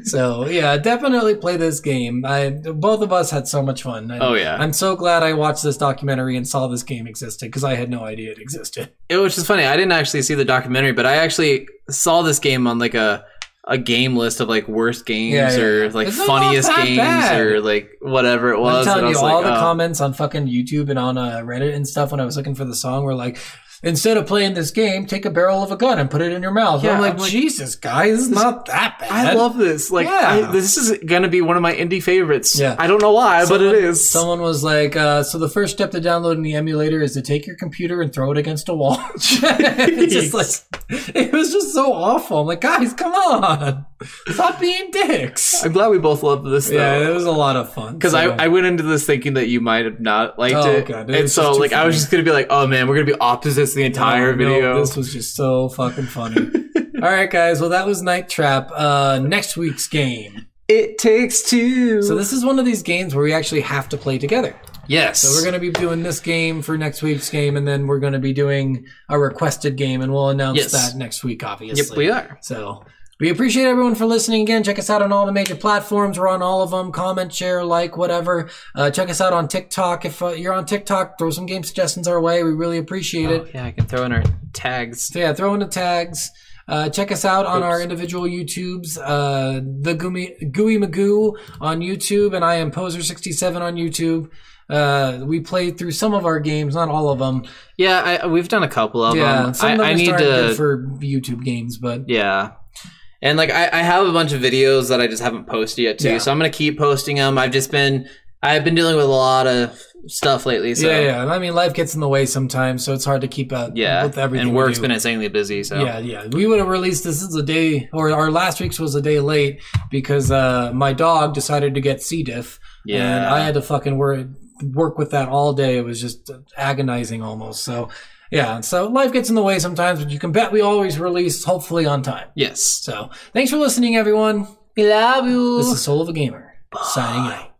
[SPEAKER 2] so yeah, definitely play this game. I both of us had so much fun. And
[SPEAKER 1] Oh, yeah.
[SPEAKER 2] I'm so glad I watched this documentary and saw this game existed because I had no idea it existed.
[SPEAKER 1] it was just funny. I didn't actually see the documentary, but I actually saw this game on like a a game list of like worst games
[SPEAKER 2] Yeah, yeah,
[SPEAKER 1] or
[SPEAKER 2] yeah.
[SPEAKER 1] like
[SPEAKER 2] It's not
[SPEAKER 1] funniest
[SPEAKER 2] that
[SPEAKER 1] games
[SPEAKER 2] bad.
[SPEAKER 1] or like whatever it
[SPEAKER 2] I'm
[SPEAKER 1] was. and
[SPEAKER 2] telling
[SPEAKER 1] I
[SPEAKER 2] you,
[SPEAKER 1] was like,
[SPEAKER 2] all the
[SPEAKER 1] oh.
[SPEAKER 2] comments on fucking YouTube and on uh, Reddit and stuff when I was looking for the song were like, instead of playing this game, take a barrel of a gun and put it in your mouth.
[SPEAKER 1] Yeah,
[SPEAKER 2] I'm, like,
[SPEAKER 1] I'm like,
[SPEAKER 2] Jesus, guys, it's not that bad.
[SPEAKER 1] I love this. Like,
[SPEAKER 2] Yeah.
[SPEAKER 1] I, this is gonna be one of my indie favorites.
[SPEAKER 2] Yeah.
[SPEAKER 1] I don't know why, but it
[SPEAKER 2] Someone-
[SPEAKER 1] is.
[SPEAKER 2] uh, Someone was like, uh, "So the first step to downloading the emulator is to take your computer and throw it against a wall." it's just like it was just so awful. I'm like, guys, come on, stop being dicks.
[SPEAKER 1] I'm glad we both love this.
[SPEAKER 2] Yeah, it
[SPEAKER 1] though.
[SPEAKER 2] was a lot of fun.
[SPEAKER 1] Because
[SPEAKER 2] so-
[SPEAKER 1] I, I went into this thinking that you might have not liked
[SPEAKER 2] Oh,
[SPEAKER 1] it,
[SPEAKER 2] God, it
[SPEAKER 1] and
[SPEAKER 2] was
[SPEAKER 1] so
[SPEAKER 2] just too
[SPEAKER 1] like I was
[SPEAKER 2] funny.
[SPEAKER 1] just gonna be like, oh man, we're gonna be opposites the entire
[SPEAKER 2] Oh, no,
[SPEAKER 1] video.
[SPEAKER 2] this was just so fucking funny. All right, guys. Well, that was Night Trap. Uh, next week's game.
[SPEAKER 1] it takes two.
[SPEAKER 2] So this is one of these games where we actually have to play together.
[SPEAKER 1] yes,
[SPEAKER 2] So we're going to be doing this game for next week's game, and then we're going to be doing a requested game, and we'll announce
[SPEAKER 1] Yes.
[SPEAKER 2] that next week, obviously.
[SPEAKER 1] Yep, we are.
[SPEAKER 2] So we appreciate everyone for listening again. Check us out on all the major platforms. We're on all of them. Comment, share, like, whatever. Uh, check us out on TikTok. If uh, you're on TikTok, throw some game suggestions our way. We really appreciate it.
[SPEAKER 1] Oh, yeah, I can throw in our tags.
[SPEAKER 2] So yeah, throw in the tags. Uh, check us out on our individual YouTubes. Uh, the Goomy, Gooey Magoo on YouTube, and I am Poser67 on YouTube. Uh, we played through some of our games, not all of them.
[SPEAKER 1] Yeah, I, we've done a couple of
[SPEAKER 2] Yeah,
[SPEAKER 1] them.
[SPEAKER 2] some of
[SPEAKER 1] I,
[SPEAKER 2] them
[SPEAKER 1] I
[SPEAKER 2] are
[SPEAKER 1] need
[SPEAKER 2] starting to
[SPEAKER 1] to.
[SPEAKER 2] good for YouTube games, but
[SPEAKER 1] yeah. And like I, I have a bunch of videos that I just haven't posted yet too,
[SPEAKER 2] Yeah.
[SPEAKER 1] so I'm gonna keep posting them. I've just been I've been dealing with a lot of stuff lately. So
[SPEAKER 2] yeah, yeah. And I mean, life gets in the way sometimes, so it's hard to keep up
[SPEAKER 1] yeah.
[SPEAKER 2] with everything.
[SPEAKER 1] and
[SPEAKER 2] we
[SPEAKER 1] work's
[SPEAKER 2] do.
[SPEAKER 1] been insanely busy. So
[SPEAKER 2] Yeah, yeah. We would have released this is a day, or our last week's was a day late because uh, my dog decided to get C diff. And
[SPEAKER 1] Yeah.
[SPEAKER 2] I had to fucking work, work with that all day. It was just agonizing almost. So, yeah. So life gets in the way sometimes, but you can bet we always release, hopefully on time.
[SPEAKER 1] yes.
[SPEAKER 2] So thanks for listening, everyone.
[SPEAKER 1] We love you.
[SPEAKER 2] This is Soul of a Gamer signing out.